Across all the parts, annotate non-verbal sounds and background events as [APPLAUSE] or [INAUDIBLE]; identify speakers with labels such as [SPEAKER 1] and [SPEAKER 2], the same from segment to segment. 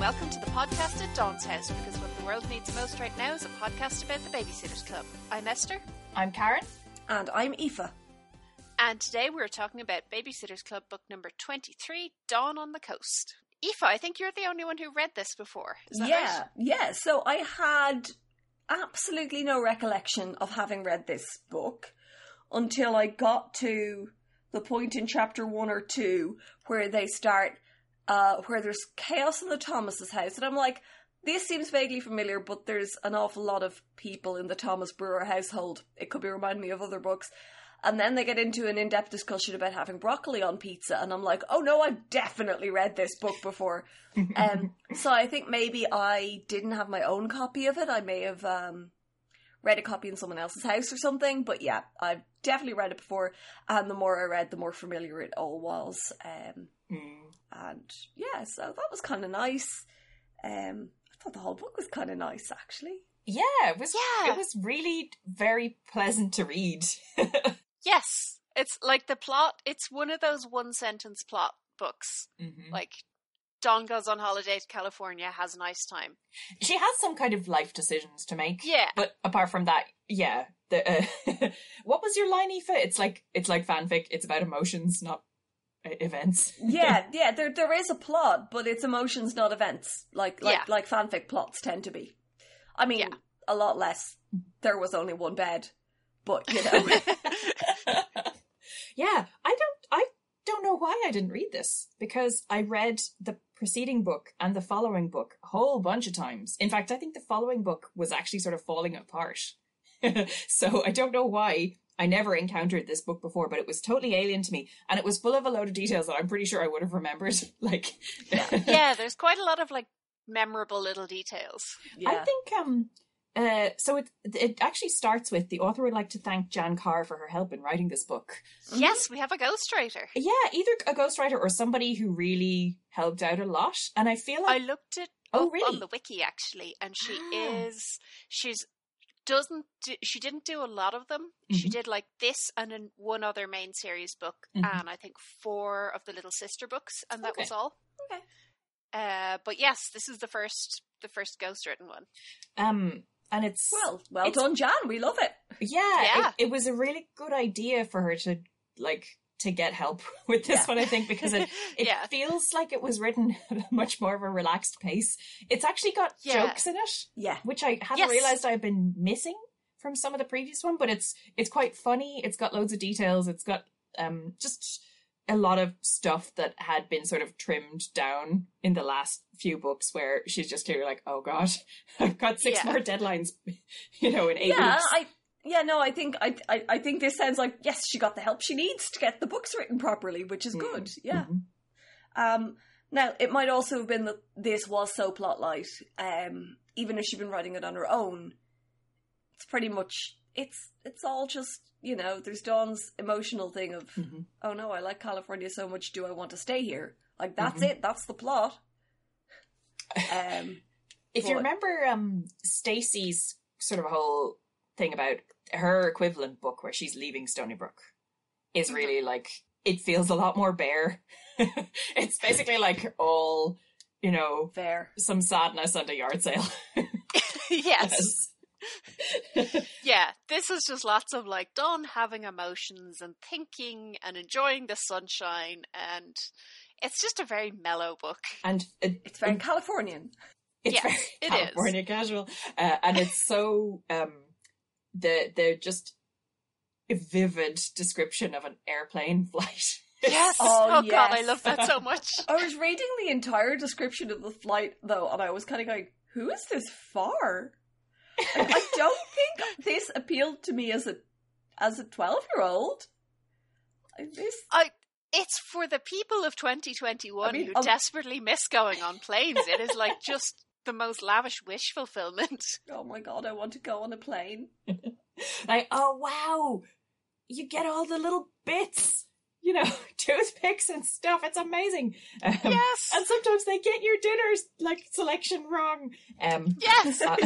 [SPEAKER 1] welcome to the podcast at Dawn's House because what the world needs most right now is a podcast about the Babysitters Club. I'm Esther,
[SPEAKER 2] I'm Karen.
[SPEAKER 3] And I'm Aoife.
[SPEAKER 1] and today we're talking about Babysitters Club book number 23, Dawn on the Coast. Aoife, I think you're the only one who read this before. Is that
[SPEAKER 3] yeah,
[SPEAKER 1] right?
[SPEAKER 3] yeah. So I had absolutely no recollection of having read this book until I got to the point in chapter one or two where they start, uh, where there's chaos in the Thomas's house, and I'm like, this seems vaguely familiar, but there's an awful lot of people in the Thomas Brewer household. It could be reminding me of other books. And then they get into an in depth discussion about having broccoli on pizza, and I'm like, oh no, I've definitely read this book before.
[SPEAKER 1] [LAUGHS]
[SPEAKER 3] um, so I think maybe I didn't have my own copy of it. I may have um, read a copy in someone else's house or something. But yeah, I've definitely read it before. And the more I read, the more familiar it all was. Um,
[SPEAKER 1] Mm.
[SPEAKER 3] and yeah, so that was kind of nice. Um, I thought the whole book was kind of nice, actually.
[SPEAKER 2] Yeah, it was.
[SPEAKER 1] Yeah.
[SPEAKER 2] it was really very pleasant to read.
[SPEAKER 1] Yes. It's like the plot, it's one of those one sentence plot books.
[SPEAKER 2] Mhm.
[SPEAKER 1] Like, Dawn goes on holiday to California, has a nice time.
[SPEAKER 2] She has some kind of life decisions to make.
[SPEAKER 1] Yeah.
[SPEAKER 2] but apart from that, yeah. The, [LAUGHS] uh, what was your line, Aoife? It's like it's like fanfic. It's about emotions, not uh, events.
[SPEAKER 1] [LAUGHS]
[SPEAKER 3] Yeah, yeah. There, there is a plot, but it's emotions, not events. Like, like,
[SPEAKER 1] Yeah.
[SPEAKER 3] like fanfic plots tend to be. I mean,
[SPEAKER 1] Yeah.
[SPEAKER 3] a lot less. There was only one bed,
[SPEAKER 1] [LAUGHS]
[SPEAKER 3] but you know.
[SPEAKER 2] [LAUGHS] yeah, I don't I don't know why I didn't read this because I read the preceding book and the following book a whole bunch of times. In fact, I think the following book was actually sort of falling apart. [LAUGHS] so I don't know why I never encountered this book before, but it was totally alien to me and it was full of a load of details that I'm pretty sure I would have remembered. [LAUGHS] like [LAUGHS]
[SPEAKER 1] yeah, there's quite a lot of like memorable little details.
[SPEAKER 3] yeah.
[SPEAKER 2] I think um uh so it it actually starts with the author would like to thank Jan Carr for her help in writing this book.
[SPEAKER 1] Yes, we have a ghostwriter.
[SPEAKER 2] Yeah, either a ghostwriter or somebody who really helped out a lot. And I feel
[SPEAKER 1] I
[SPEAKER 2] like
[SPEAKER 1] looked it
[SPEAKER 2] Oh,
[SPEAKER 1] up
[SPEAKER 2] really?
[SPEAKER 1] on the wiki actually, and she
[SPEAKER 2] Ah.
[SPEAKER 1] is she's doesn't do, she didn't do a lot of them. She
[SPEAKER 2] Mhm.
[SPEAKER 1] did like this and then one other main series book,
[SPEAKER 2] Mhm.
[SPEAKER 1] and I think four of the little sister books, and that
[SPEAKER 2] Okay.
[SPEAKER 1] was all.
[SPEAKER 3] Okay.
[SPEAKER 1] Uh, but yes, this is the first the first ghostwritten one.
[SPEAKER 2] um and it's
[SPEAKER 3] Well, well
[SPEAKER 2] It's-
[SPEAKER 3] done, Jan. We love it.
[SPEAKER 2] yeah,
[SPEAKER 1] Yeah.
[SPEAKER 2] It, it was a really good idea for her to like to get help [LAUGHS] with this
[SPEAKER 3] Yeah.
[SPEAKER 2] one I think because
[SPEAKER 1] [LAUGHS]
[SPEAKER 2] it it
[SPEAKER 1] yeah,
[SPEAKER 2] feels like it was written [LAUGHS] at a much more of a relaxed pace. It's actually got
[SPEAKER 1] Yeah.
[SPEAKER 2] jokes in it,
[SPEAKER 3] Yeah,
[SPEAKER 2] which I hadn't
[SPEAKER 1] Yes.
[SPEAKER 2] realized I've been missing from some of the previous one, but it's it's quite funny. It's got loads of details. It's got um just a lot of stuff that had been sort of trimmed down in the last few books where she's just clearly like, "Oh god, [LAUGHS] I've got six
[SPEAKER 1] Yeah.
[SPEAKER 2] more deadlines, [LAUGHS] you know, in eight
[SPEAKER 3] yeah.
[SPEAKER 2] weeks."
[SPEAKER 3] I yeah no. I think I, I I think this sounds like yes, she got the help she needs to get the books written properly, which is
[SPEAKER 2] Mm.
[SPEAKER 3] good. Yeah.
[SPEAKER 2] Mhm.
[SPEAKER 3] Um. Now it might also have been that this was so plot light. Um. Even if she'd been writing it on her own, it's pretty much it's it's all just you know. There's Dawn's emotional thing of
[SPEAKER 2] Mhm.
[SPEAKER 3] oh no, I like California so much. Do I want to stay here? Like that's
[SPEAKER 2] Mhm.
[SPEAKER 3] it. That's the
[SPEAKER 2] [LAUGHS]
[SPEAKER 3] plot. Um.
[SPEAKER 2] If you
[SPEAKER 3] Well-
[SPEAKER 2] remember um Stacy's sort of whole thing about her equivalent book where she's leaving Stony Brook
[SPEAKER 1] Mm-hmm.
[SPEAKER 2] is really like it feels a lot more bare. [LAUGHS] it's basically like all, you know,
[SPEAKER 3] Fair.
[SPEAKER 2] some sadness and a yard sale.
[SPEAKER 1] [LAUGHS] yes, yeah. This is just lots of like Dawn having emotions and thinking and enjoying the sunshine, and it's just a very mellow book.
[SPEAKER 2] [LAUGHS] and it,
[SPEAKER 3] It's very Californian.
[SPEAKER 2] it's
[SPEAKER 1] Yes,
[SPEAKER 2] very
[SPEAKER 1] it is.
[SPEAKER 2] California casual, uh, and it's so um, the they're just a vivid description of an airplane flight. [LAUGHS]
[SPEAKER 1] Yes. Oh,
[SPEAKER 3] Oh,
[SPEAKER 1] god, I
[SPEAKER 3] yes.
[SPEAKER 1] love that so much.
[SPEAKER 3] I was reading the entire description of the flight though, and I was kind of going, "Who is this for?" Like, I don't think this appealed to me as a as a twelve year old. This
[SPEAKER 1] It's for the people of 2021
[SPEAKER 3] I mean,
[SPEAKER 1] who
[SPEAKER 3] um-
[SPEAKER 1] desperately miss going on planes. It is like just the most lavish wish fulfillment.
[SPEAKER 3] oh my god, I want to go on a plane.
[SPEAKER 2] like, oh wow, you get all the little bits, you know, [LAUGHS] toothpicks and stuff. It's amazing. Um,
[SPEAKER 1] yes.
[SPEAKER 2] And sometimes they get your dinner's like selection wrong. Um,
[SPEAKER 1] [LAUGHS]
[SPEAKER 2] [LAUGHS]
[SPEAKER 1] Yes.
[SPEAKER 2] uh,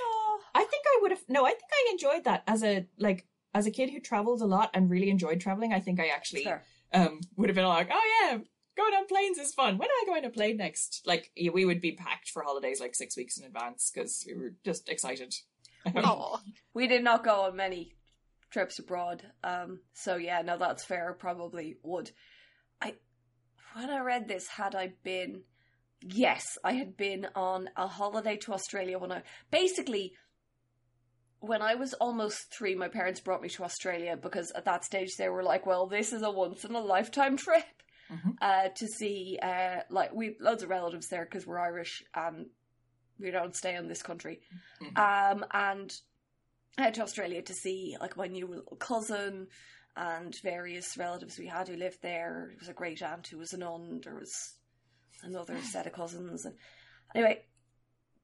[SPEAKER 3] Oh,
[SPEAKER 2] I think I would have no, I think I enjoyed that as a like as a kid who traveled a lot and really enjoyed traveling, I think I actually
[SPEAKER 3] fair.
[SPEAKER 2] um would have been like, Oh yeah, Going on planes is fun. When am I going on a plane next? Like y- we would be packed for holidays like six weeks in advance because we were just excited.
[SPEAKER 1] Oh,
[SPEAKER 3] We did not go on many trips abroad. Um, so yeah, no, that's fair. Probably would. I when I read this, had I been? Yes, I had been on a holiday to Australia when I basically when I was almost three, my parents brought me to Australia because at that stage they were like, "Well, this is a once in a lifetime [LAUGHS] trip."
[SPEAKER 2] Mhm.
[SPEAKER 3] Uh, to see, uh, like, we loads of relatives there because we're Irish and we don't stay in this country. Um, and I had to Australia to see like my new little cousin and various relatives we had who lived there. There was a great aunt who was a nun. There was another set of cousins, and anyway,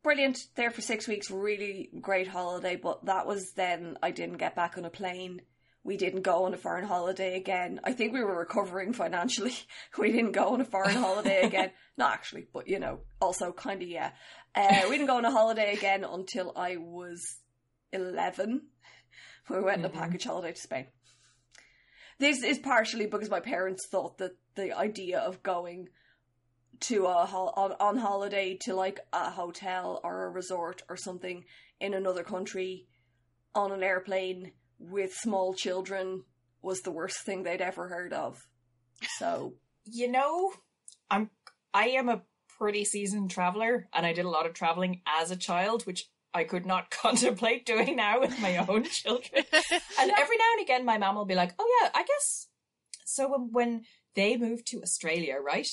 [SPEAKER 3] brilliant. There for six weeks, really great holiday. But that was then I didn't get back on a plane. We didn't go on a foreign holiday again. I think we were recovering financially. [LAUGHS] We didn't go on a foreign holiday again. Not actually, but you know, also kind of yeah. Uh, we didn't go on a holiday again until I was 11. [LAUGHS] We went on
[SPEAKER 2] Mhm.
[SPEAKER 3] a package holiday to Spain. This is partially because my parents thought that the idea of going to a hol- on, on holiday to like a hotel or a resort or something in another country on an airplane with small children was the worst thing they'd ever heard of. So
[SPEAKER 2] You know, I'm I am a pretty seasoned traveler, and I did a lot of traveling as a child, which I could not [LAUGHS] contemplate doing now with my own children. And every now and again, my mum will be like, "Oh yeah, I guess." So when when they moved to Australia, right?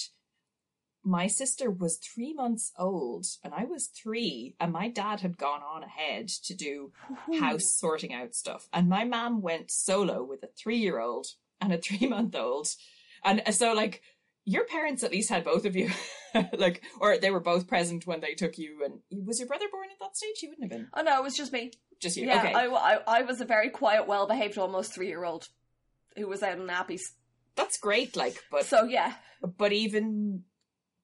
[SPEAKER 2] My sister was three months old, and I was three, and my dad had gone on ahead to do house
[SPEAKER 3] Mm.
[SPEAKER 2] sorting out stuff. And my mom went solo with a three year old and a [LAUGHS] three month old. And uh, so, like, your parents at least had both of you, [LAUGHS] like, or they were both present when they took you. And was your brother born at that stage? He wouldn't have been.
[SPEAKER 3] Oh no, it was just me.
[SPEAKER 2] Just you.
[SPEAKER 3] Yeah,
[SPEAKER 2] okay.
[SPEAKER 3] I, I, I was a very quiet, well-behaved, almost three-year-old who was out in nappies.
[SPEAKER 2] That's great. Like, but,
[SPEAKER 3] So yeah,
[SPEAKER 2] but even,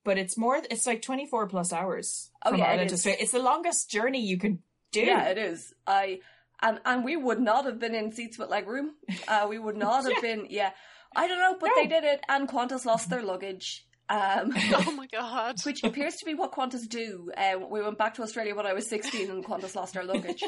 [SPEAKER 2] but it's more, it's like 24 plus hours.
[SPEAKER 3] Oh,
[SPEAKER 2] from
[SPEAKER 3] yeah, it
[SPEAKER 2] Ireland to
[SPEAKER 3] is.
[SPEAKER 2] Australia. It's the longest journey you can do.
[SPEAKER 3] yeah, it is. I and and we would not have been in seats with legroom. Uh, we would [LAUGHS] not have been. Yeah, I don't know, but
[SPEAKER 2] No.
[SPEAKER 3] they did it, and Qantas lost their luggage. [LAUGHS] Um,
[SPEAKER 1] oh my god.
[SPEAKER 3] which appears to be what Qantas do. Uh, we went back to Australia when I was 16 and Qantas lost our luggage.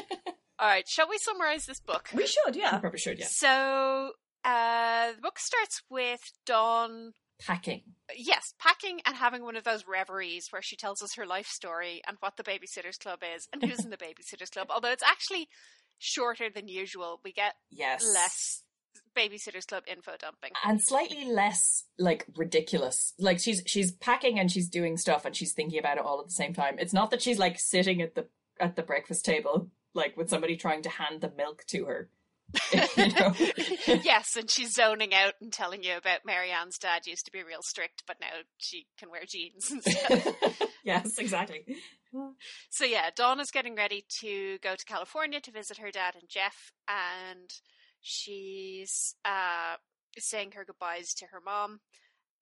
[SPEAKER 1] All right, shall we summarize this book?
[SPEAKER 3] [LAUGHS] We should,
[SPEAKER 2] You
[SPEAKER 3] yeah.
[SPEAKER 2] probably should, yeah.
[SPEAKER 1] So, uh, the book starts with Dawn,
[SPEAKER 2] Packing.
[SPEAKER 1] yes, packing and having one of those reveries where she tells us her life story and what the Babysitters Club is and who's in the Babysitters Club. Although it's actually shorter than usual, we get
[SPEAKER 2] Yes.
[SPEAKER 1] less Babysitters Club info
[SPEAKER 2] [LAUGHS]
[SPEAKER 1] dumping.
[SPEAKER 2] and slightly less like ridiculous. Like she's she's packing and she's doing stuff and she's thinking about it all at the same time. It's not that she's like sitting at the at the breakfast table like with somebody trying to hand the milk to her. [LAUGHS] you know?
[SPEAKER 1] [LAUGHS] yes, and she's zoning out and telling you about Marianne's dad used to be real strict, but now she can wear jeans and stuff.
[SPEAKER 2] [LAUGHS] yes, exactly.
[SPEAKER 1] So yeah, Dawn is getting ready to go to California to visit her dad and Jeff, and she's uh, saying her goodbyes to her mom.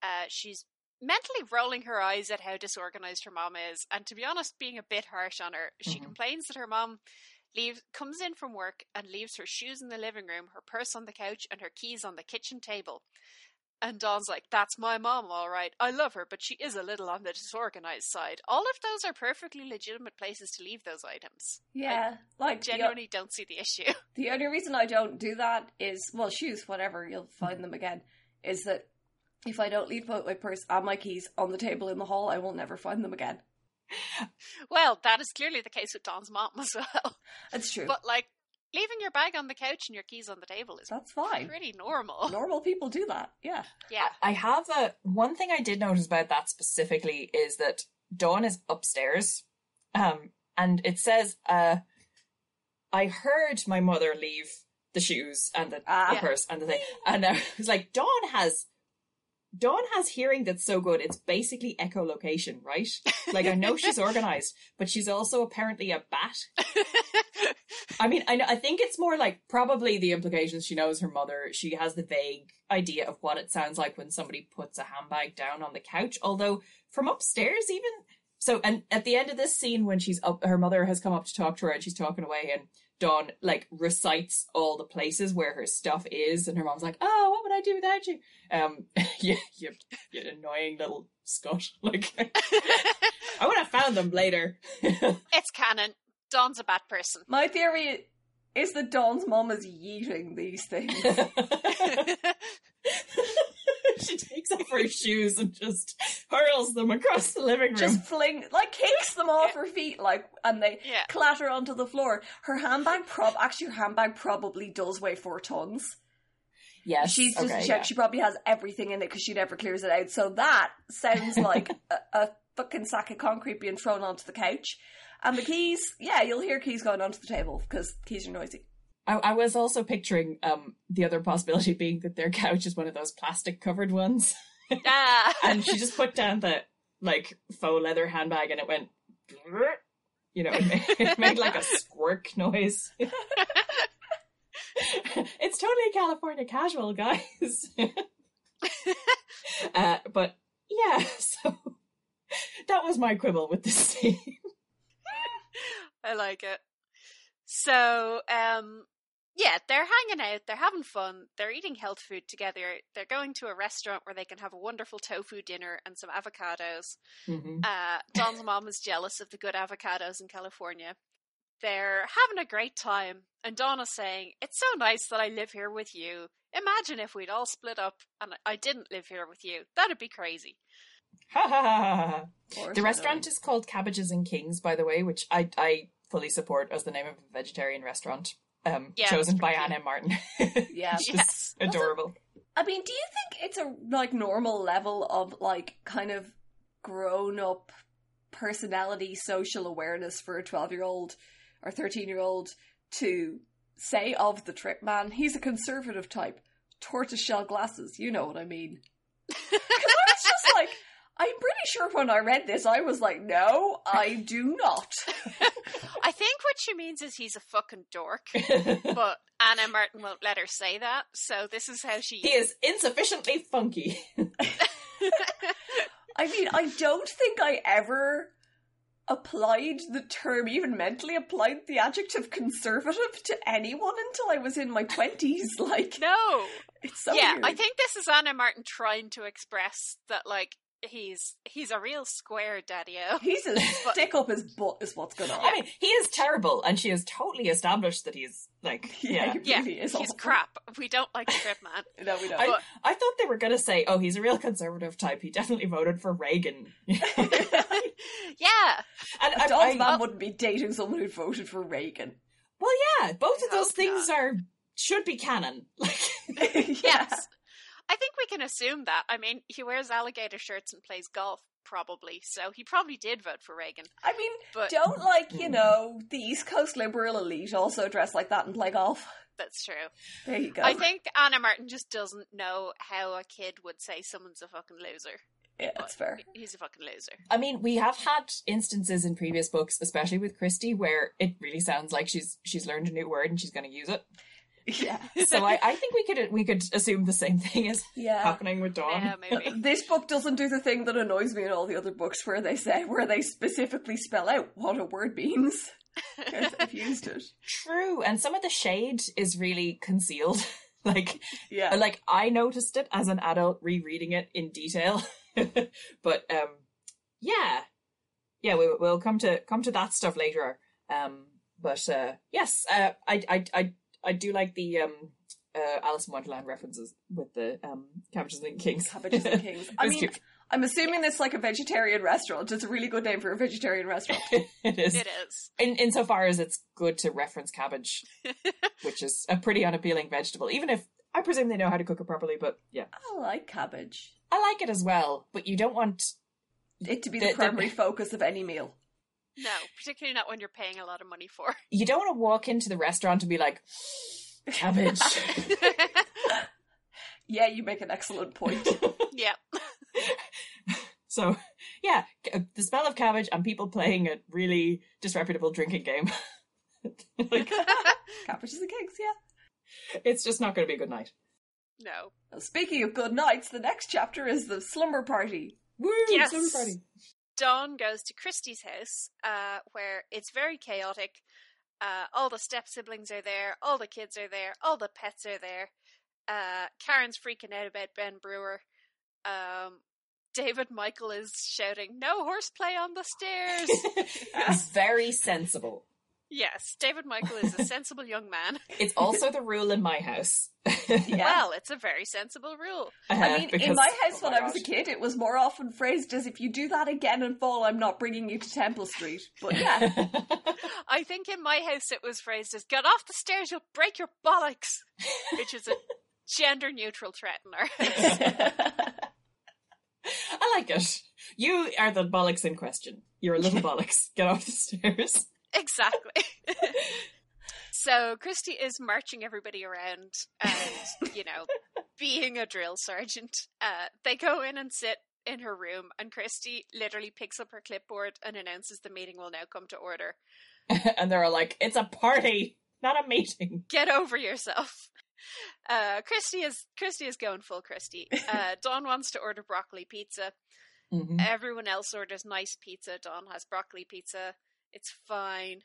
[SPEAKER 1] Uh, she's mentally rolling her eyes at how disorganized her mom is, and to be honest, being a bit harsh on her. She
[SPEAKER 2] Mhm.
[SPEAKER 1] complains that her mom leaves, comes in from work and leaves her shoes in the living room, her purse on the couch, and her keys on the kitchen table. And Dawn's like, that's my mom, all right. I love her, but she is a little on the disorganized side. All of those are perfectly legitimate places to leave those items.
[SPEAKER 3] Yeah, like the-
[SPEAKER 1] Genuinely don't see the issue.
[SPEAKER 3] The only reason I don't do that is, well, shoes, whatever, you'll find them again, is that if I don't leave both my purse and my keys on the table in the hall, I will never find them again.
[SPEAKER 1] Well, that is clearly the case with Dawn's mom as well.
[SPEAKER 3] It's true.
[SPEAKER 1] But, like, leaving your bag on the couch and your keys on the table is
[SPEAKER 3] That's fine.
[SPEAKER 1] pretty normal.
[SPEAKER 3] Normal people do that, yeah.
[SPEAKER 1] Oh. Yeah. [LAUGHS]
[SPEAKER 2] I have a one thing I did notice about that specifically is that Dawn is upstairs, um, and it says, uh, "I heard my mother leave the shoes and the,
[SPEAKER 3] Ah.
[SPEAKER 2] the
[SPEAKER 1] Yeah.
[SPEAKER 2] purse and the thing," and [LAUGHS] I was like, "Dawn has." Dawn has hearing that's so good, it's basically echolocation, right? Like, I know she's organized, but she's also apparently a bat. I mean, I know, I think it's more like probably the implications. She knows her mother. She has the vague idea of what it sounds like when somebody puts a handbag down on the couch. Although from upstairs, even So, and at the end of this scene, when she's up, her mother has come up to talk to her, and she's talking away, and Dawn like recites all the places where her stuff is, and her mom's like, "Oh, what would I do without you?" Um, [LAUGHS] you, you, you annoying little Scot. [LAUGHS] Like, I would have found them later. [LAUGHS]
[SPEAKER 1] It's canon. Dawn's a bad
[SPEAKER 3] [LAUGHS]
[SPEAKER 1] person. [LAUGHS]
[SPEAKER 3] My theory is that Dawn's mom is yeeting these
[SPEAKER 2] [LAUGHS]
[SPEAKER 3] things.
[SPEAKER 2] she takes off her shoes and just hurls them across the living room.
[SPEAKER 3] Just fling, like kicks them off her feet, like, and they
[SPEAKER 1] Yeah.
[SPEAKER 3] clatter onto the floor. Her handbag, prob actually, her handbag probably does weigh four tons.
[SPEAKER 2] yes,
[SPEAKER 3] She's just
[SPEAKER 2] okay,
[SPEAKER 3] checked.
[SPEAKER 2] yeah.
[SPEAKER 3] She probably has everything in it because she never clears it out. So that
[SPEAKER 2] [LAUGHS]
[SPEAKER 3] sounds like a, a fucking sack of concrete being thrown onto the couch. And the keys, yeah, you'll hear keys going onto the table because keys are noisy.
[SPEAKER 2] I, I was also picturing um the other possibility being that their couch is one of those plastic covered ones,
[SPEAKER 1] Ah. [LAUGHS]
[SPEAKER 2] and she just put down the like faux leather handbag, and it went, you know, it made, [LAUGHS] it made like a squirk noise. [LAUGHS] it's totally California casual, guys. [LAUGHS] uh, but yeah, [LAUGHS] so that was my quibble with this scene.
[SPEAKER 1] I like it. So, um, yeah, they're hanging out, they're having fun, they're eating health food together, they're going to a restaurant where they can have a wonderful tofu dinner and some avocados.
[SPEAKER 2] Mhm.
[SPEAKER 1] Uh, Don's mom is jealous of the good avocados in California. They're having a great time, and Donna's saying, It's so nice that I live here with you. Imagine if we'd all split up and I didn't live here with you. That'd be crazy.
[SPEAKER 2] Ha ha ha ha ha.
[SPEAKER 3] Or
[SPEAKER 2] The restaurant
[SPEAKER 3] something.
[SPEAKER 2] is called Cabbages and Kings, by the way, which I I fully support as the name of a vegetarian restaurant. Um,
[SPEAKER 1] Yeah,
[SPEAKER 2] chosen
[SPEAKER 1] it's
[SPEAKER 2] by
[SPEAKER 1] pretty
[SPEAKER 2] Anna M. Martin.
[SPEAKER 1] [LAUGHS]
[SPEAKER 3] Yeah.
[SPEAKER 1] Yes.
[SPEAKER 2] It's just adorable.
[SPEAKER 3] I mean, do you think it's a like normal level of like kind of grown up personality, social awareness for a twelve year old or thirteen year old to say of the trip man, he's a conservative type, tortoiseshell glasses, you know what I mean? 'Cause I was just like, I'm pretty sure when I read this, I was like, no, I do not.
[SPEAKER 1] I think what she means is he's a fucking
[SPEAKER 3] [LAUGHS]
[SPEAKER 1] dork, [LAUGHS] but Anna Martin won't let her say that, so this is how
[SPEAKER 3] [LAUGHS]
[SPEAKER 1] she.
[SPEAKER 2] he is insufficiently funky. [LAUGHS]
[SPEAKER 3] I mean, I don't think I ever applied the term, even mentally applied the adjective conservative to anyone until I was in my 20s. [LAUGHS] Like,
[SPEAKER 1] [LAUGHS] No!
[SPEAKER 3] it's so
[SPEAKER 1] yeah,
[SPEAKER 3] weird.
[SPEAKER 1] I think this is Anna Martin trying to express that, like, he's he's a real square daddy
[SPEAKER 3] [LAUGHS] He's
[SPEAKER 1] [LAUGHS]
[SPEAKER 3] a stick up his butt, is what's going on.
[SPEAKER 2] I mean, he is terrible, and she has totally established that he's
[SPEAKER 3] [LAUGHS]
[SPEAKER 2] like, yeah.
[SPEAKER 3] [LAUGHS] he
[SPEAKER 1] Yeah,
[SPEAKER 3] really is
[SPEAKER 1] he's
[SPEAKER 3] awful.
[SPEAKER 1] crap. We don't like the Trip Man.
[SPEAKER 3] No, we don't.
[SPEAKER 2] I,
[SPEAKER 1] But-
[SPEAKER 2] I thought they were going to say, oh, he's a real conservative type. He definitely voted for Reagan. [LAUGHS] and
[SPEAKER 1] yeah,
[SPEAKER 2] I,
[SPEAKER 3] a dog's
[SPEAKER 2] I-
[SPEAKER 1] Oh.
[SPEAKER 3] man wouldn't be dating someone who voted for Reagan. [LAUGHS]
[SPEAKER 1] [LAUGHS]
[SPEAKER 2] well, yeah, both of
[SPEAKER 1] I hope
[SPEAKER 2] those things are should be canon. [LAUGHS] Like,
[SPEAKER 3] yes.
[SPEAKER 1] yes. I think we can assume that. I mean, he wears alligator shirts and plays golf, probably, so he probably did vote for Reagan.
[SPEAKER 3] I mean,
[SPEAKER 1] But Hmm.
[SPEAKER 3] don't like, you know, the East Coast liberal elite also dress like that and play golf.
[SPEAKER 1] that's true.
[SPEAKER 3] There you go.
[SPEAKER 1] I think Anna Martin just doesn't know how a kid would say someone's a fucking loser.
[SPEAKER 3] yeah,
[SPEAKER 1] [LAUGHS]
[SPEAKER 3] that's fair.
[SPEAKER 1] He's a fucking loser.
[SPEAKER 2] I mean, we have had instances in previous books, especially with Christie, where it really sounds like she's she's learned a new word and she's going to use it.
[SPEAKER 3] Yeah.
[SPEAKER 2] So I, I think we could we could assume the same thing is
[SPEAKER 3] Uh, Yeah.
[SPEAKER 2] happening with Dawn.
[SPEAKER 1] Yeah, maybe.
[SPEAKER 3] [LAUGHS] this book doesn't do the thing that annoys me in all the other books where they say where they specifically spell out what a word means. 'Cause
[SPEAKER 2] [LAUGHS]
[SPEAKER 3] I've used it.
[SPEAKER 2] True, and some of the shade is really concealed. [LAUGHS] like [LAUGHS]
[SPEAKER 3] Yeah.
[SPEAKER 2] like I noticed it as an adult rereading it in detail, [LAUGHS] but um, yeah, yeah, we, we'll come to come to that stuff later. Um, but uh, yes, uh, I, I I I do like the um, uh, Alice in Wonderland references with the um, cabbages and kings. [LAUGHS]
[SPEAKER 3] Cabbages and kings. I
[SPEAKER 2] It's
[SPEAKER 3] mean,
[SPEAKER 2] cute.
[SPEAKER 3] I'm assuming it's like a vegetarian restaurant. It's a really good name for a vegetarian restaurant.
[SPEAKER 2] it is.
[SPEAKER 1] It is.
[SPEAKER 2] In insofar as it's good to reference
[SPEAKER 3] [LAUGHS]
[SPEAKER 2] cabbage, which is a pretty unappealing vegetable, even if I presume they know how to cook it properly. But yeah,
[SPEAKER 3] I like cabbage.
[SPEAKER 2] I like it as well. But you don't want
[SPEAKER 3] It to be
[SPEAKER 2] The-
[SPEAKER 3] the
[SPEAKER 2] the-
[SPEAKER 3] primary focus of any meal.
[SPEAKER 1] No, particularly not when you're paying a lot of money for.
[SPEAKER 2] you don't want to walk into the restaurant and be like
[SPEAKER 3] [LAUGHS]
[SPEAKER 2] cabbage
[SPEAKER 1] it. [LAUGHS]
[SPEAKER 3] Yeah, you make an
[SPEAKER 2] [LAUGHS]
[SPEAKER 3] excellent point.
[SPEAKER 1] yeah.
[SPEAKER 2] so yeah c- the smell of cabbage and people playing a really disreputable drinking game [LAUGHS] like
[SPEAKER 3] Cabbages and kings, yeah.
[SPEAKER 2] it's just not going to be a good night
[SPEAKER 1] [LAUGHS] No.
[SPEAKER 2] [LAUGHS]
[SPEAKER 3] Now, speaking of good nights, the next chapter is the slumber party.
[SPEAKER 2] Woo,
[SPEAKER 1] Yes.
[SPEAKER 3] [LAUGHS]
[SPEAKER 2] slumber party.
[SPEAKER 1] Dawn goes to Christie's house, uh, where it's very chaotic. Uh, all the step siblings are there, all the kids are there, all the pets are there. Uh, Karen's freaking out about Ben Brewer. Um, David Michael is shouting, "No horseplay on the
[SPEAKER 2] [LAUGHS]
[SPEAKER 1] stairs!"
[SPEAKER 2] It's very sensible.
[SPEAKER 1] yes, David Michael is a sensible young man.
[SPEAKER 2] It's also the rule in my house. Uh,
[SPEAKER 3] Yeah.
[SPEAKER 1] Well, it's a very sensible rule.
[SPEAKER 3] I mean, in
[SPEAKER 2] because-
[SPEAKER 3] my house
[SPEAKER 4] oh
[SPEAKER 3] when
[SPEAKER 4] my
[SPEAKER 3] I was a
[SPEAKER 4] gosh.
[SPEAKER 3] kid, it was more often phrased as if you do that again and fall, I'm not bringing you to Temple Street.
[SPEAKER 2] [LAUGHS]
[SPEAKER 3] But yeah,
[SPEAKER 1] I think in my house it was phrased as "Get off the stairs, you'll break your bollocks," which is a gender-neutral threat in our house.
[SPEAKER 2] [LAUGHS] I like it. You are the bollocks in question. You're a
[SPEAKER 3] [LAUGHS]
[SPEAKER 2] little bollocks. Get off the stairs.
[SPEAKER 1] exactly. [LAUGHS] so Christy is marching everybody around and, you know, being a drill sergeant. Uh, they go in and sit in her room, and Christy literally picks up her clipboard and announces the meeting will now come to order.
[SPEAKER 2] and they're all like, it's a party, not a meeting.
[SPEAKER 1] Get over yourself. Uh, Christy is Christy is going full Christy. Uh, Dawn wants to order broccoli pizza.
[SPEAKER 2] Mhm.
[SPEAKER 1] Everyone else orders nice pizza. Don has broccoli pizza. It's fine.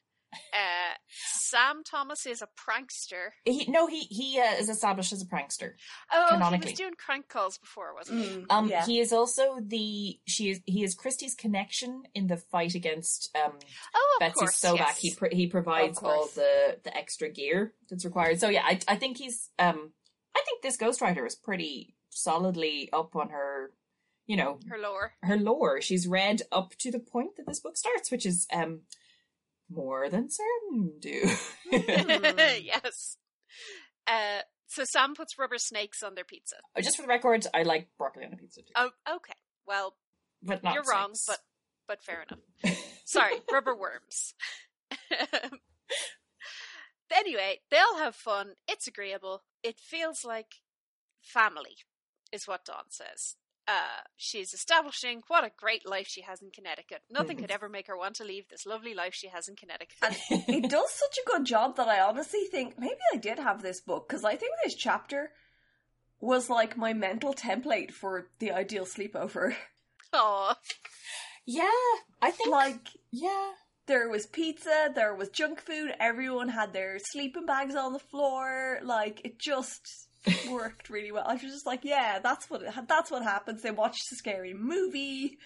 [SPEAKER 1] Uh, Sam Thomas is a prankster.
[SPEAKER 2] He, no, he he uh, is established as a prankster.
[SPEAKER 1] Oh, he was
[SPEAKER 2] Canonically.
[SPEAKER 1] doing crank calls before, wasn't he?
[SPEAKER 3] Mm,
[SPEAKER 2] Um,
[SPEAKER 3] yeah.
[SPEAKER 2] he is also the she is he is Christie's connection in the fight against um
[SPEAKER 1] Oh, of
[SPEAKER 2] Betsy
[SPEAKER 1] course.
[SPEAKER 2] Sobak.
[SPEAKER 1] yes.
[SPEAKER 2] He pr- he provides
[SPEAKER 3] Of
[SPEAKER 2] all
[SPEAKER 3] course.
[SPEAKER 2] the the extra gear that's required. So yeah, I I think he's um I think this Ghost Rider is pretty solidly up on her, you know,
[SPEAKER 1] Her lore.
[SPEAKER 2] her lore. She's read up to the point that this book starts, which is um more than certain do. [LAUGHS]
[SPEAKER 1] [LAUGHS]
[SPEAKER 3] Mm.
[SPEAKER 1] yes. Uh, so Sam puts rubber snakes on their pizza.
[SPEAKER 2] Uh, Just for the record, I like broccoli on a pizza too,
[SPEAKER 1] Oh, okay. Well,
[SPEAKER 2] but not
[SPEAKER 1] you're wrong,
[SPEAKER 2] snakes.
[SPEAKER 1] but but fair
[SPEAKER 2] [LAUGHS]
[SPEAKER 1] enough. Sorry, rubber worms. [LAUGHS] anyway, they'll have fun. It's agreeable. It feels like family, is what Dawn says. Uh, she's establishing what a great life she has in Connecticut. Nothing
[SPEAKER 2] [LAUGHS]
[SPEAKER 1] could ever make her want to leave this lovely life she has in Connecticut.
[SPEAKER 3] And it does such a good job that I honestly think maybe I did have this book because I think this chapter was like my mental template for the ideal sleepover. [LAUGHS]
[SPEAKER 1] Aw.
[SPEAKER 2] yeah, I think
[SPEAKER 3] like
[SPEAKER 2] yeah.
[SPEAKER 3] there was pizza, there was junk food, everyone had their sleeping bags on the floor. Like it just worked really well. I was just like, yeah, that's what it, that's what happens. They watched a scary movie.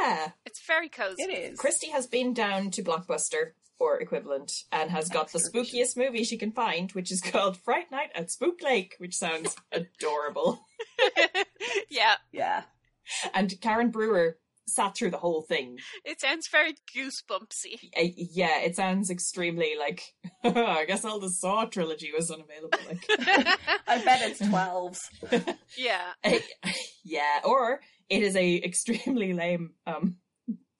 [SPEAKER 2] Yeah.
[SPEAKER 1] it's very cozy. [LAUGHS]
[SPEAKER 3] It is.
[SPEAKER 2] Christy has been down to Blockbuster or equivalent and has got the spookiest movie she can find, which is called Fright Night at Spook Lake, which sounds adorable.
[SPEAKER 1] yeah,
[SPEAKER 3] Yeah.
[SPEAKER 2] And Karen Brewer sat through the whole thing.
[SPEAKER 1] it sounds very
[SPEAKER 3] [LAUGHS]
[SPEAKER 1] goosebumpsy.
[SPEAKER 2] Uh, yeah, it sounds extremely like [LAUGHS] I guess all the Saw trilogy was unavailable. Like,
[SPEAKER 3] I bet it's twelves.
[SPEAKER 1] yeah.
[SPEAKER 2] yeah, or it is a extremely lame um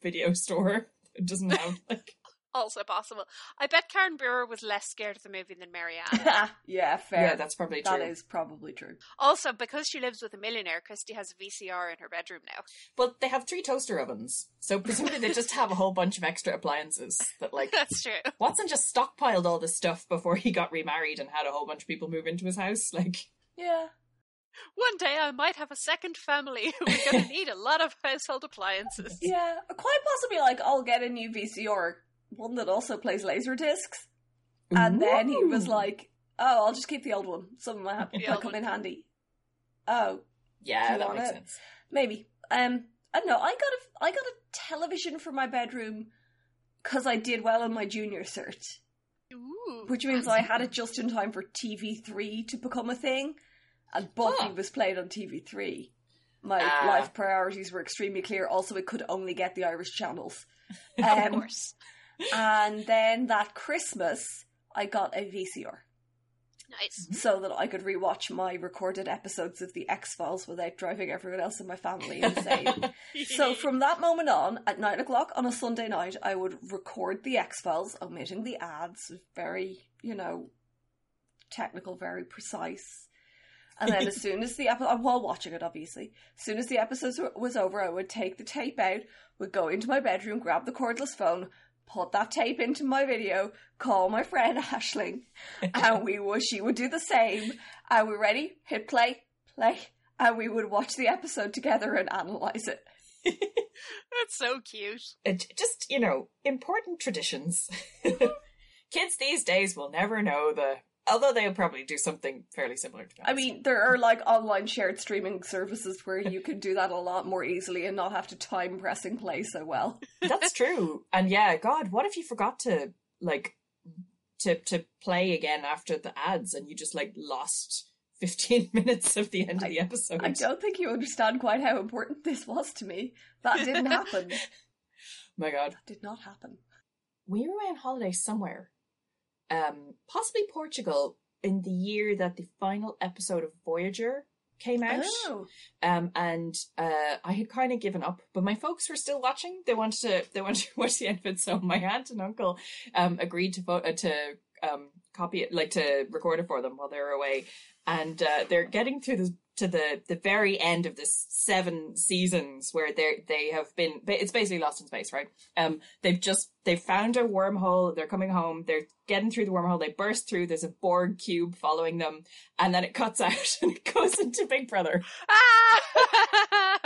[SPEAKER 2] video store. It doesn't have like
[SPEAKER 1] also possible. I bet Karen Brewer was less scared of the movie than
[SPEAKER 3] [LAUGHS]
[SPEAKER 1] Marianne.
[SPEAKER 3] yeah, fair.
[SPEAKER 2] yeah, that's probably true.
[SPEAKER 3] That is probably true.
[SPEAKER 1] also, because she lives with a millionaire, Christy has a VCR in her bedroom now.
[SPEAKER 2] But they have three toaster ovens, so presumably they just have a whole bunch of extra appliances that,
[SPEAKER 3] [LAUGHS]
[SPEAKER 1] [LAUGHS]
[SPEAKER 2] like,
[SPEAKER 1] That's true.
[SPEAKER 2] Watson just stockpiled all this stuff before he got remarried and had a whole bunch of people move into his house. Like,
[SPEAKER 3] Yeah.
[SPEAKER 1] One day I might have a second family. [LAUGHS] We're
[SPEAKER 3] [LAUGHS]
[SPEAKER 1] going to need a lot of household appliances.
[SPEAKER 3] Yeah. Quite possibly like I'll get a new VCR, one that also plays laser discs. And then he was
[SPEAKER 2] "Ooh."
[SPEAKER 3] like, Oh, I'll just keep the old one. Some might have-
[SPEAKER 1] The
[SPEAKER 3] might
[SPEAKER 1] old
[SPEAKER 3] come
[SPEAKER 1] one.
[SPEAKER 3] in handy. Oh,
[SPEAKER 2] "Yeah,
[SPEAKER 3] you
[SPEAKER 2] that
[SPEAKER 3] want
[SPEAKER 2] makes
[SPEAKER 3] it?"
[SPEAKER 2] sense."
[SPEAKER 3] Maybe. Um, I don't know. I got a I got a television for my bedroom because I did well on my junior cert,
[SPEAKER 1] Ooh.
[SPEAKER 3] which means I had it just in time for TV three to become a thing, and Buffy
[SPEAKER 2] Huh.
[SPEAKER 3] was played on TV three. My
[SPEAKER 2] Ah.
[SPEAKER 3] life priorities were extremely clear. Also, it could only get the Irish channels. um,
[SPEAKER 1] Of course.
[SPEAKER 3] and then that Christmas, I got a VCR
[SPEAKER 1] Nice.
[SPEAKER 3] so that I could rewatch my recorded episodes of The X Files without driving everyone else in my family insane.
[SPEAKER 1] [LAUGHS]
[SPEAKER 3] So from that moment on, at nine o'clock on a Sunday night, I would record the X Files, omitting the ads, very you know, technical, very precise. And then as soon as the episode, while watching it, obviously, as soon as the episode was over, I would take the tape out, would go into my bedroom, grab the cordless phone, put that tape into my video, call my friend [LAUGHS] Ashling, and we would she would do the same. And we ready, hit play, play, and we would watch the episode together and analyze it.
[SPEAKER 1] That's so
[SPEAKER 3] [LAUGHS]
[SPEAKER 1] cute.
[SPEAKER 2] It, just, you know, important traditions. [LAUGHS] Kids these days will never know the. Although they'll probably do something fairly similar to that.
[SPEAKER 3] I mean, there are like online shared streaming services where you can do that a lot more easily and not have to time pressing play so well.
[SPEAKER 2] That's true. And yeah, God, what if you forgot to like to to play again after the ads and you just like lost [LAUGHS] fifteen minutes of the end of the episode?
[SPEAKER 3] I don't think you understand quite how important this was to me. That [LAUGHS] didn't happen.
[SPEAKER 2] My God.
[SPEAKER 3] did not happen.
[SPEAKER 2] We were away on holiday somewhere. Um possibly Portugal in the year that the final episode of Voyager came out.
[SPEAKER 3] Oh,
[SPEAKER 2] Um, and uh, I had kind of given up, but my folks were still watching. They wanted to they wanted to [LAUGHS] watch the end of it, so my aunt and uncle um, agreed to vote uh, to um, copy it, like to record it for them while they were away. And uh, they're getting through this to the the very end of this seven seasons where they they have been ba- it's basically lost in space right um they've just they've found a wormhole they're coming home they're getting through the wormhole they burst through there's a borg cube following them and then it cuts [LAUGHS] out and it goes into big brother
[SPEAKER 1] Ah! [LAUGHS]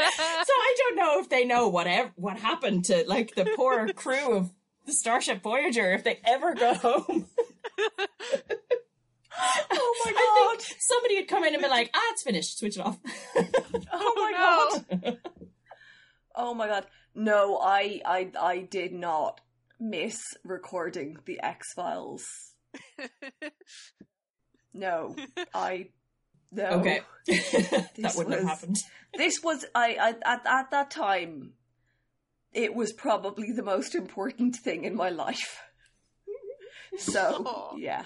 [SPEAKER 2] so I don't know if they know what ev- what happened to like the poor crew of the Starship Voyager if they ever
[SPEAKER 3] [LAUGHS]
[SPEAKER 2] got [LAUGHS] home.
[SPEAKER 3] oh my
[SPEAKER 2] I
[SPEAKER 3] god!
[SPEAKER 2] think somebody had come in and been like, "Ah, it's finished. Switch it off."
[SPEAKER 3] [LAUGHS] [LAUGHS] Oh my
[SPEAKER 1] no.
[SPEAKER 3] god! Oh my god. No, I I I did not miss recording the X [LAUGHS] Files. No. I no.
[SPEAKER 2] Okay, [LAUGHS] that
[SPEAKER 3] This
[SPEAKER 2] wouldn't have
[SPEAKER 3] was-
[SPEAKER 2] happened.
[SPEAKER 3] This was I, I at at that time it was probably the most important thing in my life. [LAUGHS] So,
[SPEAKER 1] Aw.
[SPEAKER 3] yeah.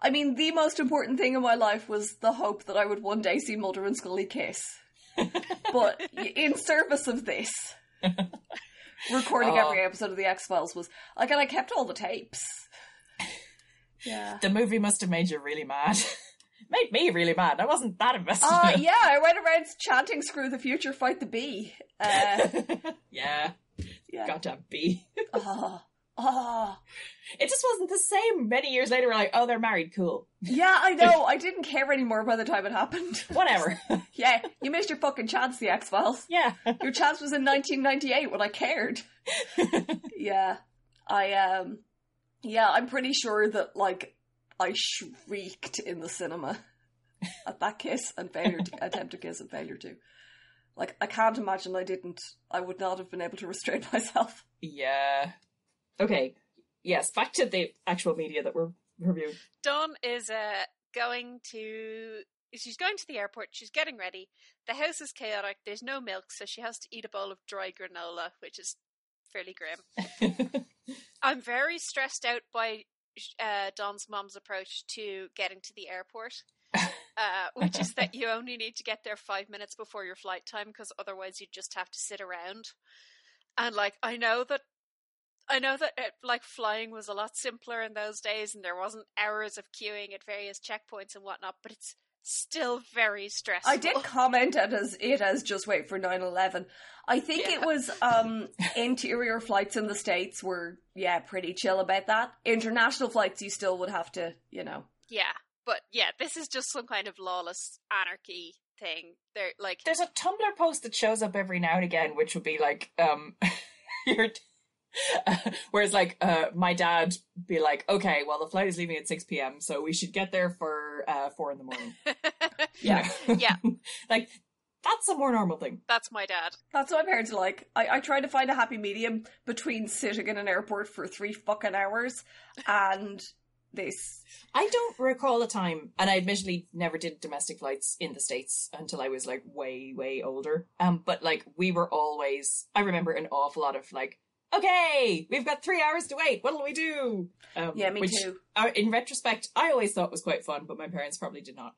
[SPEAKER 3] I mean, the most important thing in my life was the hope that I would one day see Mulder and Scully kiss. but y- in service of this, recording
[SPEAKER 2] Aw.
[SPEAKER 3] every episode of The X Files was like, and I kept all the tapes. Yeah.
[SPEAKER 2] The movie must have made you really mad. [LAUGHS] made me really mad. I wasn't that invested.
[SPEAKER 3] Uh, yeah, I went around chanting "Screw the future, fight the bee."
[SPEAKER 2] [LAUGHS]
[SPEAKER 3] Uh,
[SPEAKER 2] yeah,
[SPEAKER 3] yeah.
[SPEAKER 2] goddamn B.
[SPEAKER 3] Ah, ah.
[SPEAKER 2] It just wasn't the same. Many years later, we're like, "Oh, they're married. Cool.
[SPEAKER 3] Yeah, I know. I didn't care anymore by the time it happened. [LAUGHS]
[SPEAKER 2] Whatever."
[SPEAKER 3] Yeah, you missed your fucking chance, the X Files.
[SPEAKER 2] yeah.
[SPEAKER 3] Your chance was in 1998 when I cared. yeah, I um, yeah, I'm pretty sure that like I shrieked in the cinema at that kiss and failure to attempt to kiss and failure to. Like I can't imagine I didn't. I would not have been able to restrain [LAUGHS] myself.
[SPEAKER 2] Yeah. Okay. Yes, back to the actual media that we're reviewing. [LAUGHS]
[SPEAKER 1] Dawn is uh, going to. She's going to the airport. She's getting ready. The house is chaotic. There's no milk, so she has to eat a bowl of dry granola, which is fairly grim. I'm very stressed out by uh, Don's mom's approach to getting to the airport,
[SPEAKER 3] [LAUGHS]
[SPEAKER 1] uh, which is that you only need to get there five minutes before your flight time because otherwise you just have to sit around. And like, I know that. I know that it, like flying was a lot simpler in those days, and there wasn't hours of queuing at various checkpoints and whatnot. But it's still very stressful.
[SPEAKER 3] I did comment at as it as just wait for 9-11. I think it
[SPEAKER 1] Yeah.
[SPEAKER 3] was um interior flights in the States were yeah, pretty chill about that. International flights you still would have to, you know.
[SPEAKER 1] yeah. But yeah, this is just some kind of lawless anarchy thing. They're like, [LAUGHS]
[SPEAKER 2] There's a Tumblr post that shows up every now and again, which would be like, um, [LAUGHS] your, [LAUGHS] whereas like, uh, my dad be like, okay, well, the flight is leaving at 6 p.m., so we should get there for, uh, four in the morning. You [LAUGHS]
[SPEAKER 3] Yeah.
[SPEAKER 2] know?
[SPEAKER 1] Yeah.
[SPEAKER 2] like, that's a more normal thing.
[SPEAKER 1] that's my dad.
[SPEAKER 3] That's what my parents are like. I, I try to find a happy medium between sitting in an airport for three fucking hours and this.
[SPEAKER 2] I don't recall a time, and I admittedly never did domestic flights in the States until I was like way, way older. Um, but like we were always, I remember an awful lot of like, okay, we've got three hours to wait. What'll we do? Um,
[SPEAKER 3] Yeah, me
[SPEAKER 2] which,
[SPEAKER 3] too.
[SPEAKER 2] uh, in retrospect, I always thought was quite fun, but my parents probably did not.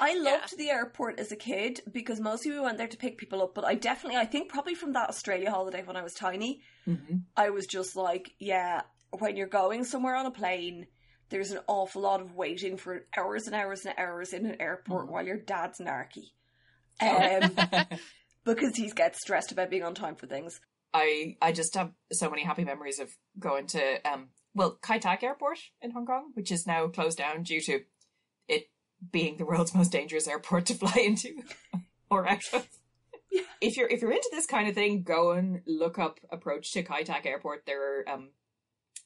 [SPEAKER 3] I
[SPEAKER 1] Yeah.
[SPEAKER 3] loved the airport as a kid because mostly we went there to pick people up, but I definitely, I think probably from that Australia holiday when I was tiny,
[SPEAKER 2] Mm-hmm.
[SPEAKER 3] I was just like, yeah, when you're going somewhere on a plane, there's an awful lot of waiting for hours and hours and hours in an airport
[SPEAKER 2] Mhm.
[SPEAKER 3] while your dad's narky. Um, [LAUGHS]
[SPEAKER 2] [LAUGHS]
[SPEAKER 3] because he gets stressed about being on time for things.
[SPEAKER 2] I I just have so many happy memories of going to um well Kai Tak Airport in Hong Kong, which is now closed down due to it being the world's most dangerous airport to fly into [LAUGHS] or out of.
[SPEAKER 3] Yeah.
[SPEAKER 2] if you're if you're into this kind of thing, go and look up approach to Kai Tak Airport. There are um,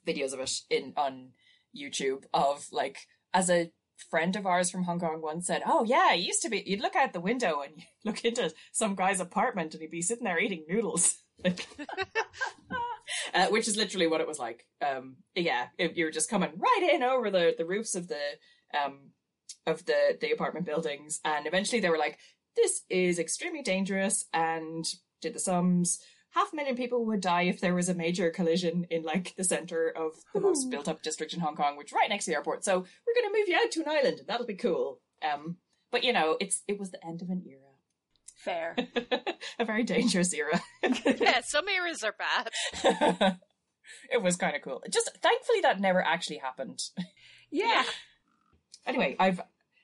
[SPEAKER 2] videos of it in on YouTube of like as a friend of ours from Hong Kong once said, "Oh yeah, it used to be. You'd look out the window and [LAUGHS] you look into some guy's apartment, and he'd be sitting there eating noodles." Like, [LAUGHS] uh, which is literally what it was like. Um, yeah, if you were just coming right in over the the roofs of the um, of the the apartment buildings, and eventually they were like, "This is extremely dangerous," and did the sums. Half a million people would die if there was a major collision in like the center of the most built up district in Hong Kong, which is right next to the airport. So we're going to move you out to an island, and that'll be cool. Um, but you know, it's it was the end of an era.
[SPEAKER 3] Fair.
[SPEAKER 2] [LAUGHS] a very dangerous era. [LAUGHS]
[SPEAKER 1] yeah, some eras are bad. [LAUGHS]
[SPEAKER 2] it was kind of cool. Just thankfully that never actually happened.
[SPEAKER 3] Yeah.
[SPEAKER 2] Anyway, I've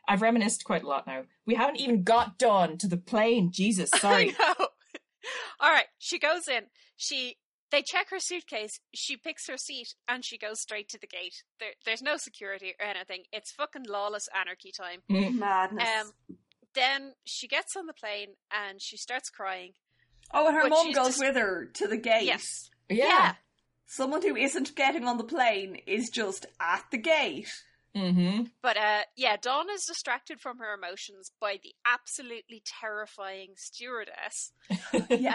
[SPEAKER 2] I've reminisced quite a lot now. We haven't even got Dawn to the plane. [LAUGHS] Jesus, sorry.
[SPEAKER 1] I know. All right, she goes in. She they check her suitcase. She picks her seat and she goes straight to the gate. There, there's no security or anything. It's fucking lawless anarchy time.
[SPEAKER 3] Madness.
[SPEAKER 1] Um, then she gets on the plane and she starts crying.
[SPEAKER 3] oh, and her
[SPEAKER 1] but
[SPEAKER 3] mum
[SPEAKER 1] she's
[SPEAKER 3] goes
[SPEAKER 1] just-
[SPEAKER 3] with her to the gate.
[SPEAKER 1] Yes.
[SPEAKER 2] yeah.
[SPEAKER 3] Someone who isn't getting on the plane is just at
[SPEAKER 1] [LAUGHS]
[SPEAKER 3] the gate.
[SPEAKER 2] Mm-hmm.
[SPEAKER 1] But uh, yeah, Dawn is distracted from her emotions by the absolutely terrifying stewardess,
[SPEAKER 3] [LAUGHS] Yeah.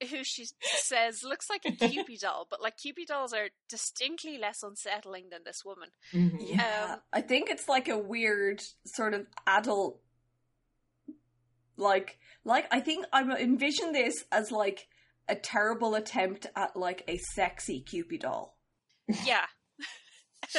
[SPEAKER 1] uh, who she says looks like a Cupid doll, but like Cupid dolls are distinctly less unsettling than this woman.
[SPEAKER 2] Mm-hmm.
[SPEAKER 3] Yeah,
[SPEAKER 1] Um,
[SPEAKER 3] I think it's like a weird sort of adult, like like I think I envision this as like a terrible attempt at like a sexy Cupid doll.
[SPEAKER 1] Yeah.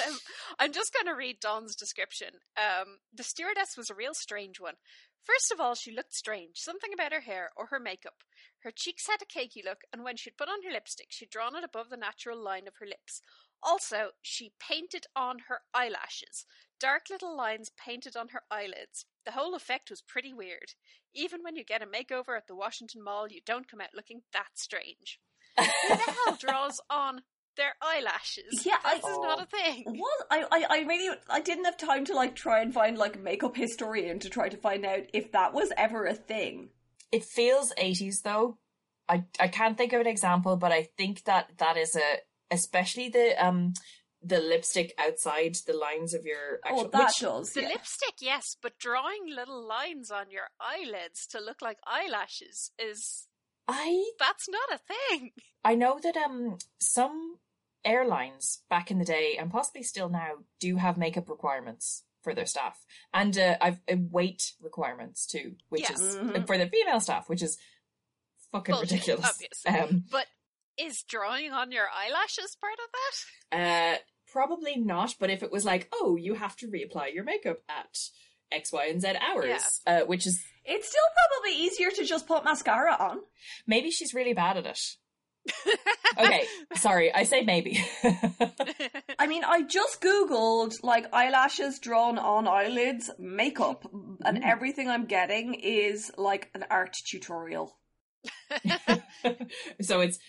[SPEAKER 1] um, I'm just going to read Dawn's description. Um, the stewardess was a real strange one. First of all, she looked strange. Something about her hair or her makeup. Her cheeks had a cakey look, and when she'd put on her lipstick, she'd drawn it above the natural line of her lips. Also, she painted on her eyelashes. Dark little lines painted on her eyelids. The whole effect was pretty weird. Even when you get a makeover at the Washington Mall, you don't come out looking that strange. Who the hell draws on their eyelashes?
[SPEAKER 3] Yeah, I
[SPEAKER 1] This is not a thing.
[SPEAKER 3] was I, I I really I didn't have time to like try and find like a makeup historian to try to find out if that was ever a thing.
[SPEAKER 2] It feels 80s though. I I can't think of an example, but I think that that is a especially the um the lipstick outside the lines of your actual
[SPEAKER 3] oh, that
[SPEAKER 2] which-
[SPEAKER 3] does.
[SPEAKER 1] The
[SPEAKER 3] yeah.
[SPEAKER 1] lipstick, yes, but drawing little lines on your eyelids to look like eyelashes is
[SPEAKER 2] I
[SPEAKER 1] that's not a thing.
[SPEAKER 2] I know that um some airlines back in the day and possibly still now do have makeup requirements for their staff and uh, I've uh, weight requirements too, which
[SPEAKER 1] Yeah. Mm-hmm.
[SPEAKER 2] is
[SPEAKER 3] Mhm.
[SPEAKER 2] for the female staff, which is fucking
[SPEAKER 1] Bullshit,
[SPEAKER 2] ridiculous.
[SPEAKER 1] obviously.
[SPEAKER 2] Um,
[SPEAKER 1] But is drawing on your eyelashes part of that?
[SPEAKER 2] Uh, probably not. But if it was like, oh, you have to reapply your makeup at X, Y, and Z hours, uh, which is
[SPEAKER 3] It's still probably easier to just put mascara on.
[SPEAKER 2] maybe she's really bad at it.
[SPEAKER 1] [LAUGHS]
[SPEAKER 2] Okay, sorry, I say maybe. [LAUGHS]
[SPEAKER 3] I mean, I just googled like eyelashes drawn on eyelids makeup, and
[SPEAKER 2] Mm.
[SPEAKER 3] everything I'm getting is like an art tutorial.
[SPEAKER 2] [LAUGHS] so it's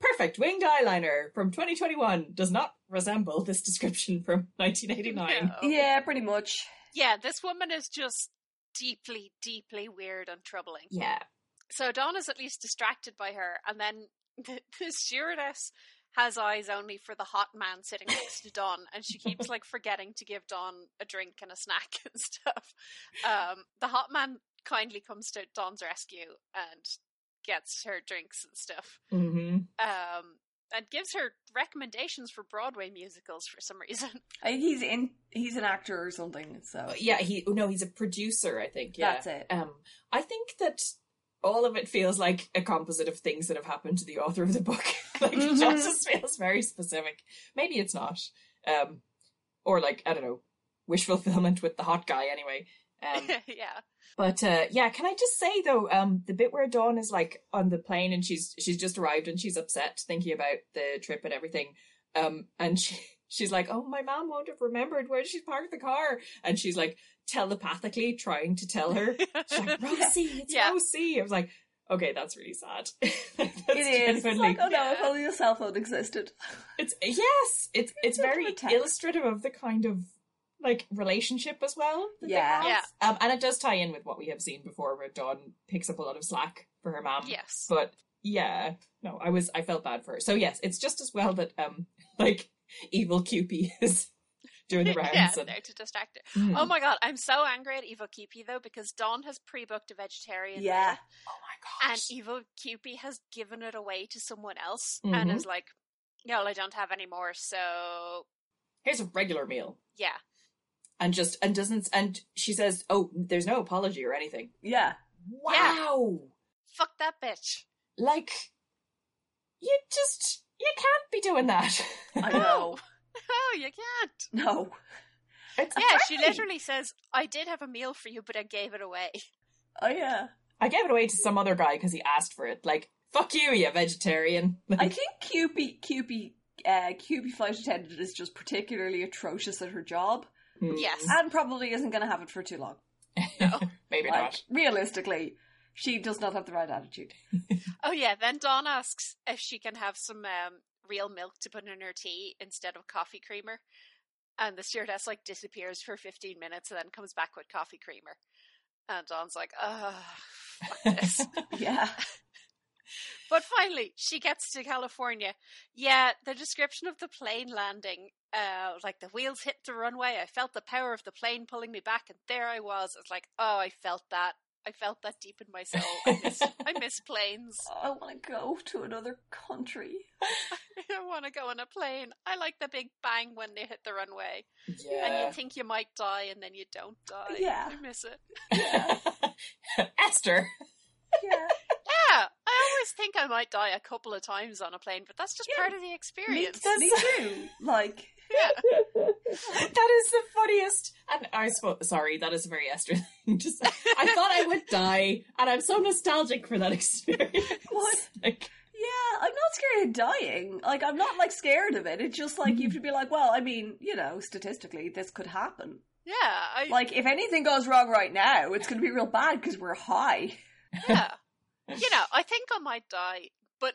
[SPEAKER 2] perfect winged eyeliner from 2021 does not resemble this description from [LAUGHS] 1989.
[SPEAKER 1] No.
[SPEAKER 3] Yeah, pretty much.
[SPEAKER 1] Yeah, this woman is just deeply, deeply weird and troubling.
[SPEAKER 2] Yeah.
[SPEAKER 1] So Dawn is at least distracted by her, and then [LAUGHS] the, the stewardess has eyes only for the hot man sitting next to Dawn, and she
[SPEAKER 2] [LAUGHS]
[SPEAKER 1] keeps like forgetting to give Dawn a drink and a snack [LAUGHS] and stuff. Um, the hot man kindly comes to Dawn's rescue and gets her drinks and stuff,
[SPEAKER 2] hmm
[SPEAKER 1] um, and gives her recommendations for Broadway musicals for some reason.
[SPEAKER 3] I think Uh, he's in. He's an actor or something. So
[SPEAKER 2] Yeah, he no, he's a producer, I think. Oh, Yeah.
[SPEAKER 3] that's it.
[SPEAKER 2] Um, I think that all of it feels like a composite of things that have happened to the author of the book. [LAUGHS] like it
[SPEAKER 3] Mhm.
[SPEAKER 2] just feels very specific. Maybe it's not. Um, or like I don't know, wish fulfillment with the hot guy anyway. Um,
[SPEAKER 1] [LAUGHS] yeah,
[SPEAKER 2] but uh, yeah, can I just say though, um, the bit where Dawn is like on the plane and she's she's just arrived and she's upset thinking about the trip and everything, um, and [LAUGHS] she she's like, oh, my mom won't have remembered where she parked the car, and she's like telepathically trying to tell
[SPEAKER 3] [LAUGHS]
[SPEAKER 2] her,
[SPEAKER 1] [LAUGHS]
[SPEAKER 2] she's like, Rosie, it's
[SPEAKER 1] Yeah.
[SPEAKER 2] Rosie. I was like, okay, that's really sad. [LAUGHS] [LAUGHS] that's
[SPEAKER 3] it is. It's
[SPEAKER 2] genuinely-
[SPEAKER 3] like, oh no, if only the cell phone existed.
[SPEAKER 2] it's yes, it's it's
[SPEAKER 3] It's a
[SPEAKER 2] very
[SPEAKER 3] little text.
[SPEAKER 2] illustrative of the kind of like relationship as well. that they
[SPEAKER 3] Yeah.
[SPEAKER 2] have.
[SPEAKER 1] Yeah.
[SPEAKER 2] Um, and it does tie in with what we have seen before, where Dawn picks up a lot of slack for her mom. [LAUGHS]
[SPEAKER 1] Yes.
[SPEAKER 2] But yeah, no, I was I felt bad for her. So yes, it's just as well that um [LAUGHS] like evil Cupid [LAUGHS] is doing the rounds.
[SPEAKER 1] [LAUGHS] yeah,
[SPEAKER 2] and-
[SPEAKER 1] there to distract her.
[SPEAKER 2] Mm.
[SPEAKER 3] [LAUGHS]
[SPEAKER 1] Oh my god, I'm so angry at Evo Keepy though because Dawn has pre-booked a vegetarian
[SPEAKER 3] Yeah.
[SPEAKER 1] meal,
[SPEAKER 2] Oh my
[SPEAKER 1] and
[SPEAKER 2] gosh.
[SPEAKER 1] Evo Keepy has given it away to someone else
[SPEAKER 3] Mm-hmm.
[SPEAKER 1] and
[SPEAKER 2] Mhm.
[SPEAKER 1] is like, "No, I don't have any more." So
[SPEAKER 2] Here's a regular meal.
[SPEAKER 1] yeah,
[SPEAKER 2] And just and doesn't and she says, Oh, there's no apology or anything.
[SPEAKER 3] Yeah.
[SPEAKER 2] Wow.
[SPEAKER 1] fuck that bitch.
[SPEAKER 2] Like you just you can't be doing that.
[SPEAKER 1] [LAUGHS]
[SPEAKER 3] I know.
[SPEAKER 1] Oh, you can't.
[SPEAKER 3] No.
[SPEAKER 2] [LAUGHS] It's
[SPEAKER 1] Yeah, she
[SPEAKER 2] threatening.
[SPEAKER 1] literally says, "I did have a meal for you, but I gave it away."
[SPEAKER 3] Oh yeah.
[SPEAKER 2] I gave it away to some other guy because he asked for it. Like, fuck you, you vegetarian. [LAUGHS]
[SPEAKER 3] I
[SPEAKER 2] Like,
[SPEAKER 3] think QB QB uh, QB flight attendant is just particularly atrocious at her
[SPEAKER 2] [LAUGHS]
[SPEAKER 3] job,
[SPEAKER 2] hmm,
[SPEAKER 1] Yes.
[SPEAKER 3] and probably isn't going to have it for too long.
[SPEAKER 2] maybe
[SPEAKER 3] like
[SPEAKER 2] not.
[SPEAKER 3] realistically, she does not have the right attitude. [LAUGHS]
[SPEAKER 1] Oh yeah, then Dawn asks if she can have some um, real milk to put in her tea instead of coffee creamer. And the stewardess like disappears for 15 minutes and then comes back with coffee creamer. And Dawn's like, ugh, fuck this.
[SPEAKER 3] Yeah.
[SPEAKER 1] but finally, she gets to California. Yeah, the description of the plane landing, uh, like the wheels hit the runway. I felt the power of the plane pulling me back, and there I was. It's like, oh, I felt that. I felt that deep in my soul. I miss, I miss planes.
[SPEAKER 3] I want to go to another country.
[SPEAKER 1] I want to go on a plane. I like the big bang when they hit the runway. And
[SPEAKER 2] Yeah.
[SPEAKER 1] you think you might die and then you don't die.
[SPEAKER 3] Yeah.
[SPEAKER 1] I miss it.
[SPEAKER 2] [LAUGHS] Esther.
[SPEAKER 3] Yeah.
[SPEAKER 1] Yeah, I always think I might die a couple of times on a plane, but that's just
[SPEAKER 3] Yeah,
[SPEAKER 1] part of the
[SPEAKER 3] me,
[SPEAKER 1] experience.
[SPEAKER 3] me too. Like
[SPEAKER 1] Yeah.
[SPEAKER 2] that is the funniest. And I spo- sorry, that is a very Esther [LAUGHS] thing to say. I thought I would die, and I'm so nostalgic for that [LAUGHS] experience.
[SPEAKER 3] What?
[SPEAKER 2] Like,
[SPEAKER 3] Yeah, I'm not scared of dying. Like, I'm not like scared of it. It's just like you have to be like, well, I mean, you know, statistically, this could happen.
[SPEAKER 1] Yeah, I,
[SPEAKER 3] [LAUGHS] Like, if anything goes wrong right now, it's going to be real bad because we're high.
[SPEAKER 1] yeah.
[SPEAKER 3] [LAUGHS]
[SPEAKER 1] You know, I think I might die, but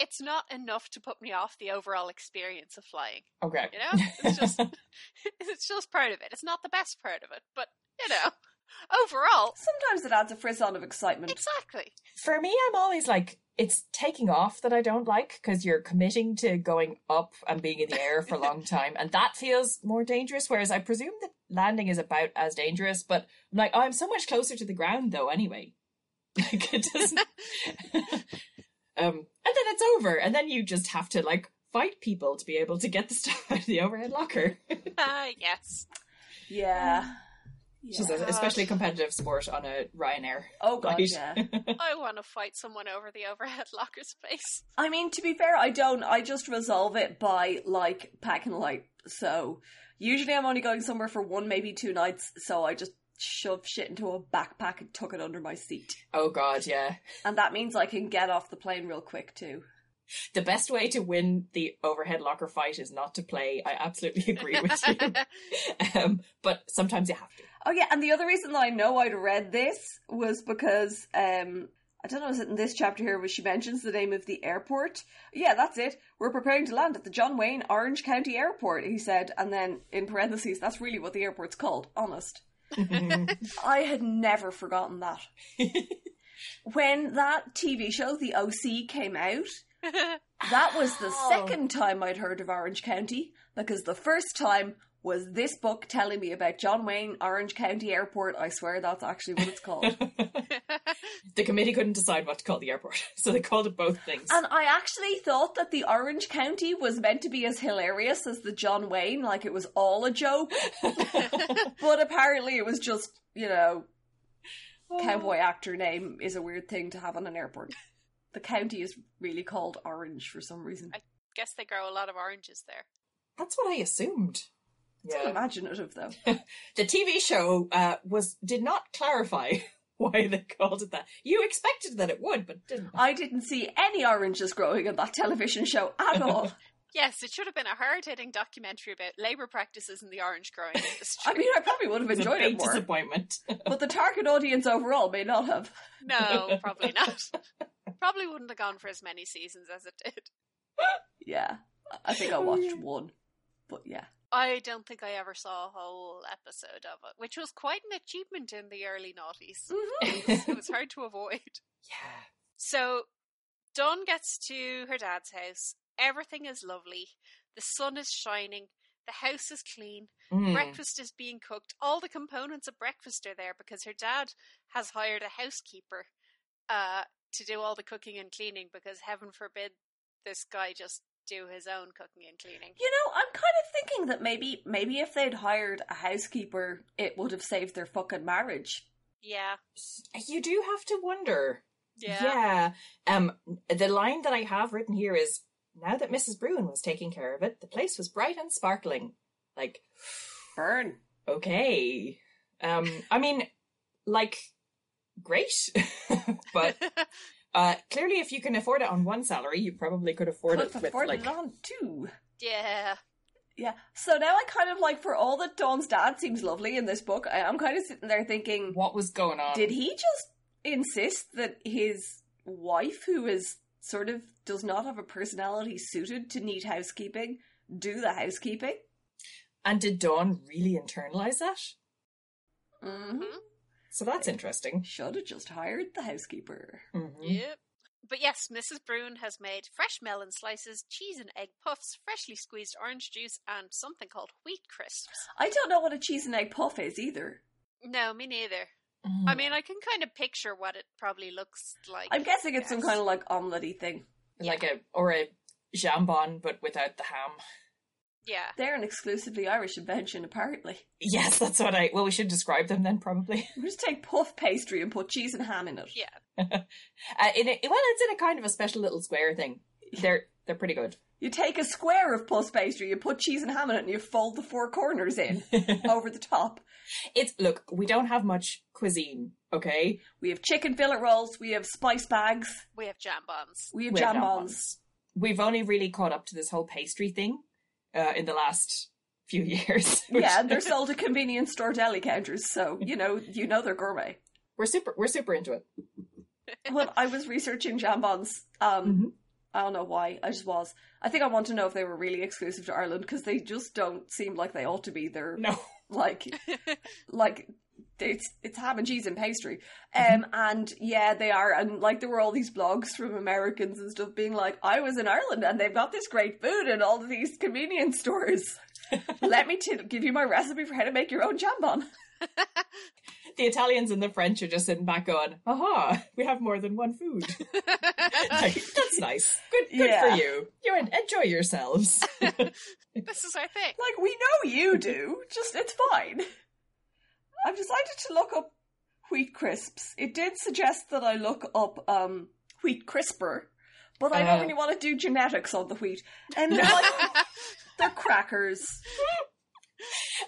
[SPEAKER 1] it's not enough to put me off the overall experience of flying.
[SPEAKER 2] okay.
[SPEAKER 1] You know? It's
[SPEAKER 3] [LAUGHS]
[SPEAKER 1] just [LAUGHS] it's just part of it. It's not the best part of it, but you know, overall,
[SPEAKER 3] Sometimes it adds a frisson of excitement.
[SPEAKER 1] exactly.
[SPEAKER 2] For me, I'm always like, it's taking off that I don't like because you're committing to going up and being in the air for a long time, and that feels more dangerous. Whereas I presume that landing is about as dangerous, but I'm like, oh, I'm so much closer to the ground though, anyway. [LAUGHS] Like it doesn't. [LAUGHS] um, and then it's over, and then you just have to like fight people to be able to get the [LAUGHS] stuff out of the overhead locker,
[SPEAKER 1] Ah, yes.
[SPEAKER 3] Yeah.
[SPEAKER 2] which is
[SPEAKER 3] yeah.
[SPEAKER 2] a,
[SPEAKER 1] God.
[SPEAKER 2] especially a competitive sport on a Ryanair.
[SPEAKER 3] Oh, God,
[SPEAKER 2] flight.
[SPEAKER 3] yeah.
[SPEAKER 1] I want to fight someone over the overhead [LAUGHS] locker
[SPEAKER 3] [LAUGHS]
[SPEAKER 1] space.
[SPEAKER 3] I mean, to be fair, I don't. I just resolve it by, like, pack and light. So, usually I'm only going somewhere for one, maybe two nights. So I just shove shit into a backpack and tuck it under my seat.
[SPEAKER 2] oh God, yeah.
[SPEAKER 3] And that means I can get off the plane real quick too.
[SPEAKER 2] The best way to win the overhead locker fight is not to play. I absolutely agree with you. um, but sometimes you have to.
[SPEAKER 3] Oh yeah, and the other reason that I know I'd read this was because um I don't know, is it in this chapter here where she mentions the name of the airport? Yeah, that's it. We're preparing to land at the John Wayne Orange County Airport, he said, and then in parentheses, that's really what the airport's called, honest. [LAUGHS] I had never forgotten that. when that TV show, The OC, came out, That was the
[SPEAKER 2] Wow.
[SPEAKER 3] second time I'd heard of Orange County because the first time was this book telling me about John Wayne Orange County Airport. I swear that's actually what it's called.
[SPEAKER 2] [LAUGHS]
[SPEAKER 3] and
[SPEAKER 2] the committee couldn't decide what to call the airport, [LAUGHS] so they called it both things. [LAUGHS]
[SPEAKER 3] I actually thought that the Orange County was meant to be as hilarious as the John Wayne, like it was all a joke, but apparently it was just, you know, cowboy actor name is a weird thing to have on an airport. The county is really called Orange for some reason.
[SPEAKER 1] I- [LAUGHS] Guess they grow a lot of oranges there.
[SPEAKER 2] That's what I assumed.
[SPEAKER 3] It's imaginative though.
[SPEAKER 2] The TV show uh, was did not clarify [LAUGHS] why they called it that. You expected that it would, but didn't.
[SPEAKER 3] I didn't see any oranges growing in that television show at
[SPEAKER 2] [LAUGHS]
[SPEAKER 3] all.
[SPEAKER 1] Yes, it should have been a hard hitting documentary about labour practices in the orange growing industry.
[SPEAKER 3] [LAUGHS] I mean, I probably would have
[SPEAKER 2] It's a
[SPEAKER 3] enjoyed
[SPEAKER 2] big
[SPEAKER 3] it more,
[SPEAKER 2] disappointment.
[SPEAKER 3] but the target audience overall may not have.
[SPEAKER 1] no, probably
[SPEAKER 3] [LAUGHS]
[SPEAKER 1] not. Probably wouldn't have gone for as many seasons as it did.
[SPEAKER 3] Yeah, I- I think I
[SPEAKER 2] Oh, [LAUGHS]
[SPEAKER 3] watched
[SPEAKER 2] yeah.
[SPEAKER 3] one, but yeah,
[SPEAKER 1] I don't think I ever saw a whole episode of it, which was quite an achievement in the early noughties.
[SPEAKER 3] Mm-hmm.
[SPEAKER 1] It was- it was hard to avoid.
[SPEAKER 2] Yeah.
[SPEAKER 1] So Dawn gets to her dad's house. Everything is lovely. The sun is shining. The house is clean.
[SPEAKER 2] Mm.
[SPEAKER 1] Breakfast is being cooked. All the components of breakfast are there because her dad has hired a housekeeper uh, to do all the cooking and cleaning because heaven forbid this guy just do his own cooking and cleaning.
[SPEAKER 3] You know, I'm kind of thinking that maybe maybe if they'd hired a housekeeper, it would have saved their fucking marriage.
[SPEAKER 1] Yeah.
[SPEAKER 2] You do have to wonder.
[SPEAKER 1] Yeah.
[SPEAKER 2] Yeah. Um, the line that I have written here is now that Mrs. Bruin was taking care of it, the place was bright and sparkling. Like,
[SPEAKER 3] Burn.
[SPEAKER 2] okay. Um, I mean, like, great. [LAUGHS] but uh, clearly, if you can afford it on one salary, you probably could afford
[SPEAKER 3] Could
[SPEAKER 2] it with
[SPEAKER 3] afford
[SPEAKER 2] like.
[SPEAKER 3] it on too.
[SPEAKER 1] [LAUGHS] yeah.
[SPEAKER 3] Yeah. So now I kind of like, for all that Dawn's dad seems lovely in this book, I, I'm kind of sitting there thinking,
[SPEAKER 2] What was going on?
[SPEAKER 3] did he just insist that his wife, who is sort of does not have a personality suited to neat housekeeping, do the housekeeping?
[SPEAKER 2] and did Dawn really internalize that?
[SPEAKER 3] Mm-hmm.
[SPEAKER 2] So that's interesting.
[SPEAKER 3] Should have just hired the housekeeper.
[SPEAKER 2] Mhm.
[SPEAKER 1] Yep. But yes, Mrs. Bruin has made fresh melon slices, cheese and egg puffs, freshly squeezed orange juice, and something called wheat crisps.
[SPEAKER 3] I don't know what a cheese and egg puff is either.
[SPEAKER 1] No, me neither.
[SPEAKER 2] Mm.
[SPEAKER 1] I mean, I can kind of picture what it probably looks like.
[SPEAKER 3] I'm guessing it's some
[SPEAKER 1] Yes.
[SPEAKER 3] kind of like omelette thing.
[SPEAKER 2] like a or a jambon, but without the ham.
[SPEAKER 1] Yeah.
[SPEAKER 3] They're an exclusively Irish invention, apparently.
[SPEAKER 2] Yes, that's what I. Well, we should describe them then, probably.
[SPEAKER 3] We just take puff pastry and put cheese and ham in it.
[SPEAKER 1] Yeah.
[SPEAKER 2] Uh, in a, well, it's in a kind of a special little square thing. They're they're pretty
[SPEAKER 3] [LAUGHS]
[SPEAKER 2] good.
[SPEAKER 3] You take a square of puff pastry, you put cheese and ham in it, and you fold the four
[SPEAKER 2] [LAUGHS]
[SPEAKER 3] corners in over the top.
[SPEAKER 2] It's look, we don't have much cuisine, okay?
[SPEAKER 3] We have chicken fillet rolls, we have spice bags,
[SPEAKER 1] We have [LAUGHS] jambons.
[SPEAKER 3] we have
[SPEAKER 2] We have
[SPEAKER 3] jambons.
[SPEAKER 2] We've only really caught up to this whole pastry thing uh, in the last few [LAUGHS] years. which-
[SPEAKER 3] Yeah, and they're sold at convenience store deli counters, so you know you know they're gourmet.
[SPEAKER 2] [LAUGHS] we're super we're super into it.
[SPEAKER 3] When I was researching jambons, um,
[SPEAKER 2] Mhm.
[SPEAKER 3] I don't know why. I just was. I think I want to know if they were really exclusive to Ireland because they just don't seem like they ought to be. They're
[SPEAKER 2] No,
[SPEAKER 3] [LAUGHS] like, like it's it's ham and cheese and pastry. Um, and yeah, they are. And like, there were all these blogs from Americans and stuff being like, "I was in Ireland and they've got this great food in all of these convenience stores. Let me t- give you my recipe for how to make your own jambon."
[SPEAKER 2] the Italians and the French are just sitting back going, "Aha, we have more than one
[SPEAKER 3] [LAUGHS]
[SPEAKER 2] food." [LAUGHS] Like, that's nice. Good, good
[SPEAKER 3] Yeah.
[SPEAKER 2] for you. You en- enjoy
[SPEAKER 3] [LAUGHS]
[SPEAKER 2] yourselves.
[SPEAKER 1] this is our thing.
[SPEAKER 3] Like, we know you do, just it's fine. I've decided to look up wheat crisps. It did suggest that I look up um, wheat crisper, but I don't
[SPEAKER 2] Oh.
[SPEAKER 3] really want to do genetics on the wheat.
[SPEAKER 2] [LAUGHS]
[SPEAKER 3] And they're, like, they're crackers.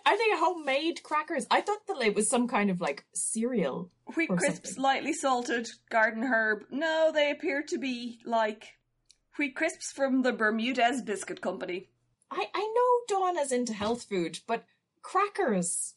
[SPEAKER 2] Are they homemade crackers? I thought that it was some kind of like cereal.
[SPEAKER 3] Wheat
[SPEAKER 2] Or
[SPEAKER 3] crisps,
[SPEAKER 2] something.
[SPEAKER 3] lightly salted, garden herb. No, they appear to be like wheat crisps from the Bermudez Biscuit Company.
[SPEAKER 2] I, I know Dawn is into health food, but crackers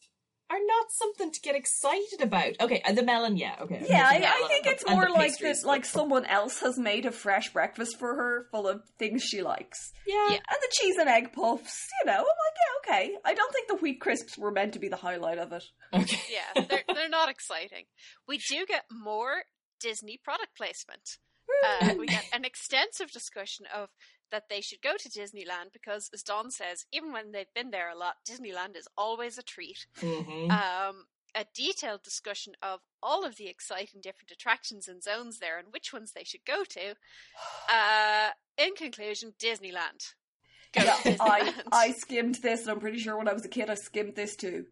[SPEAKER 2] are not something to get excited about. Okay, uh, the melon, yeah, okay. I'm
[SPEAKER 3] Yeah,
[SPEAKER 2] with
[SPEAKER 3] I,
[SPEAKER 2] the
[SPEAKER 3] I
[SPEAKER 2] melon
[SPEAKER 3] think
[SPEAKER 2] and
[SPEAKER 3] it's
[SPEAKER 2] the- and
[SPEAKER 3] more
[SPEAKER 2] the
[SPEAKER 3] like
[SPEAKER 2] pastries,
[SPEAKER 3] that, like
[SPEAKER 2] but-
[SPEAKER 3] someone else has made a fresh breakfast for her full of things she likes.
[SPEAKER 2] Yeah.
[SPEAKER 1] Yeah.
[SPEAKER 3] And the cheese and egg puffs, you know, I'm like, yeah, okay. I don't think the wheat crisps were meant to be the highlight of it.
[SPEAKER 2] Okay.
[SPEAKER 1] [LAUGHS] Yeah, they're, they're not exciting. We do get more Disney product placement. Uh, we get an extensive discussion of that they should go to Disneyland because, as Don says, even when they've been there a lot, Disneyland is always a treat.
[SPEAKER 3] Mm-hmm. Mm.
[SPEAKER 2] Mhm.
[SPEAKER 1] Um, a detailed discussion of all of the exciting different attractions and zones there and which ones they should go
[SPEAKER 3] [SIGHS]
[SPEAKER 1] to. Uh, in conclusion, Disneyland. Go
[SPEAKER 3] [LAUGHS] Yeah,
[SPEAKER 1] to
[SPEAKER 3] I,
[SPEAKER 1] Disneyland.
[SPEAKER 3] I skimmed this, and I'm pretty sure when I was a kid, I skimmed this too.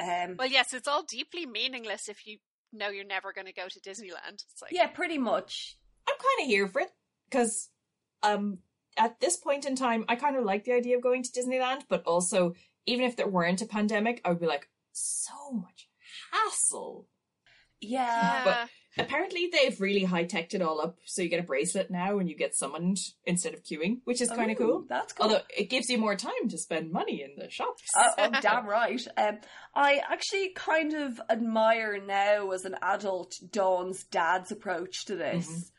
[SPEAKER 3] Um,
[SPEAKER 1] [LAUGHS] Well, yes, it's all deeply meaningless if you know you're never going to go to Disneyland. It's like,
[SPEAKER 3] yeah, pretty much.
[SPEAKER 2] I'm kind of here for it because um, at this point in time, I kind of like the idea of going to Disneyland, but also, even if there weren't a pandemic, I would be like, so much hassle.
[SPEAKER 1] yeah.
[SPEAKER 3] Yeah.
[SPEAKER 2] but- Apparently, they've really high teched it all up, so you get a bracelet now and you get summoned instead of queuing, which is kind of
[SPEAKER 3] Ooh,
[SPEAKER 2] cool.
[SPEAKER 3] That's
[SPEAKER 2] [LAUGHS]
[SPEAKER 3] cool.
[SPEAKER 2] Although it gives you more time to spend money in the shops.
[SPEAKER 3] Oh,
[SPEAKER 1] [LAUGHS]
[SPEAKER 3] oh, damn right. Um, I actually kind of admire now as an adult Dawn's dad's approach to this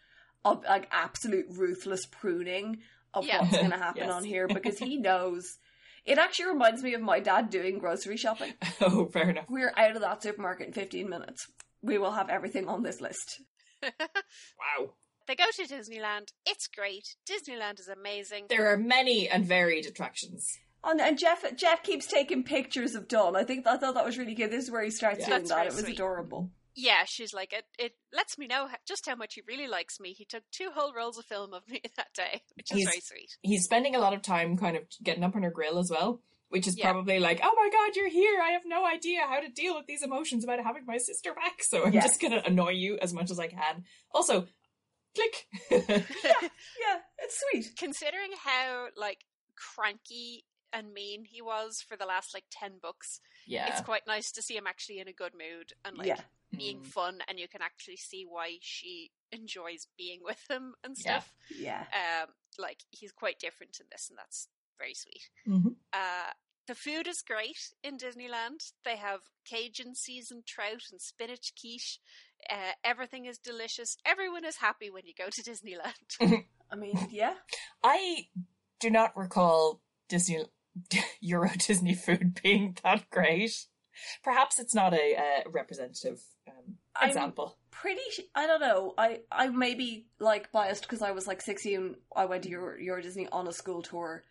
[SPEAKER 3] of like absolute ruthless pruning of
[SPEAKER 1] Mm-hmm. Yeah. [LAUGHS]
[SPEAKER 3] what's going to happen
[SPEAKER 2] Yes.
[SPEAKER 3] on here because he knows It actually reminds me of my dad doing
[SPEAKER 1] [LAUGHS]
[SPEAKER 3] grocery shopping.
[SPEAKER 2] [LAUGHS] Oh, fair enough.
[SPEAKER 3] We're out of that supermarket in 15 minutes. We will have everything on this list.
[SPEAKER 2] Wow.
[SPEAKER 1] [LAUGHS] They go to Disneyland. It's great. Disneyland is amazing.
[SPEAKER 2] There are many and varied attractions.
[SPEAKER 3] And, and Jeff Jeff keeps taking pictures of Dawn. I think I thought that was really good. This is where he starts
[SPEAKER 2] Yeah.
[SPEAKER 3] doing
[SPEAKER 1] That's
[SPEAKER 3] that.
[SPEAKER 1] very
[SPEAKER 3] It was
[SPEAKER 1] sweet. Mm-hmm.
[SPEAKER 3] adorable.
[SPEAKER 1] Yeah, she's like, it, it lets me know ho- just how much he really likes me. He took two whole rolls of film of me [LAUGHS] that day, which is
[SPEAKER 2] He's-
[SPEAKER 1] very sweet.
[SPEAKER 2] He's spending a lot of time kind of getting up on her grill as well, which is
[SPEAKER 1] Yeah.
[SPEAKER 2] probably like, oh my god, you're here. I have no idea how to deal with these emotions about having my sister back. So I'm
[SPEAKER 3] Yes.
[SPEAKER 2] just going to annoy you as much as I can. Also, click. [LAUGHS]
[SPEAKER 1] [LAUGHS]
[SPEAKER 3] Yeah, it's sweet.
[SPEAKER 1] Considering how, like, cranky and mean he was for the last, like, 10 books,
[SPEAKER 2] yeah.
[SPEAKER 1] it's quite nice to see him actually in a good mood and, like,
[SPEAKER 3] yeah,
[SPEAKER 1] being
[SPEAKER 2] Mm.
[SPEAKER 1] fun, and you can actually see why she enjoys being with him and
[SPEAKER 2] Yeah.
[SPEAKER 1] stuff.
[SPEAKER 3] yeah.
[SPEAKER 1] Um, like, he's quite different in this, and that's very sweet.
[SPEAKER 2] Mhm.
[SPEAKER 1] Uh, the food is great in Disneyland. They have Cajun seasoned trout and spinach quiche. Uh, everything is delicious. Everyone is happy when you go to [LAUGHS] Disneyland. [LAUGHS]
[SPEAKER 3] I mean, yeah.
[SPEAKER 2] I do not recall Disney [LAUGHS] Euro Disney food [LAUGHS] being that great. Perhaps it's not a uh, representative um,
[SPEAKER 3] I'm-
[SPEAKER 2] example.
[SPEAKER 3] Pretty. sh- I don't know. I I may be like biased because I was like sixteen. I went to Euro, Euro Disney on a school tour.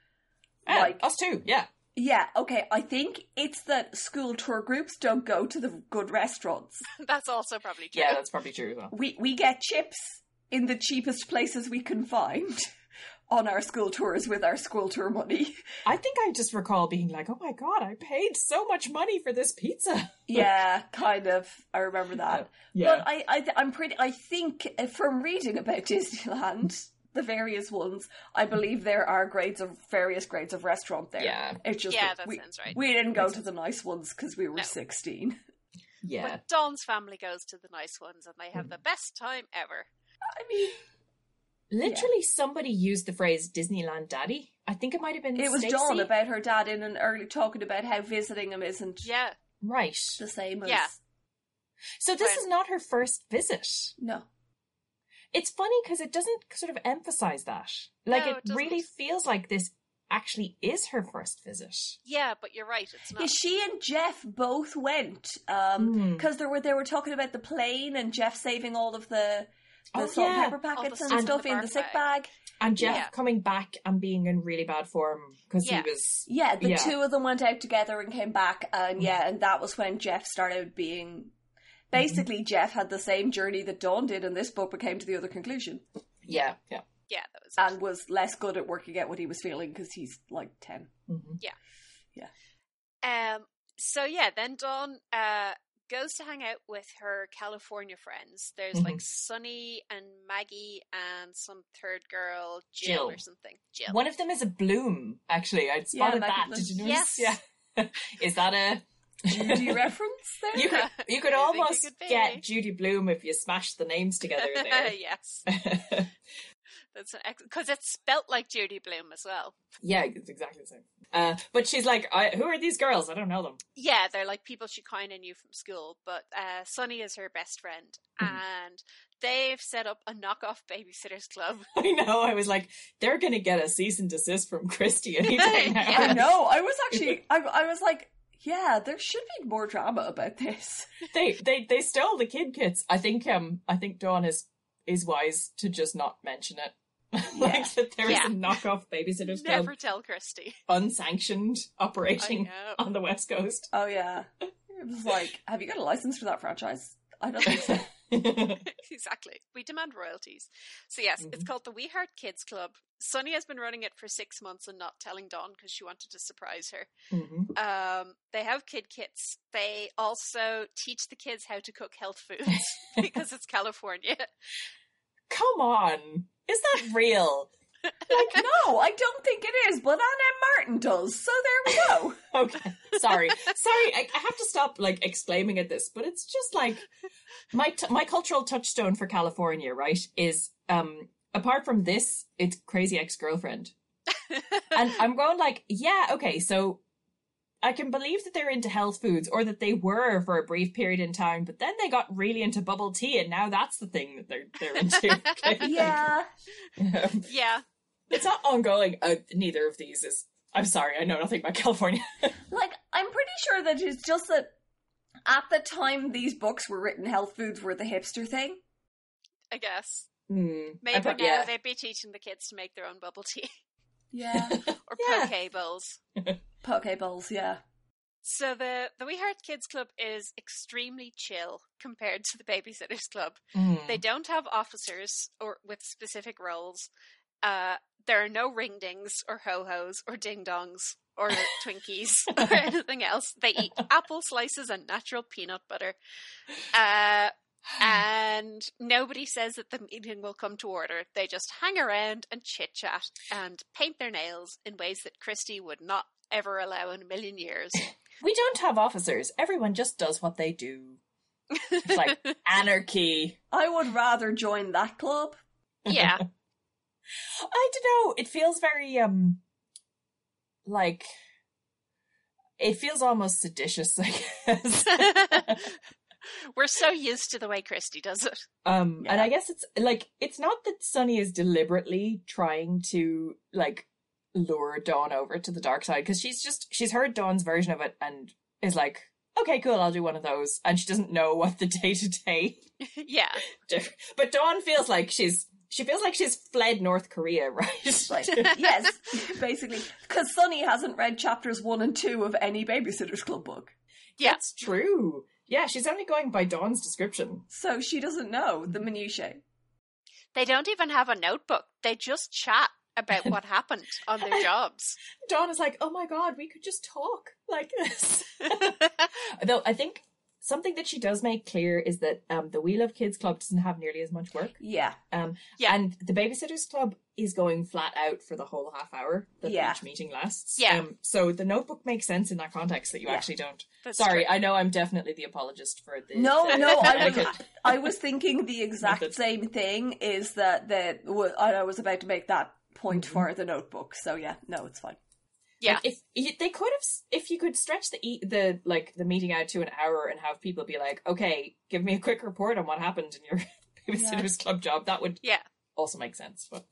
[SPEAKER 2] Ah,
[SPEAKER 3] like-
[SPEAKER 2] us too, yeah.
[SPEAKER 3] Yeah, okay. I think it's that school tour groups don't go to the good restaurants.
[SPEAKER 1] That's also probably true.
[SPEAKER 2] Yeah, that's probably true as well.
[SPEAKER 3] We we get chips in the cheapest places we can find [LAUGHS] on our school tours with our school tour money. [LAUGHS]
[SPEAKER 2] I think I just recall being like, "Oh my god, I paid so much money for this pizza."
[SPEAKER 3] Yeah, kind of. I remember that. But I, I th- I'm pretty. I think uh, from reading about [LAUGHS] Disneyland, the various ones, I believe there are grades of various grades of restaurant there.
[SPEAKER 2] yeah,
[SPEAKER 3] It's just
[SPEAKER 1] Yeah,
[SPEAKER 3] that
[SPEAKER 1] that
[SPEAKER 3] we,
[SPEAKER 1] sounds right.
[SPEAKER 3] we didn't go to the nice ones because we were
[SPEAKER 1] No.
[SPEAKER 3] 16.
[SPEAKER 2] yeah.
[SPEAKER 1] But Dawn's family goes to the nice ones and they have
[SPEAKER 3] Mm.
[SPEAKER 1] the best time ever.
[SPEAKER 3] I mean,
[SPEAKER 2] Literally, somebody used the phrase "Disneyland Daddy." I think it might have been
[SPEAKER 3] it was
[SPEAKER 2] Stacey.
[SPEAKER 3] Dawn about her dad in an early talking about how visiting him isn't
[SPEAKER 1] Yeah.
[SPEAKER 2] right.
[SPEAKER 3] the same as
[SPEAKER 1] Yeah.
[SPEAKER 2] So this
[SPEAKER 1] Right.
[SPEAKER 2] is not her first visit.
[SPEAKER 3] no.
[SPEAKER 2] It's funny because it doesn't sort of emphasize that. Like
[SPEAKER 1] No,
[SPEAKER 2] it,
[SPEAKER 1] it doesn't.
[SPEAKER 2] really feels like this actually is her first visit.
[SPEAKER 1] Yeah, but you're right. It's not.
[SPEAKER 3] Yeah, she and Jeff both went because
[SPEAKER 2] Hmm.
[SPEAKER 3] there were they were talking about the plane and Jeff saving all of the the
[SPEAKER 2] Oh,
[SPEAKER 3] salt
[SPEAKER 2] yeah.
[SPEAKER 3] and pepper
[SPEAKER 1] All the
[SPEAKER 3] packets
[SPEAKER 1] stuff
[SPEAKER 3] and
[SPEAKER 1] in
[SPEAKER 3] stuff
[SPEAKER 1] the
[SPEAKER 3] in the
[SPEAKER 1] barf
[SPEAKER 3] sick
[SPEAKER 1] bag.
[SPEAKER 3] bag.
[SPEAKER 2] And Jeff
[SPEAKER 1] Yeah.
[SPEAKER 2] coming back and being in really bad form because
[SPEAKER 1] Yeah.
[SPEAKER 2] he was
[SPEAKER 3] Yeah, the
[SPEAKER 2] Yeah.
[SPEAKER 3] two of them went out together and came back, and yeah, and that was when Jeff started being. Basically,
[SPEAKER 2] Mm-hmm.
[SPEAKER 3] Jeff had the same journey that Dawn did, and this book but came to the other conclusion
[SPEAKER 2] yeah yeah.
[SPEAKER 1] Yeah, that was.
[SPEAKER 3] and was less good at working out what he was feeling because he's like 10.
[SPEAKER 2] Mhm.
[SPEAKER 1] Um, so yeah, then Dawn uh, goes to hang out with her California friends. There's
[SPEAKER 2] Mm-hmm.
[SPEAKER 1] like Sunny and Maggie and some third girl, Jill, or
[SPEAKER 2] Jill.
[SPEAKER 1] something. Jill. [LAUGHS]
[SPEAKER 2] One of them is a bloom. Actually, I
[SPEAKER 3] Yeah,
[SPEAKER 2] spotted
[SPEAKER 3] Maggie
[SPEAKER 2] that.
[SPEAKER 3] Bloom.
[SPEAKER 2] Did you notice?
[SPEAKER 1] Yes.
[SPEAKER 2] Yeah. [LAUGHS] is that a [LAUGHS]
[SPEAKER 3] Judy reference there?
[SPEAKER 2] you could you could
[SPEAKER 1] I think it
[SPEAKER 2] almost
[SPEAKER 1] could be.
[SPEAKER 2] get Judy Bloom if you smashed the names together
[SPEAKER 1] [LAUGHS]
[SPEAKER 2] there. [LAUGHS]
[SPEAKER 1] yes, that's because it's spelt like Judy Bloom as well.
[SPEAKER 2] yeah, it's exactly the same. Uh, but she's like, I, "Who are these girls? I don't know them."
[SPEAKER 1] Yeah, they're like people she kind of knew from school, but uh, Sunny is her best friend,
[SPEAKER 2] Mhm.
[SPEAKER 1] and they've set up a knockoff babysitters club.
[SPEAKER 2] [LAUGHS] I know. I was like, they're going to get a cease and desist
[SPEAKER 1] [LAUGHS]
[SPEAKER 2] from Christy any day now.
[SPEAKER 1] Yeah.
[SPEAKER 3] I know. I was actually, I, I was like, yeah, there should be more drama about this.
[SPEAKER 2] [LAUGHS]
[SPEAKER 3] [LAUGHS]
[SPEAKER 2] They they they stole the kid kits. I think um I think Dawn is is wise to just not mention it. [LAUGHS]
[SPEAKER 3] Yeah.
[SPEAKER 2] like that there is
[SPEAKER 1] Yeah.
[SPEAKER 2] a knockoff babysitters
[SPEAKER 1] [LAUGHS]
[SPEAKER 2] club
[SPEAKER 1] Never tell Christy.
[SPEAKER 2] unsanctioned
[SPEAKER 1] I
[SPEAKER 2] operating
[SPEAKER 1] know.
[SPEAKER 2] on the
[SPEAKER 1] [LAUGHS]
[SPEAKER 2] west coast. [LAUGHS]
[SPEAKER 3] Oh, yeah. It was like, have you got a license for that franchise? I
[SPEAKER 2] [LAUGHS]
[SPEAKER 3] don't think so.
[SPEAKER 2] Mm-hmm.
[SPEAKER 1] [LAUGHS] exactly. We demand royalties. So yes, it's
[SPEAKER 2] Mhm.
[SPEAKER 1] called the We Heart Kids Club. Sunny has been running it for six months and not telling Dawn because she wanted to surprise her.
[SPEAKER 2] Mhm.
[SPEAKER 1] Um, they have kid kits. They also teach the kids how to cook health
[SPEAKER 2] [LAUGHS]
[SPEAKER 1] foods [LAUGHS] because it's California.
[SPEAKER 2] Come on. Is that real?
[SPEAKER 3] Like, no, I don't think it is, but Anna Martin does. So there we go.
[SPEAKER 2] [LAUGHS] Okay. Sorry. Sorry. I, I have to stop like exclaiming at this, but it's just like my t- my cultural touchstone for California, right? Is um apart from this, it's Crazy Ex-Girlfriend. and I'm going like, yeah, okay, so I can believe that they're into health foods or that they were for a brief period in time, but then they got really into bubble tea and now that's the thing that they're they're into. Okay? [LAUGHS]
[SPEAKER 3] yeah.
[SPEAKER 2] Um,
[SPEAKER 1] yeah,
[SPEAKER 2] it's not ongoing. Uh, neither of these is I'm sorry, I know nothing about California.
[SPEAKER 3] Like, I'm pretty sure that it's just that at the time these books were written, health foods were the hipster thing.
[SPEAKER 1] I guess.
[SPEAKER 2] Hmm. I
[SPEAKER 1] Maybe
[SPEAKER 2] prob-
[SPEAKER 1] now
[SPEAKER 2] yeah.
[SPEAKER 1] they'd be teaching the kids to make their own bubble tea [LAUGHS]
[SPEAKER 3] Yeah.
[SPEAKER 1] or
[SPEAKER 2] Yeah.
[SPEAKER 1] poke bowls.
[SPEAKER 3] [LAUGHS] Poke bowls, yeah.
[SPEAKER 1] So the the We Heart Kids Club is extremely chill compared to the Babysitters Club.
[SPEAKER 2] Hmm.
[SPEAKER 1] They don't have officers or with specific roles. Uh, there are no ring dings or ho hos or ding dongs or Twinkies or anything else. They eat apple slices and natural peanut butter. Uh, and nobody says that the meeting will come to order. They just hang around and chit chat and paint their nails in ways that Christie would not ever allow in a million years.
[SPEAKER 2] We don't have officers. Everyone just does what they do. It's like anarchy.
[SPEAKER 3] I would rather join that club.
[SPEAKER 1] yeah,
[SPEAKER 2] [LAUGHS]
[SPEAKER 1] [LAUGHS]
[SPEAKER 2] I don't know. It feels very um like it feels almost seditious, I
[SPEAKER 1] [LAUGHS]
[SPEAKER 2] guess.
[SPEAKER 1] we're so used to the way Christie does it.
[SPEAKER 2] um and
[SPEAKER 3] Yeah.
[SPEAKER 2] I guess it's like it's not that Sunny is deliberately trying to like lure Dawn over to the dark side because she's just she's heard Dawn's version of it and is like, okay, cool, I'll do one of those, and she doesn't know what the [LAUGHS] day to day
[SPEAKER 1] yeah,
[SPEAKER 2] different. [LAUGHS] But Dawn feels like she's she feels like she's fled North Korea, [LAUGHS] right?
[SPEAKER 3] Like, yes, basically. Because Sunny hasn't read chapters one and two of any Babysitter's Club book.
[SPEAKER 1] yeah.
[SPEAKER 2] That's true. Yeah, she's only going by Dawn's description.
[SPEAKER 3] So she doesn't know the minutiae.
[SPEAKER 1] They don't even have a notebook. They just chat about what happened on their jobs.
[SPEAKER 2] Dawn is like, "Oh my god, we could just talk like this." [LAUGHS] Though I think something that she does make clear is that um, the Wheel of Kids Club doesn't have nearly as much work,
[SPEAKER 3] Yeah.
[SPEAKER 2] um,
[SPEAKER 1] Yeah.
[SPEAKER 2] and the Babysitters Club is going flat out for the whole half hour that
[SPEAKER 3] Yeah.
[SPEAKER 2] each meeting lasts.
[SPEAKER 1] Yeah.
[SPEAKER 2] um, so the notebook makes sense in that context that you
[SPEAKER 3] Yeah.
[SPEAKER 2] actually don't. [LAUGHS]
[SPEAKER 1] That's
[SPEAKER 2] Sorry,
[SPEAKER 1] true.
[SPEAKER 2] I know I'm definitely the apologist for the
[SPEAKER 3] No,
[SPEAKER 2] the- [LAUGHS]
[SPEAKER 3] no, I
[SPEAKER 2] the-
[SPEAKER 3] was, I was thinking the exact
[SPEAKER 2] Method.
[SPEAKER 3] same thing is that the, well, I was about to make that point for the notebook. So yeah, no, it's fine.
[SPEAKER 1] yeah,
[SPEAKER 2] Like, if you, they could have, s- if you could stretch the e- the like the meeting out to an hour and have people be like, okay, give me a quick report on what happened in your [LAUGHS] babysitters club job, that would
[SPEAKER 1] yeah.
[SPEAKER 2] also make sense. But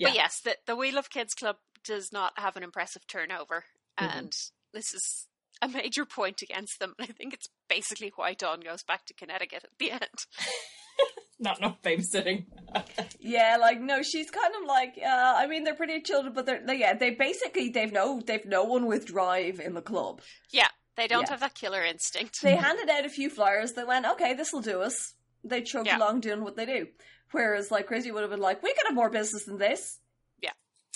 [SPEAKER 1] But yes, the, the Wheel of Kids Club does not have an impressive turnover,
[SPEAKER 2] Mhm.
[SPEAKER 1] and this is a major point against them. [LAUGHS] I think it's basically why Dawn goes back to Connecticut at the end.
[SPEAKER 2] not enough babysitting.
[SPEAKER 3] Yeah, like no, she's kind of like uh, I mean they're pretty children, but they're they- yeah they basically they've no they've no one with drive in the club.
[SPEAKER 1] Yeah, they don't
[SPEAKER 3] Yeah.
[SPEAKER 1] have that killer instinct. [LAUGHS]
[SPEAKER 3] They handed out a few flyers. They went okay, this will do us. They chugged
[SPEAKER 1] Yeah.
[SPEAKER 3] along doing what they do. Whereas like Crazy would have been like, we could have more business than this.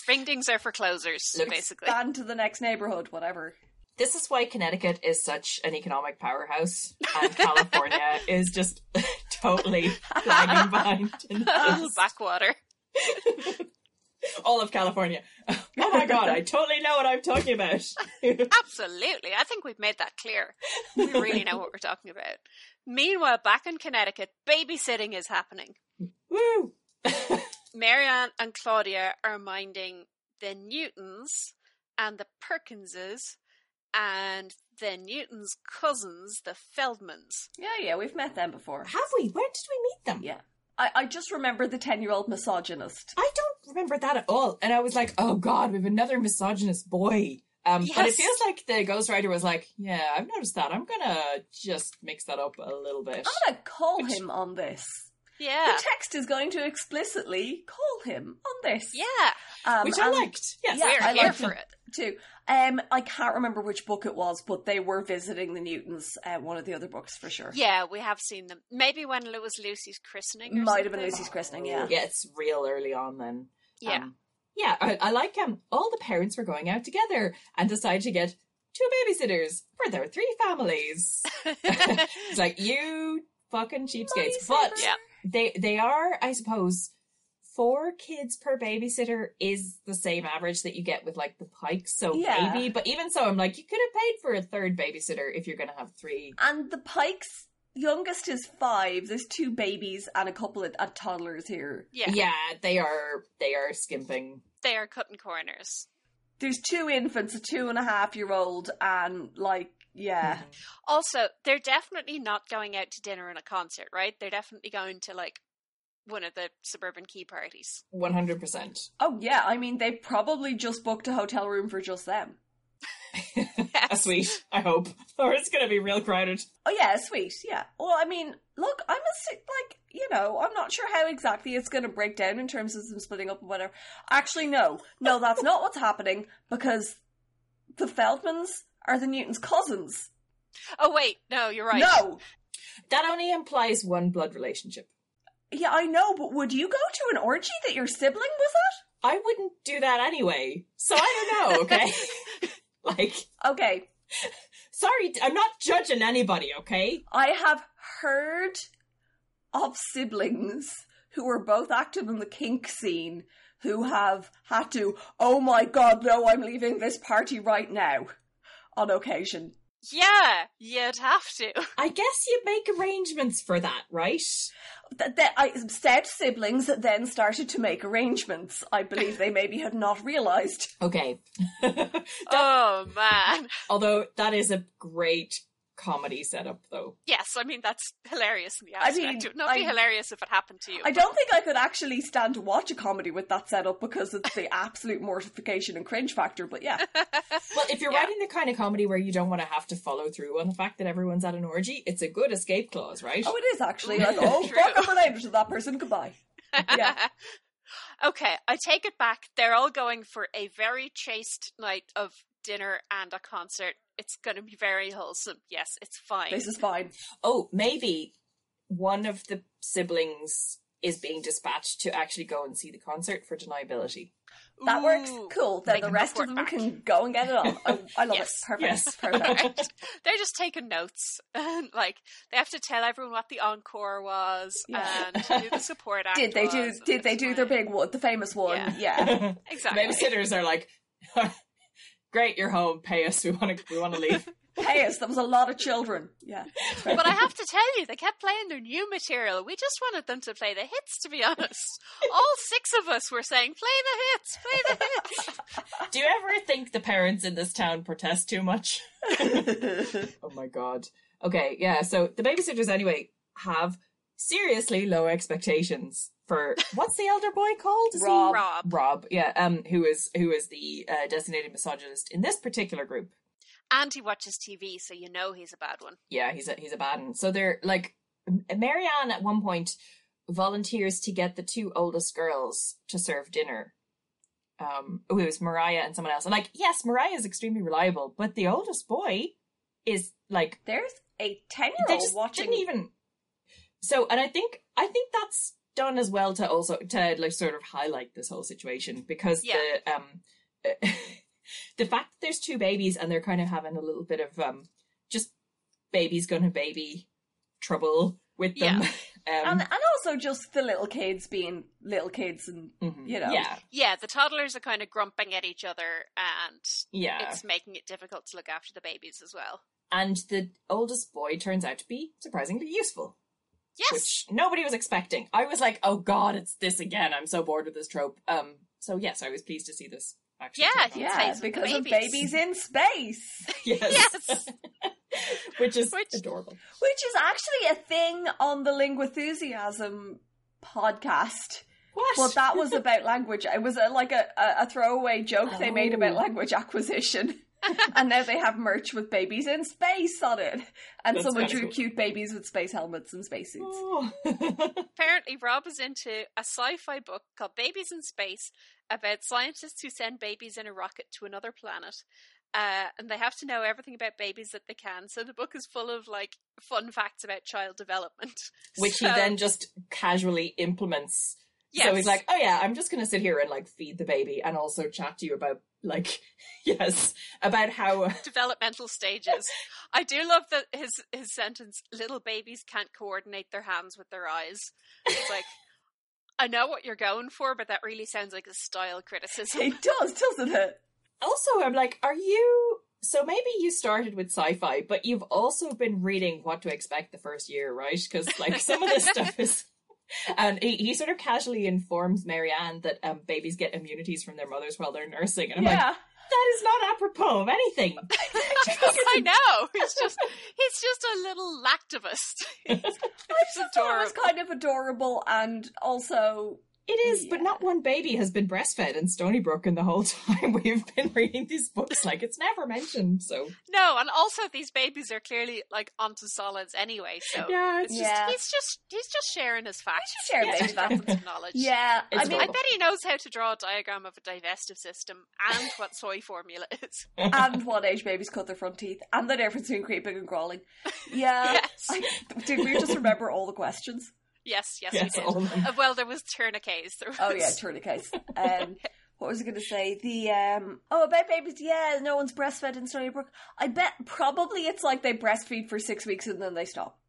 [SPEAKER 1] Ring dings are for closers,
[SPEAKER 2] Look,
[SPEAKER 1] basically. [LAUGHS]
[SPEAKER 3] Ban to the next neighborhood, whatever.
[SPEAKER 2] This is why Connecticut is such an economic powerhouse, and [LAUGHS] California is just totally lagging behind. in
[SPEAKER 1] A little
[SPEAKER 2] this.
[SPEAKER 1] backwater.
[SPEAKER 2] All of California. [LAUGHS] Oh my god, I totally know what I'm talking [LAUGHS] about.
[SPEAKER 1] Absolutely. I think we've made that clear. We really know what we're talking about. Meanwhile, back in Connecticut, babysitting is happening.
[SPEAKER 2] Woo!
[SPEAKER 1] Marianne and Claudia are minding the Newtons and the Perkinses and the Newtons' cousins, the Feldmans.
[SPEAKER 3] Yeah, yeah, we've met them before.
[SPEAKER 2] Have we? Where did we meet them?
[SPEAKER 3] Yeah, I, I just remember the ten year old misogynist.
[SPEAKER 2] I don't remember that at all. And I was like, oh god, we have another misogynist boy. Um, But
[SPEAKER 1] Yes.
[SPEAKER 2] it feels like the ghostwriter was like, yeah, I've noticed that. I'm gonna just mix that up a little bit.
[SPEAKER 3] I'm gonna call
[SPEAKER 2] Which-
[SPEAKER 3] him on this.
[SPEAKER 1] Yeah.
[SPEAKER 3] The text is going to explicitly call him on this.
[SPEAKER 1] Yeah.
[SPEAKER 3] Um,
[SPEAKER 2] Which I
[SPEAKER 3] and
[SPEAKER 2] liked. Yes.
[SPEAKER 3] Yeah,
[SPEAKER 1] We're
[SPEAKER 3] I
[SPEAKER 1] here
[SPEAKER 3] like
[SPEAKER 1] for it.
[SPEAKER 3] too. Um, I can't remember which book it was, but they were visiting the Newtons. Uh, one of the other books for sure.
[SPEAKER 1] Yeah, we have seen them. Maybe when it was Lucy's christening or
[SPEAKER 3] might have been
[SPEAKER 1] something.
[SPEAKER 3] Lucy's christening. Yeah,
[SPEAKER 2] Yeah, it's real early on then.
[SPEAKER 1] Yeah.
[SPEAKER 2] Um, yeah, I, I like um, all the parents were going out together and decided to get two babysitters for their three
[SPEAKER 3] [LAUGHS]
[SPEAKER 2] families.
[SPEAKER 3] um,
[SPEAKER 2] it's like, you fucking cheapskates. But
[SPEAKER 1] Yeah.
[SPEAKER 2] they they are i suppose four kids per babysitter is the same average that you get with like the pikes so
[SPEAKER 3] Yeah.
[SPEAKER 2] maybe but even so i'm like you could have paid for a third babysitter if you're gonna have three
[SPEAKER 3] And the Pikes youngest is five. There's two babies and a couple of, of toddlers here.
[SPEAKER 1] [LAUGHS] yeah.
[SPEAKER 2] they are they are skimping
[SPEAKER 1] They are cutting corners.
[SPEAKER 3] There's two infants, a two and a half year old, and like yeah,
[SPEAKER 2] Mm-hmm.
[SPEAKER 1] Also, they're definitely not going out to dinner and a concert, right? They're definitely going to like one of the suburban key parties. [LAUGHS]
[SPEAKER 2] One hundred
[SPEAKER 3] [LAUGHS]
[SPEAKER 2] percent.
[SPEAKER 3] Oh yeah, I mean they probably just booked a hotel room for just them.
[SPEAKER 2] A suite, I hope. Or it's gonna be real crowded.
[SPEAKER 3] Oh yeah, sweet. Yeah. Well, I mean, look, I'm a si- like you know, I'm not sure how exactly it's going to break down in terms of them splitting up and whatever. Actually, no, no, that's not what's happening because the Feldmans are the Newtons' cousins.
[SPEAKER 1] Oh wait, no, you're right.
[SPEAKER 3] No.
[SPEAKER 2] That only implies one blood relationship.
[SPEAKER 3] Yeah, I know, but would you go to an orgy that your sibling was at?
[SPEAKER 2] I wouldn't do that anyway. So I don't know,
[SPEAKER 3] [LAUGHS]
[SPEAKER 2] okay? [LAUGHS] like,
[SPEAKER 3] Okay,
[SPEAKER 2] sorry, I'm not judging anybody, okay?
[SPEAKER 3] I have heard of siblings who were both active in the kink scene who have had to, oh my god, no, I'm leaving this party right now on occasion.
[SPEAKER 1] Yeah, you'd have to. [LAUGHS]
[SPEAKER 2] I guess you make arrangements for that, right?
[SPEAKER 3] That that I said siblings then started to make arrangements. I believe they maybe had not realised.
[SPEAKER 2] Okay. [LAUGHS]
[SPEAKER 1] Oh man.
[SPEAKER 2] Although that is a great comedy setup, though.
[SPEAKER 1] Yes, I mean that's hilarious in the
[SPEAKER 3] I
[SPEAKER 1] abstract.
[SPEAKER 3] mean,
[SPEAKER 1] it would not be
[SPEAKER 3] I-
[SPEAKER 1] hilarious if it happened to you.
[SPEAKER 3] I don't think I could actually stand to watch a comedy with that setup because it's the absolute mortification and cringe factor. But yeah,
[SPEAKER 2] Well, if you're
[SPEAKER 1] Yeah.
[SPEAKER 2] writing the kind of comedy where you don't want to have to follow through on the fact that everyone's at an orgy, it's a good escape clause, right?
[SPEAKER 3] oh, it is actually like oh
[SPEAKER 1] True.
[SPEAKER 3] fuck, I'm related to that person. Goodbye. Yeah.
[SPEAKER 1] [LAUGHS] okay, I take it back. They're all going for a very chaste night of dinner and a concert. It's going to be very wholesome. Yes, it's fine.
[SPEAKER 3] This is fine.
[SPEAKER 2] oh, maybe one of the siblings is being dispatched to actually go and see the concert for deniability.
[SPEAKER 3] That works.
[SPEAKER 1] Ooh,
[SPEAKER 3] Cool. Then
[SPEAKER 1] make
[SPEAKER 3] the
[SPEAKER 1] a
[SPEAKER 3] rest
[SPEAKER 1] report
[SPEAKER 3] of them
[SPEAKER 1] back.
[SPEAKER 3] can go and get it on. I, I love
[SPEAKER 1] Yes.
[SPEAKER 3] it. Perfect.
[SPEAKER 2] Yes.
[SPEAKER 3] [LAUGHS]
[SPEAKER 1] [LAUGHS]
[SPEAKER 3] Perfect.
[SPEAKER 1] [LAUGHS] Right. They're just taking notes. [LAUGHS] And, like they have to tell everyone what the encore was
[SPEAKER 3] Yeah.
[SPEAKER 1] and who the support act.
[SPEAKER 3] [LAUGHS] did they do?
[SPEAKER 1] was, and
[SPEAKER 3] Did they
[SPEAKER 1] it's
[SPEAKER 3] do their
[SPEAKER 1] fine.
[SPEAKER 3] big one? The famous one.
[SPEAKER 1] Yeah.
[SPEAKER 3] yeah.
[SPEAKER 1] [LAUGHS] Exactly.
[SPEAKER 2] [LAUGHS] Babysitters are like, [LAUGHS] great, you're home. Pay us. We want to. We want to leave.
[SPEAKER 3] Hey, us, there was a lot of children. Yeah.
[SPEAKER 1] but I have to tell you, they kept playing their new material. We just wanted them to play the hits, to be honest. All six of us were saying, play the hits, play the hits. [LAUGHS]
[SPEAKER 2] Do you ever think the parents in this town protest too much? [LAUGHS] oh my god. Okay, yeah. So the babysitters, anyway, have seriously low expectations for what's the elder boy called? Is he-
[SPEAKER 3] Rob.
[SPEAKER 1] Rob.
[SPEAKER 2] Rob, yeah, um, who is who is the uh, designated misogynist in this particular group?
[SPEAKER 1] And he watches TV, so you know he's a bad one.
[SPEAKER 2] Yeah, he's a he's a bad one. So they're like, M- Marianne at one point volunteers to get the two oldest girls to serve dinner. Um, oh, it was Mariah and someone else. And like, yes, Mariah is extremely reliable, but the oldest boy is like
[SPEAKER 3] There's a
[SPEAKER 2] they
[SPEAKER 3] ten-year-old
[SPEAKER 2] just
[SPEAKER 3] watching.
[SPEAKER 2] didn't even. So, and I think I think that's done as well to also to like sort of highlight this whole situation because
[SPEAKER 1] Yeah.
[SPEAKER 2] the um [LAUGHS] the fact that there's two babies and they're kind of having a little bit of um just baby's gonna baby trouble with them. [LAUGHS]
[SPEAKER 3] and,
[SPEAKER 2] um,
[SPEAKER 3] and also just the little kids being little kids and
[SPEAKER 2] mhm.
[SPEAKER 3] you know.
[SPEAKER 2] yeah,
[SPEAKER 1] Yeah, the toddlers are kind of grumping at each other, and
[SPEAKER 2] yeah.
[SPEAKER 1] it's making it difficult to look after the babies as well.
[SPEAKER 2] and the oldest boy turns out to be surprisingly useful,
[SPEAKER 1] Yes.
[SPEAKER 2] which nobody was expecting. I was like, oh god, it's this again. I'm so bored with this trope. Um, so yes, I was pleased to see this. Actually,
[SPEAKER 1] Yeah,
[SPEAKER 2] take on.
[SPEAKER 1] yeah.
[SPEAKER 3] yeah,
[SPEAKER 1] Plays with the
[SPEAKER 3] because of
[SPEAKER 1] babies.
[SPEAKER 3] babies
[SPEAKER 1] [LAUGHS]
[SPEAKER 3] in space,
[SPEAKER 2] [LAUGHS] Yes.
[SPEAKER 1] Yes.
[SPEAKER 2] [LAUGHS] Which is
[SPEAKER 1] Which-
[SPEAKER 2] adorable.
[SPEAKER 3] which is actually a thing on the Linguathusiasm podcast.
[SPEAKER 2] What?
[SPEAKER 3] Well,
[SPEAKER 2] [LAUGHS]
[SPEAKER 3] that was about language. It was a, like a, a a throwaway joke they made about
[SPEAKER 2] Oh.
[SPEAKER 3] language
[SPEAKER 2] [LAUGHS]
[SPEAKER 3] acquisition. and now they have merch with babies in space on it. And
[SPEAKER 2] That's
[SPEAKER 3] someone
[SPEAKER 2] kinda
[SPEAKER 3] drew
[SPEAKER 2] cool.
[SPEAKER 3] cute babies with space helmets and spacesuits. [LAUGHS]
[SPEAKER 2] Oh.
[SPEAKER 1] Apparently, Rob is into a sci fi book called Babies in Space about scientists who send babies in a rocket to another planet. Uh, and they have to know everything about babies that they can. So the book is full of like fun facts about child development.
[SPEAKER 2] [LAUGHS] Which he
[SPEAKER 1] So-
[SPEAKER 2] then just casually implements.
[SPEAKER 1] yes.
[SPEAKER 2] So he's like, oh yeah, I'm just going to sit here and like feed the baby and also chat to you about like, [LAUGHS] yes, about how.
[SPEAKER 1] developmental stages. I do love that his his sentence: "Little babies can't coordinate their hands with their eyes." It's like [LAUGHS] I know what you're going for, but that really sounds like a style criticism.
[SPEAKER 2] [LAUGHS]
[SPEAKER 3] It
[SPEAKER 2] Oh.
[SPEAKER 3] does, doesn't it?
[SPEAKER 2] Also, I'm like, are you. So maybe you started with sci-fi, but you've also been reading What to Expect the first year, right? Because like some of this stuff is. And he, he sort of casually informs Marianne that um, babies get immunities from their mothers while they're nursing, and I'm like,
[SPEAKER 3] yeah.
[SPEAKER 2] That is not apropos of anything.
[SPEAKER 1] [LAUGHS] I know. He's just he's just a little lactivist. [LAUGHS]
[SPEAKER 3] [LAUGHS] I just thought it was kind of adorable and also
[SPEAKER 2] It is, but not one baby has been breastfed in Stony Brook in the whole [LAUGHS] time we've been reading these books. Like it's never mentioned. So
[SPEAKER 1] No, and also these babies are clearly like onto solids anyway. So
[SPEAKER 2] yeah, it's
[SPEAKER 3] Yeah.
[SPEAKER 1] he's just he's just sharing his facts.
[SPEAKER 3] He's just sharing
[SPEAKER 1] He's
[SPEAKER 3] his
[SPEAKER 1] just
[SPEAKER 2] facts.
[SPEAKER 1] of knowledge.
[SPEAKER 3] [LAUGHS] yeah. I
[SPEAKER 2] It's [LAUGHS]
[SPEAKER 3] mean,
[SPEAKER 1] I bet he knows how to draw a diagram of a digestive system and what soy formula
[SPEAKER 3] [LAUGHS]
[SPEAKER 1] is.
[SPEAKER 3] and what age babies cut their front teeth, and the difference between creeping
[SPEAKER 2] [LAUGHS]
[SPEAKER 3] and crawling. Yeah,
[SPEAKER 1] Yes.
[SPEAKER 3] Uh, I- did we just remember all the questions?
[SPEAKER 1] Yes, yes,
[SPEAKER 2] yes,
[SPEAKER 1] we did.
[SPEAKER 2] all of them.
[SPEAKER 1] Uh, well, there was tourniquets. There was
[SPEAKER 3] Oh yeah,
[SPEAKER 2] [LAUGHS]
[SPEAKER 3] tourniquets. Um, what was I going to say? The um, oh about babies. Yeah, no one's breastfed in Stony Brook. I bet probably it's like they breastfeed for six weeks and then they stop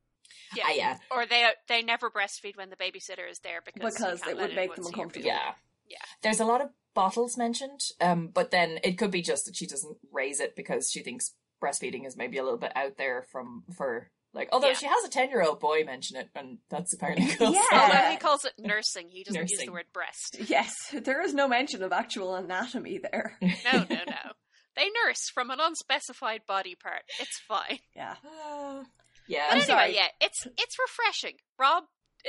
[SPEAKER 1] yeah.
[SPEAKER 2] Ah, yeah,
[SPEAKER 1] Or they they never breastfeed when the babysitter is there because you
[SPEAKER 3] because
[SPEAKER 1] can't
[SPEAKER 3] it
[SPEAKER 1] let
[SPEAKER 3] would make
[SPEAKER 1] anyone
[SPEAKER 3] them
[SPEAKER 1] see your
[SPEAKER 3] uncomfortable.
[SPEAKER 1] baby.
[SPEAKER 2] yeah,
[SPEAKER 1] Yeah.
[SPEAKER 2] There's a lot of bottles mentioned, um, but then it could be just that she doesn't raise it because she thinks breastfeeding is maybe a little bit out there from for like. Although
[SPEAKER 1] Yeah.
[SPEAKER 2] she has a ten year old boy mention it, and that's apparently [LAUGHS] cool.
[SPEAKER 3] Yeah.
[SPEAKER 2] So-
[SPEAKER 1] Although he calls it nursing, he doesn't use
[SPEAKER 2] Nursing.
[SPEAKER 1] the word breast.
[SPEAKER 3] Yes, [LAUGHS] there is no mention of actual anatomy there. [LAUGHS]
[SPEAKER 1] No, no, no. They nurse from an unspecified body part. It's fine.
[SPEAKER 3] Yeah,
[SPEAKER 2] Ah, yeah,
[SPEAKER 1] But
[SPEAKER 3] I'm
[SPEAKER 1] anyway,
[SPEAKER 3] sorry.
[SPEAKER 1] yeah, it's it's refreshing. Rob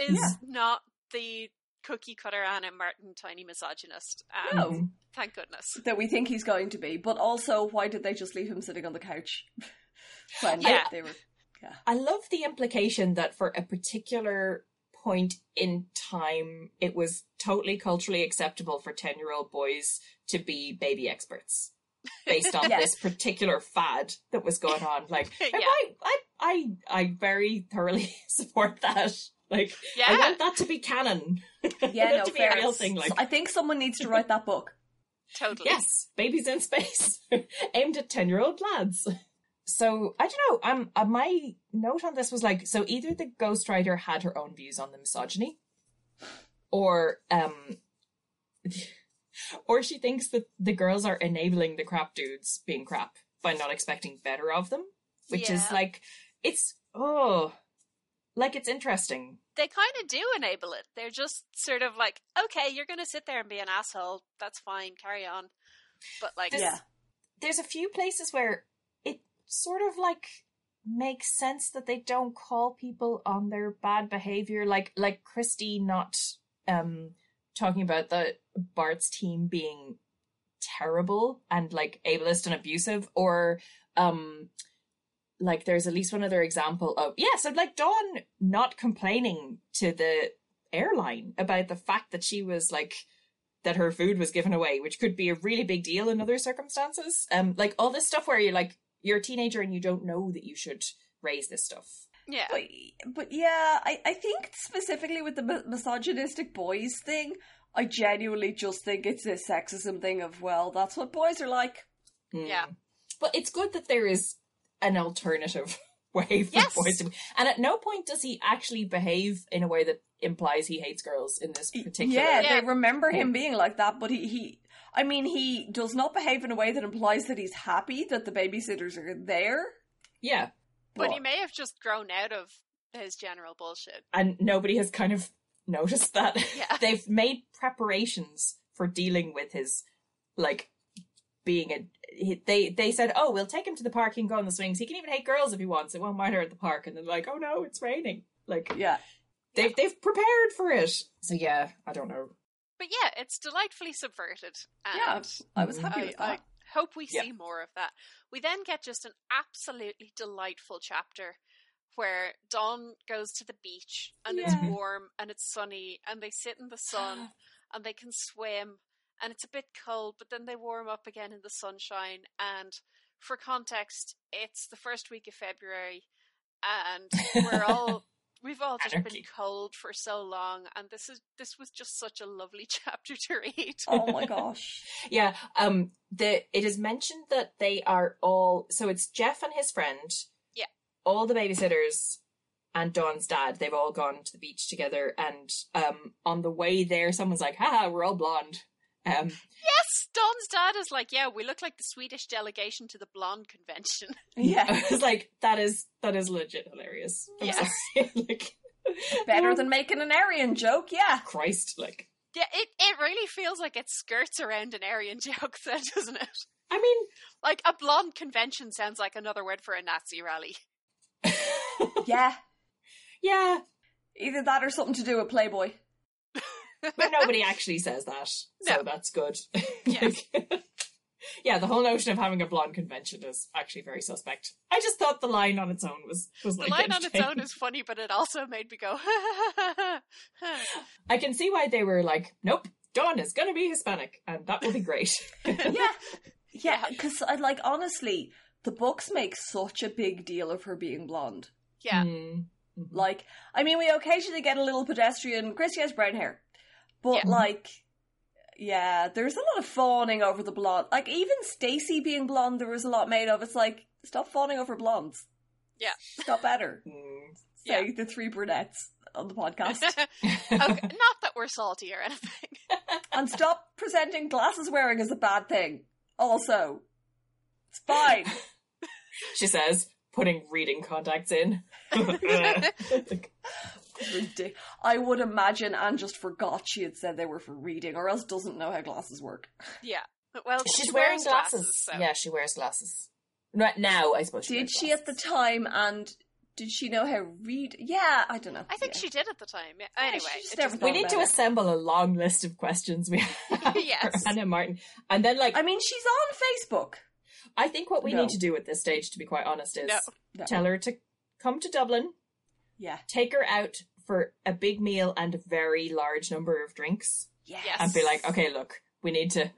[SPEAKER 1] is
[SPEAKER 2] Yeah.
[SPEAKER 1] not the cookie cutter Anna Martin tiny misogynist. Um,
[SPEAKER 3] No.
[SPEAKER 2] Mhm.
[SPEAKER 1] Thank goodness.
[SPEAKER 3] that we think he's going to be, but also why did they just leave him sitting on the couch [LAUGHS] when
[SPEAKER 1] Yeah.
[SPEAKER 3] they were?
[SPEAKER 2] I love the implication that for a particular point in time, it was totally culturally acceptable for 10 year old boys to be baby experts based on
[SPEAKER 3] [LAUGHS] Yes.
[SPEAKER 2] this particular fad that was going on.
[SPEAKER 3] [LAUGHS]
[SPEAKER 2] Like,
[SPEAKER 1] Yeah.
[SPEAKER 2] and I, I, I, I very thoroughly [LAUGHS] support that. Like, I
[SPEAKER 1] Yeah,
[SPEAKER 2] want that to be canon.
[SPEAKER 3] Yeah,
[SPEAKER 2] [LAUGHS] Not
[SPEAKER 3] no,
[SPEAKER 2] to be
[SPEAKER 3] fair.
[SPEAKER 2] a real thing. Like,
[SPEAKER 3] So I think someone needs to write that book.
[SPEAKER 1] totally.
[SPEAKER 2] Yes, babies in space, [LAUGHS] aimed at ten-year-old lads. So I don't know. Um, uh, my note on this was like, so either the ghostwriter had her own views on the misogyny, or um, [LAUGHS] or she thinks that the girls are enabling the crap dudes being crap by not expecting better of them, which is
[SPEAKER 1] Yeah.
[SPEAKER 2] like, it's oh, like it's interesting.
[SPEAKER 1] They kind of do enable it. They're just sort of like, okay, you're going to sit there and be an asshole. That's fine. Carry on. But like,
[SPEAKER 2] This-
[SPEAKER 3] Yeah.
[SPEAKER 2] there's a few places where it sort of like makes sense that they don't call people on their bad behavior like like christy not um talking about the bart's team being terrible and like ableist and abusive or um like there's at least one other example of yeah so like dawn not complaining to the airline about the fact that she was like that her food was given away, which could be a really big deal in other circumstances. Um, like all this stuff where you're like you're a teenager and you don't know that you should raise this stuff.
[SPEAKER 1] yeah.
[SPEAKER 3] But, but yeah, I, I think specifically with the mi- misogynistic boys thing, I genuinely just think it's this sexism thing of, well, that's what boys are like.
[SPEAKER 2] Mm.
[SPEAKER 1] Yeah.
[SPEAKER 2] but it's good that there is an alternative [LAUGHS] way for
[SPEAKER 1] Yes.
[SPEAKER 2] boys to. And at no point does he actually behave in a way that implies he hates girls in this particular.
[SPEAKER 3] Yeah,
[SPEAKER 1] Yeah.
[SPEAKER 3] they remember him being like that, but he, he, I mean, he does not behave in a way that implies that he's happy that the babysitters are there.
[SPEAKER 2] yeah,
[SPEAKER 1] But he may have just grown out of his general bullshit.
[SPEAKER 2] and nobody has kind of noticed that.
[SPEAKER 1] Yeah.
[SPEAKER 2] [LAUGHS] They've made preparations for dealing with his like being a he- they they said, "Oh, we'll take him to the park. He can go on the swings. He can even hate girls if he wants. It won't matter at the park." And they're like, "Oh no, it's raining." Like
[SPEAKER 3] Yeah.
[SPEAKER 2] they've they've prepared for it. So yeah, I don't know.
[SPEAKER 1] But yeah, it's delightfully subverted. And
[SPEAKER 3] Yeah, I was
[SPEAKER 2] Mhm.
[SPEAKER 3] happy
[SPEAKER 1] I,
[SPEAKER 3] with
[SPEAKER 1] [LAUGHS]
[SPEAKER 3] that.
[SPEAKER 1] I hope we
[SPEAKER 2] Yeah.
[SPEAKER 1] see more of that. We then get just an absolutely delightful chapter where Dawn goes to the beach and it's
[SPEAKER 3] Yeah.
[SPEAKER 1] warm and it's sunny and they sit in the sun and they can swim and it's a bit cold, but then they warm up again in the sunshine. And for context, it's the first week of February and we're all. We've all just been
[SPEAKER 2] Anarchy.
[SPEAKER 1] cold for so long, and this is this was just such a lovely [LAUGHS] chapter to read.
[SPEAKER 3] oh my gosh.
[SPEAKER 2] Yeah, um the it is mentioned that they are all so it's Jeff and his friend.
[SPEAKER 1] Yeah.
[SPEAKER 2] All the babysitters and Dawn's dad, they've all gone to the beach together and um on the way there someone's like, "Haha, we're all blonde." Um
[SPEAKER 1] Yes, Don's dad is like, yeah, we look like the Swedish delegation to the blonde convention. [LAUGHS]
[SPEAKER 3] Yeah.
[SPEAKER 2] [LAUGHS] I was like, that is that is legit hilarious. I'm
[SPEAKER 1] Yeah.
[SPEAKER 2] sorry. [LAUGHS] like
[SPEAKER 3] Better
[SPEAKER 2] um,
[SPEAKER 3] than making an Aryan joke, yeah.
[SPEAKER 2] Christ, like
[SPEAKER 1] [LAUGHS] Yeah, it, it really feels like it skirts around an Aryan joke, then, doesn't it?
[SPEAKER 2] I mean,
[SPEAKER 1] Like a blonde convention sounds like another word for a Nazi
[SPEAKER 3] [LAUGHS]
[SPEAKER 1] rally.
[SPEAKER 3] Yeah.
[SPEAKER 2] [LAUGHS] yeah,
[SPEAKER 3] Either that or something to do with Playboy.
[SPEAKER 1] [LAUGHS]
[SPEAKER 2] but nobody actually says that, so
[SPEAKER 1] No.
[SPEAKER 2] that's good.
[SPEAKER 1] Yeah.
[SPEAKER 2] Like- [LAUGHS] yeah, the whole notion of having a blonde convention is actually very suspect. I just thought the line on its own was was
[SPEAKER 1] The
[SPEAKER 2] like
[SPEAKER 1] line on its
[SPEAKER 2] entertaining.
[SPEAKER 1] own is funny, but it also made me go. [LAUGHS]
[SPEAKER 2] I can see why they were like, nope, Dawn is going to be Hispanic, and that will be great.
[SPEAKER 3] Yeah. Yeah, because I like honestly, the books make such a big deal of her being blonde.
[SPEAKER 1] [LAUGHS] yeah,
[SPEAKER 2] Mm.
[SPEAKER 3] Like, I mean, we occasionally get a little pedestrian. Christy has brown hair, but
[SPEAKER 2] Yeah.
[SPEAKER 3] like, yeah, there's a lot of fawning over the blonde. Like, even Stacy being blonde, there was a lot made of. It's like, stop fawning over blondes.
[SPEAKER 1] Yeah.
[SPEAKER 3] stop at
[SPEAKER 2] [LAUGHS]
[SPEAKER 3] her.
[SPEAKER 2] Mm.
[SPEAKER 3] Say the three brunettes on the podcast,
[SPEAKER 2] [LAUGHS]
[SPEAKER 1] [LAUGHS] Okay, not that we're salty or anything. [LAUGHS]
[SPEAKER 3] and stop presenting glasses wearing as a bad thing. Also, it's fine.
[SPEAKER 2] she says, putting reading
[SPEAKER 1] [LAUGHS]
[SPEAKER 2] contacts in. [LAUGHS]
[SPEAKER 3] Ridic- I would imagine Anne just forgot she had said they were for reading, or else doesn't know how glasses work.
[SPEAKER 1] Yeah. Well,
[SPEAKER 2] She's
[SPEAKER 1] she
[SPEAKER 2] wearing
[SPEAKER 1] wears
[SPEAKER 2] glasses.
[SPEAKER 1] so.
[SPEAKER 2] Yeah, she wears glasses. Right now, I suppose.
[SPEAKER 3] Did
[SPEAKER 2] wears
[SPEAKER 3] she at the
[SPEAKER 2] glasses.
[SPEAKER 3] time? And did she know how read? Yeah, I don't know.
[SPEAKER 1] I think
[SPEAKER 3] Yeah.
[SPEAKER 1] she did at the time. Yeah. Anyway,
[SPEAKER 3] she just
[SPEAKER 1] it
[SPEAKER 3] never
[SPEAKER 1] doesn't-
[SPEAKER 3] thought
[SPEAKER 2] We need to
[SPEAKER 3] about it.
[SPEAKER 2] assemble a long list of questions we [LAUGHS] have
[SPEAKER 1] Yes.
[SPEAKER 2] for Anna Martin, and then like
[SPEAKER 3] I mean, she's on Facebook.
[SPEAKER 2] I think what we
[SPEAKER 3] No.
[SPEAKER 2] need to do at this stage, to be quite honest, is
[SPEAKER 1] No.
[SPEAKER 3] No.
[SPEAKER 2] tell her to come to Dublin,
[SPEAKER 3] Yeah.
[SPEAKER 2] take her out for a big meal and a very large number of drinks,
[SPEAKER 3] Yes.
[SPEAKER 1] Yes.
[SPEAKER 2] and be like, okay, look, we need to.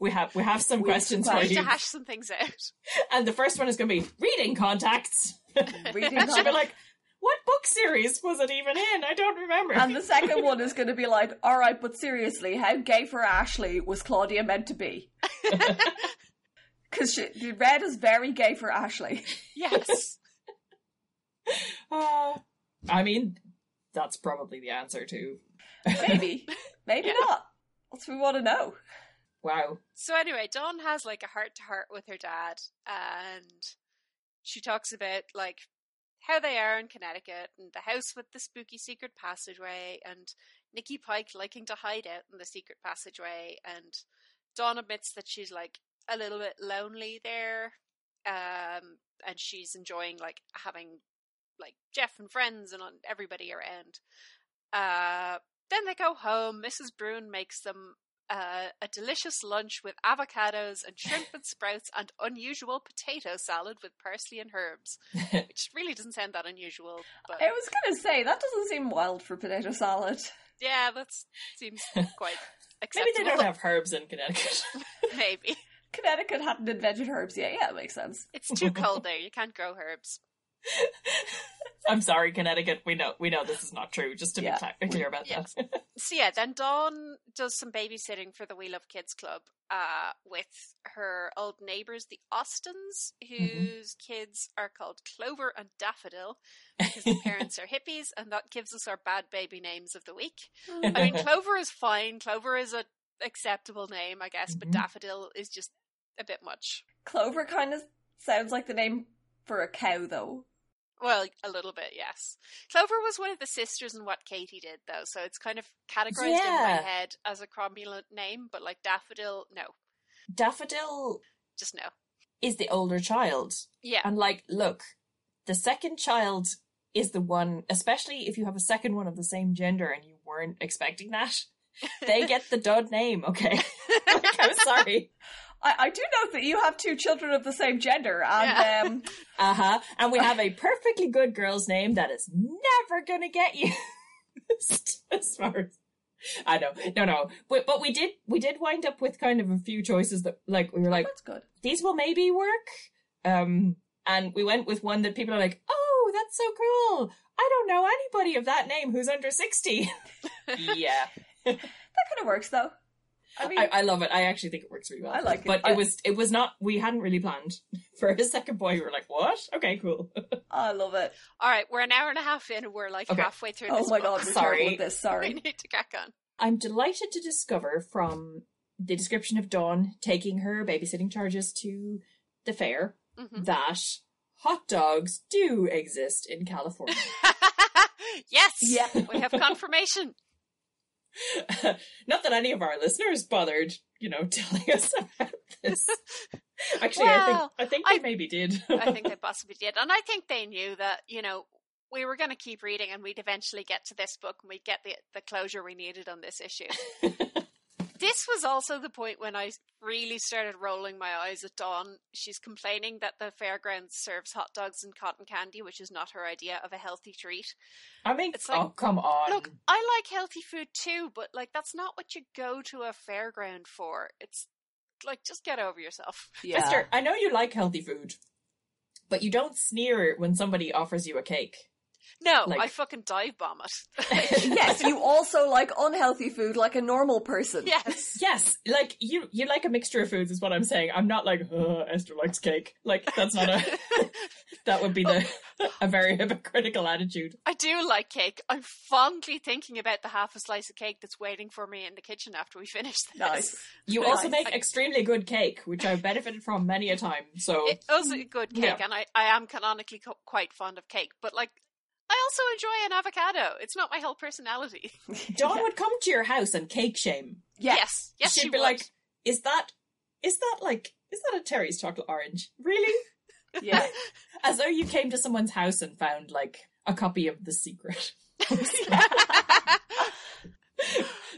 [SPEAKER 2] We have we have some
[SPEAKER 3] We have some
[SPEAKER 2] questions for
[SPEAKER 1] we need
[SPEAKER 2] you,
[SPEAKER 1] to hash some things out. [LAUGHS]
[SPEAKER 2] and the first one is going to be reading contacts. [LAUGHS] She'll
[SPEAKER 3] Reading
[SPEAKER 2] be
[SPEAKER 3] glasses.
[SPEAKER 2] like, what book series was it even in? I don't remember.
[SPEAKER 1] Um,
[SPEAKER 3] And the second one is going to be like, all right, but seriously, how gay for Ashley was Claudia meant
[SPEAKER 2] [LAUGHS]
[SPEAKER 3] to be? Because the red is very gay for
[SPEAKER 2] [LAUGHS]
[SPEAKER 3] Ashley.
[SPEAKER 1] Yes.
[SPEAKER 2] Uh, I mean, that's probably the answer to.
[SPEAKER 3] Maybe, maybe
[SPEAKER 1] Yeah.
[SPEAKER 3] not. That's what we want to know.
[SPEAKER 2] Wow.
[SPEAKER 1] So anyway, Dawn has like a heart to heart with her dad, and she talks about like how they are in Connecticut and the house with the spooky secret passageway, and Nikki Pike liking to hide out in the secret passageway, and Dawn admits that she's like a little bit lonely there, um, and she's enjoying like having like Jeff and friends and on- everybody around. Uh, then they go home. Mrs. Bruin makes them uh, a delicious lunch with avocados and shrimp
[SPEAKER 2] [LAUGHS]
[SPEAKER 1] and sprouts and unusual potato salad with parsley and herbs,
[SPEAKER 2] [LAUGHS]
[SPEAKER 1] which really doesn't sound that unusual. But
[SPEAKER 3] I was going to say, that doesn't seem wild for potato salad. [LAUGHS]
[SPEAKER 1] yeah, that seems quite
[SPEAKER 2] [LAUGHS] Maybe
[SPEAKER 1] acceptable.
[SPEAKER 2] they don't have herbs in Connecticut. [LAUGHS]
[SPEAKER 1] [LAUGHS] Maybe
[SPEAKER 3] Connecticut hadn't invented herbs yet. Yeah, it makes sense.
[SPEAKER 1] it's too cold there. You can't grow herbs.
[SPEAKER 2] I'm sorry, Connecticut. We know we know this is not true. Just to
[SPEAKER 3] Yeah.
[SPEAKER 2] be cla- clear about
[SPEAKER 1] Yes.
[SPEAKER 2] that.
[SPEAKER 1] So yeah, then Dawn does some babysitting for the We Love Kids Club uh, with her old neighbors, the Austins, whose kids are called Clover and Daffodil because the parents are hippies, and that gives us our bad baby names of the week. I
[SPEAKER 3] [LAUGHS]
[SPEAKER 1] mean, Clover is fine. Clover is a acceptable name, I guess, but
[SPEAKER 2] Mhm.
[SPEAKER 1] Daffodil is just a bit much.
[SPEAKER 3] Clover kind of sounds like the name for a cow, though.
[SPEAKER 1] Well, a little bit, yes. Clover was one of the sisters in what Katie did, though, so it's kind of categorized in
[SPEAKER 2] Yeah.
[SPEAKER 1] my head as a cromulent name, but like Daffodil, no,
[SPEAKER 2] Daffodil
[SPEAKER 1] just no.
[SPEAKER 2] is the older child,
[SPEAKER 1] Yeah,
[SPEAKER 2] and like, look, the second child is the one, especially if you have a second one of the same gender and you weren't expecting [LAUGHS] that. They get the dud name, okay? [LAUGHS]
[SPEAKER 1] [LAUGHS]
[SPEAKER 2] like, I'm sorry.
[SPEAKER 3] I, I do note that you have two children of the same gender, and
[SPEAKER 1] Yeah. [LAUGHS]
[SPEAKER 3] um,
[SPEAKER 2] Uh huh. And we have a perfectly good girl's name that is never going to get [LAUGHS] used. as far as I know, no, no, but, but we did we did wind up with kind of a few choices that like we were like
[SPEAKER 3] that's good.
[SPEAKER 2] these will maybe work, um, and we went with one that people are like, oh, that's so cool. I don't know anybody of that name who's under
[SPEAKER 3] [LAUGHS]
[SPEAKER 2] sixty. yeah,
[SPEAKER 3] That kind of works, though. I mean,
[SPEAKER 2] I, I love it. I actually think it works really well.
[SPEAKER 3] I like it.
[SPEAKER 2] but
[SPEAKER 3] I-
[SPEAKER 2] it was it was not. We hadn't really planned [LAUGHS] for his second boy. We were like, what? Okay, cool.
[SPEAKER 3] I love it.
[SPEAKER 1] all right, we're an hour and a half in, and we're like
[SPEAKER 2] Okay.
[SPEAKER 1] halfway through
[SPEAKER 3] Oh
[SPEAKER 1] this
[SPEAKER 3] my
[SPEAKER 1] book.
[SPEAKER 3] god, we're
[SPEAKER 2] Sorry.
[SPEAKER 3] terrible at this.
[SPEAKER 1] [LAUGHS] We
[SPEAKER 3] Sorry.
[SPEAKER 1] need to crack on.
[SPEAKER 2] I'm delighted to discover from the description of Dawn taking her babysitting charges to the fair [LAUGHS]
[SPEAKER 1] Mhm.
[SPEAKER 2] that hot dogs do exist
[SPEAKER 1] [LAUGHS]
[SPEAKER 2] in California.
[SPEAKER 1] [LAUGHS]
[SPEAKER 2] [LAUGHS]
[SPEAKER 1] yes,
[SPEAKER 3] Yeah.
[SPEAKER 1] we have confirmation.
[SPEAKER 2] [LAUGHS]
[SPEAKER 1] [LAUGHS]
[SPEAKER 2] Not that any of our listeners bothered, you know, telling us about this. Actually,
[SPEAKER 1] Well,
[SPEAKER 2] I think I think they
[SPEAKER 1] I-
[SPEAKER 2] maybe did.
[SPEAKER 1] [LAUGHS] I think they possibly did. And I think they knew that, you know, we were going to keep reading and we'd eventually get to this book and we'd get the, the closure we needed on this issue. this was also the point when I really started rolling my eyes at Dawn. She's complaining that the fairgrounds serves hot dogs and cotton candy, which is not her idea of a healthy treat.
[SPEAKER 2] [LAUGHS] I mean,
[SPEAKER 1] It's like-
[SPEAKER 2] oh come on!
[SPEAKER 1] Look, I like healthy food too, but like that's not what you go to a fairground for. It's like just get over yourself.
[SPEAKER 3] Yeah.
[SPEAKER 2] Esther, I know you like healthy food, but you don't sneer when somebody offers you a cake.
[SPEAKER 1] No, I
[SPEAKER 2] Like-
[SPEAKER 1] fucking dive bomb it.
[SPEAKER 3] [LAUGHS] yes, you also like unhealthy food like a normal person.
[SPEAKER 1] [LAUGHS] yes.
[SPEAKER 2] Yes, like you, you like a mixture of foods is what I'm saying. I'm not like "Ugh, Esther likes cake. Like that's not a [LAUGHS] that would be the a very hypocritical attitude.
[SPEAKER 1] I do like cake. I'm fondly thinking about the half a slice of cake that's waiting for me in the kitchen after we [LAUGHS] finish this.
[SPEAKER 3] Nice.
[SPEAKER 2] You
[SPEAKER 1] Nice.
[SPEAKER 2] also make extremely good cake, which I've benefited from many a time. So
[SPEAKER 1] It was a good cake,
[SPEAKER 2] Yeah.
[SPEAKER 1] and I, I am canonically co- quite fond of cake, but like, I also enjoy an avocado. It's not my whole personality.
[SPEAKER 2] Dawn would come to your house and cake shame.
[SPEAKER 3] Yeah.
[SPEAKER 1] Yes, yes,
[SPEAKER 2] She'd
[SPEAKER 1] she
[SPEAKER 2] be
[SPEAKER 1] would.
[SPEAKER 2] like, [LAUGHS] "Is that? Is that like? Is that a Terry's chocolate orange? Really?
[SPEAKER 3] Yeah.
[SPEAKER 2] As though you came to someone's house and found like a copy of The Secret." [LAUGHS]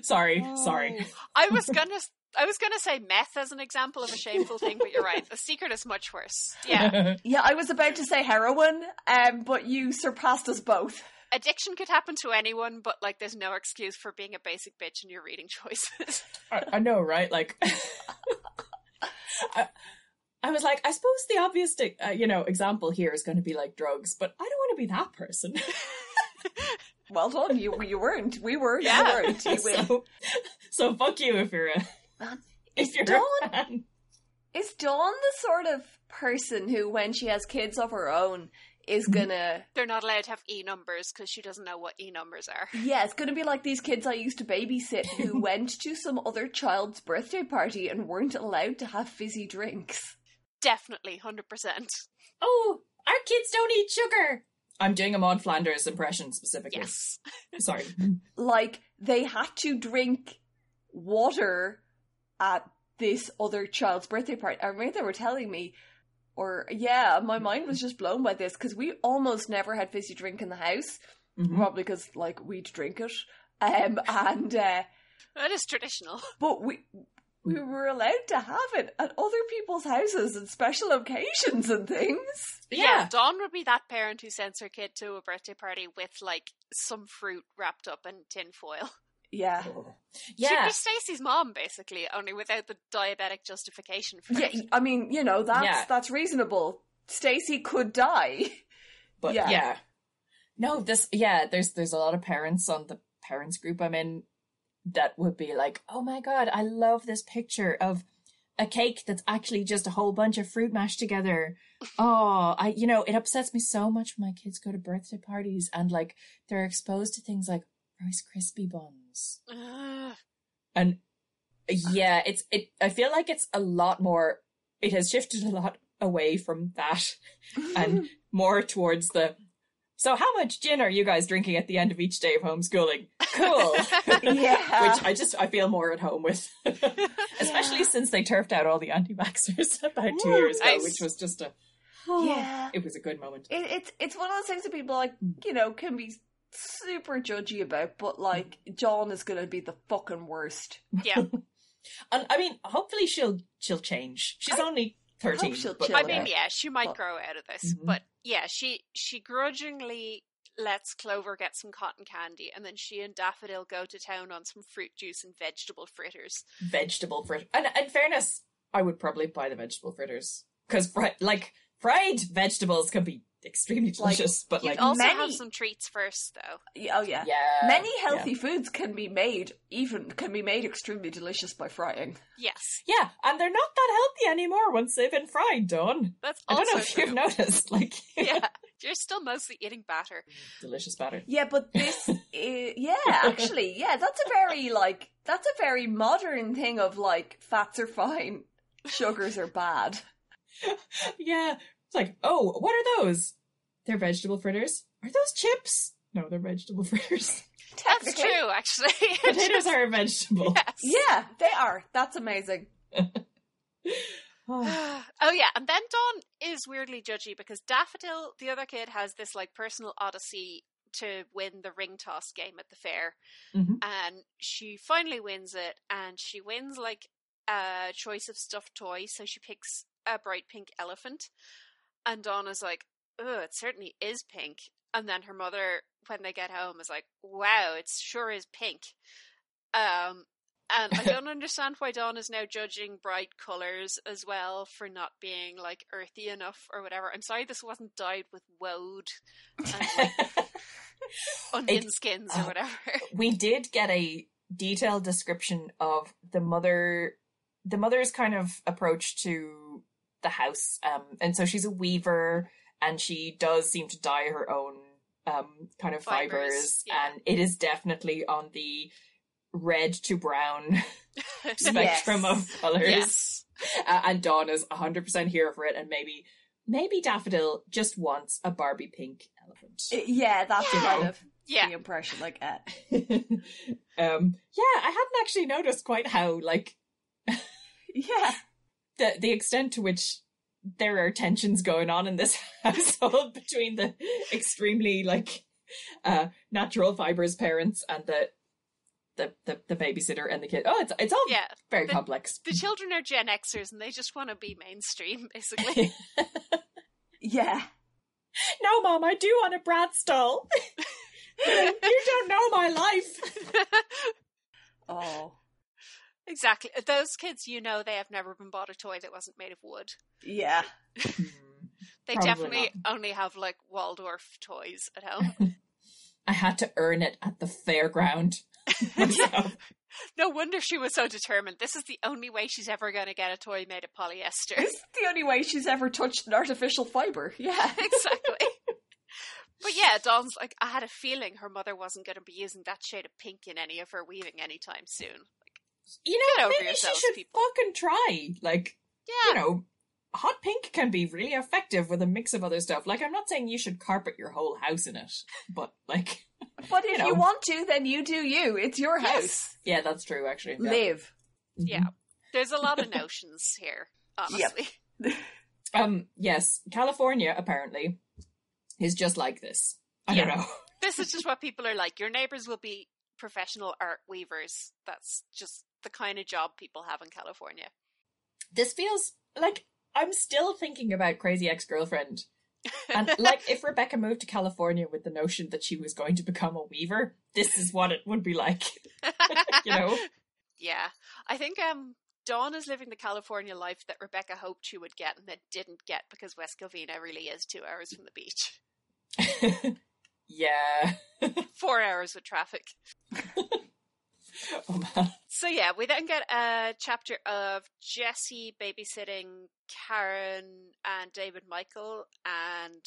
[SPEAKER 2] sorry, sorry.
[SPEAKER 1] [LAUGHS] I was gonna, I was gonna say meth as an example of a shameful thing, but you're right. The secret is much worse.
[SPEAKER 2] [LAUGHS]
[SPEAKER 1] Yeah,
[SPEAKER 3] Yeah, I was about to say heroin, um, but you surpassed us both.
[SPEAKER 1] addiction could happen to anyone, but like, there's no excuse for being a basic bitch in your reading [LAUGHS] choices.
[SPEAKER 2] I, I know, right? Like, [LAUGHS] I, I was like, I suppose the obvious, di- uh, you know, example here is going to be like drugs, but I don't want to be that [LAUGHS] person.
[SPEAKER 3] Well done, you you weren't. We were.
[SPEAKER 1] Yeah.
[SPEAKER 3] You weren't. You
[SPEAKER 2] [LAUGHS]
[SPEAKER 3] win.
[SPEAKER 2] so, so fuck you if you're a [LAUGHS] if you're a
[SPEAKER 3] Dawn-
[SPEAKER 2] fan.
[SPEAKER 3] Is Dawn the sort of person who, when she has kids of her own, is gonna
[SPEAKER 1] They're not allowed to have e numbers because she doesn't know what e numbers are.
[SPEAKER 3] yeah, it's gonna be like these kids I used to babysit [LAUGHS] who went to some other child's birthday party and weren't allowed to have fizzy drinks.
[SPEAKER 1] Definitely, hundred percent.
[SPEAKER 2] Oh, our kids don't eat sugar. I'm doing a Maud Flanders impression specifically.
[SPEAKER 1] Yes. [LAUGHS]
[SPEAKER 2] [LAUGHS] Sorry.
[SPEAKER 3] Like they had to drink water at this other child's birthday party. I remember they were telling me, or yeah, my mind was just blown by this because we almost never had fizzy drink in the house,
[SPEAKER 2] Mhm.
[SPEAKER 3] probably because like we'd drink it, um, and. Uh,
[SPEAKER 1] That is traditional.
[SPEAKER 3] But we we were allowed to have it at other people's houses and special occasions and things.
[SPEAKER 2] Yeah.
[SPEAKER 1] Dawn would be that parent who sends her kid to a birthday party with like some fruit wrapped up in tin foil.
[SPEAKER 3] Yeah.
[SPEAKER 1] She'd
[SPEAKER 2] Yeah.
[SPEAKER 1] be Stacey's mom, basically, only without the diabetic justification for
[SPEAKER 3] Yeah,
[SPEAKER 1] it.
[SPEAKER 3] I mean, you know, that's
[SPEAKER 2] Yeah.
[SPEAKER 3] that's reasonable. Stacy could die.
[SPEAKER 2] But
[SPEAKER 3] Yeah.
[SPEAKER 2] yeah. No, this yeah, there's there's a lot of parents on the parents group I'm in that would be like, "Oh my god, I love this picture of a cake that's actually just a whole bunch of fruit mashed together." Oh, I you know, it upsets me so much when my kids go to birthday parties and like they're exposed to things like Rice Krispie buns.
[SPEAKER 1] Ugh.
[SPEAKER 2] and yeah it's it i feel like it's a lot more it has shifted a lot away from that
[SPEAKER 3] [LAUGHS]
[SPEAKER 2] and more towards the so how much gin are you guys drinking at the end of each day of homeschooling
[SPEAKER 1] [LAUGHS]
[SPEAKER 2] cool
[SPEAKER 3] yeah.
[SPEAKER 2] which i just i feel more at home with [LAUGHS] especially since they turfed out all the anti-vaxxers [LAUGHS] about two
[SPEAKER 3] Ooh,
[SPEAKER 2] years ago
[SPEAKER 1] nice.
[SPEAKER 2] which was just a
[SPEAKER 3] yeah.
[SPEAKER 2] it was a good moment
[SPEAKER 3] Oh. It, it's it's one of those things that people like,
[SPEAKER 2] Hmm.
[SPEAKER 3] you know, can be super judgy about, but like John is gonna be the fucking worst.
[SPEAKER 1] yeah.
[SPEAKER 2] and i mean hopefully she'll she'll change she's only 13
[SPEAKER 3] she'll
[SPEAKER 2] but-
[SPEAKER 3] chill
[SPEAKER 1] I
[SPEAKER 3] out.
[SPEAKER 1] mean, yeah, she might
[SPEAKER 3] But-
[SPEAKER 1] grow out of this,
[SPEAKER 2] Mhm.
[SPEAKER 1] but yeah, she she grudgingly lets Clover get some cotton candy, and then she and Daffodil go to town on some fruit juice and vegetable fritters.
[SPEAKER 2] vegetable fritters. And in fairness, I would probably buy the vegetable fritters because fri- like fried vegetables can be extremely
[SPEAKER 3] Like,
[SPEAKER 2] delicious, but
[SPEAKER 1] You'd
[SPEAKER 2] like
[SPEAKER 1] also have
[SPEAKER 3] many-
[SPEAKER 1] some treats first, though.
[SPEAKER 3] Yeah, Oh yeah.
[SPEAKER 2] yeah,
[SPEAKER 3] Many
[SPEAKER 2] yeah.
[SPEAKER 3] healthy foods can be made even can be made extremely delicious by frying.
[SPEAKER 1] Yes,
[SPEAKER 2] Yeah, and they're not that healthy anymore once they've been fried, Dawn.
[SPEAKER 1] that's
[SPEAKER 2] I
[SPEAKER 1] also
[SPEAKER 2] don't know if
[SPEAKER 1] true.
[SPEAKER 2] [LAUGHS] you've noticed. Like
[SPEAKER 1] [LAUGHS] yeah, you're still mostly eating batter.
[SPEAKER 2] [LAUGHS] delicious batter.
[SPEAKER 3] Yeah, but this, i yeah, actually, yeah, that's a very like that's a very modern thing of like fats are fine, sugars are bad.
[SPEAKER 2] Yeah. It's like, oh, what are those? They're vegetable fritters. Are those chips? No, they're vegetable [LAUGHS] fritters.
[SPEAKER 1] [LAUGHS] That's
[SPEAKER 3] Technically-
[SPEAKER 1] true, actually. [LAUGHS]
[SPEAKER 2] [LAUGHS] Potatoes are a vegetable.
[SPEAKER 1] yes.
[SPEAKER 3] Yeah, they are. That's amazing.
[SPEAKER 1] [SIGHS] oh yeah, and then Dawn is weirdly judgy because Daffodil, the other kid, has this like personal odyssey to win the ring toss game at the fair,
[SPEAKER 2] Mhm.
[SPEAKER 1] and she finally wins it, and she wins like a choice of stuffed toy, so she picks a bright pink elephant, and Dawn is like, "Oh, it certainly is pink," and then her mother, when they get home, is like, "Wow, it sure is pink." Um, and I don't understand why Dawn is now judging bright colors as well for not being like earthy enough or whatever. I'm sorry this wasn't dyed with woad and
[SPEAKER 2] [LAUGHS]
[SPEAKER 1] like,
[SPEAKER 2] [SIGHS]
[SPEAKER 1] onion skins or
[SPEAKER 2] oh.
[SPEAKER 1] whatever.
[SPEAKER 2] we did get a detailed description of the mother the mother's kind of approach to the house um and so she's a weaver and she does seem to dye her own um kind of fibers,
[SPEAKER 1] Fibers, yeah.
[SPEAKER 2] and it is definitely on the red to brown [LAUGHS]
[SPEAKER 1] [LAUGHS]
[SPEAKER 2] spectrum of colors
[SPEAKER 1] yes.
[SPEAKER 2] uh, and Dawn is 100% here for it and maybe maybe Daffodil just wants a Barbie pink elephant [LAUGHS]
[SPEAKER 3] yeah, that's
[SPEAKER 1] Yeah.
[SPEAKER 3] kind of
[SPEAKER 1] Yeah.
[SPEAKER 3] the impression I get.
[SPEAKER 2] um yeah i hadn't actually noticed quite how like
[SPEAKER 3] Yeah.
[SPEAKER 2] the the extent to which there are tensions going on in this [LAUGHS] household between the extremely like uh natural fibers parents and the the the, the babysitter and the kid oh it's it's all
[SPEAKER 1] Yeah.
[SPEAKER 2] very
[SPEAKER 1] the-
[SPEAKER 2] complex
[SPEAKER 1] The children are Gen Xers and they just want to be mainstream, basically.
[SPEAKER 3] Yeah.
[SPEAKER 2] no mom i do want a brat stall [LAUGHS] you don't know my life
[SPEAKER 3] Oh.
[SPEAKER 1] exactly. Those kids, you know, they have never been bought a toy that wasn't made of wood.
[SPEAKER 3] Yeah.
[SPEAKER 1] They
[SPEAKER 2] Probably
[SPEAKER 1] definitely only have like Waldorf toys at home. [LAUGHS]
[SPEAKER 2] i had to earn it at the fairground [LAUGHS] myself.
[SPEAKER 1] No wonder she was so determined. This is the only way she's ever going to get a toy made of
[SPEAKER 2] [LAUGHS]
[SPEAKER 1] polyester. [LAUGHS]
[SPEAKER 3] It's the only way she's ever touched an artificial fibre. Yeah.
[SPEAKER 1] exactly. But yeah, Dawn's like, I had a feeling her mother wasn't going to be using that shade of pink in any of her weaving anytime soon.
[SPEAKER 2] You
[SPEAKER 1] Get
[SPEAKER 2] know,
[SPEAKER 1] over
[SPEAKER 2] maybe
[SPEAKER 1] yourselves,
[SPEAKER 2] she should
[SPEAKER 1] people.
[SPEAKER 2] fucking try. Like,
[SPEAKER 1] Yeah,
[SPEAKER 2] you know, hot pink can be really effective with a mix of other stuff. Like, I'm not saying you should carpet your whole house in it, but like, [LAUGHS]
[SPEAKER 3] But if you,
[SPEAKER 2] know.
[SPEAKER 3] want to, then you do you. It's your house.
[SPEAKER 1] Yes.
[SPEAKER 2] yeah, that's true. Actually, yeah.
[SPEAKER 3] Live. [GASPS]
[SPEAKER 2] Mhm.
[SPEAKER 1] yeah. There's a lot
[SPEAKER 2] [LAUGHS]
[SPEAKER 1] of notions here, honestly. [LAUGHS]
[SPEAKER 2] Um. Yes, California apparently is just like this. I
[SPEAKER 1] Yeah.
[SPEAKER 2] don't know. [LAUGHS]
[SPEAKER 1] This is just what people are like. Your neighbors will be professional art weavers. That's just the kind of job people have in California.
[SPEAKER 2] This feels like I'm still thinking about Crazy Ex Girlfriend. And
[SPEAKER 1] [LAUGHS]
[SPEAKER 2] like, if Rebecca moved to California with the notion that she was going to become a weaver, this is what it would be like. [LAUGHS] you know.
[SPEAKER 1] [LAUGHS]
[SPEAKER 2] [LAUGHS]
[SPEAKER 1] Yeah. I think um Dawn is living the California life that Rebecca hoped she would get and that didn't get because West Covina really is two hours from the beach. [LAUGHS]
[SPEAKER 2] yeah.
[SPEAKER 1] Four hours with traffic.
[SPEAKER 2] Oh man.
[SPEAKER 1] So yeah, we then get a chapter of Jesse babysitting Karen and David Michael and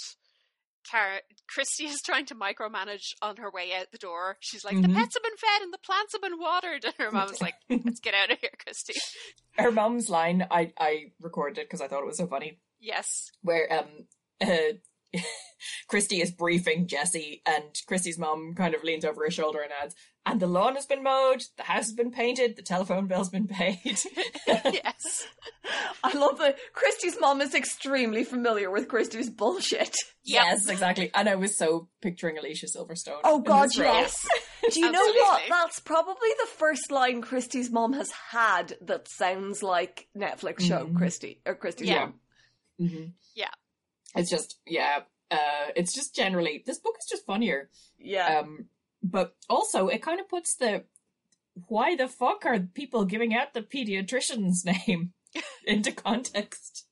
[SPEAKER 1] Karen Christy is trying to micromanage on her way out the door. She's like,
[SPEAKER 2] Mhm.
[SPEAKER 1] The pets have been fed and the plants have been watered [LAUGHS] and her mom's like, Let's get out of here, Christy.
[SPEAKER 2] [LAUGHS]
[SPEAKER 1] [LAUGHS]
[SPEAKER 2] Her mum's line, I, I recorded it because I thought it was so funny,
[SPEAKER 1] Yes.
[SPEAKER 2] where um uh, [LAUGHS] Christy is briefing Jesse and Christy's mum kind of leans over her shoulder and adds, and the lawn has been mowed, the house has been painted, the telephone bill's been
[SPEAKER 3] [LAUGHS]
[SPEAKER 2] paid. [LAUGHS]
[SPEAKER 1] yes.
[SPEAKER 3] I love that Christie's mom is extremely familiar with Christie's bullshit.
[SPEAKER 1] Yep.
[SPEAKER 2] Yes, exactly. And I was so picturing Alicia Silverstone.
[SPEAKER 3] Oh
[SPEAKER 2] in
[SPEAKER 3] God,
[SPEAKER 2] this role.
[SPEAKER 3] yes. Do you know what?
[SPEAKER 1] Absolutely.
[SPEAKER 3] That's probably the first line Christie's mom has had that sounds like Netflix show
[SPEAKER 2] Mhm.
[SPEAKER 3] Christie or Christie's
[SPEAKER 1] Yeah.
[SPEAKER 3] mom.
[SPEAKER 2] Mhm.
[SPEAKER 1] Yeah.
[SPEAKER 2] It's just, yeah, uh, it's just generally, this book is just funnier.
[SPEAKER 3] Yeah,
[SPEAKER 2] Um, but also, it kind of puts the why the fuck are people giving out the pediatrician's [LAUGHS] name into context?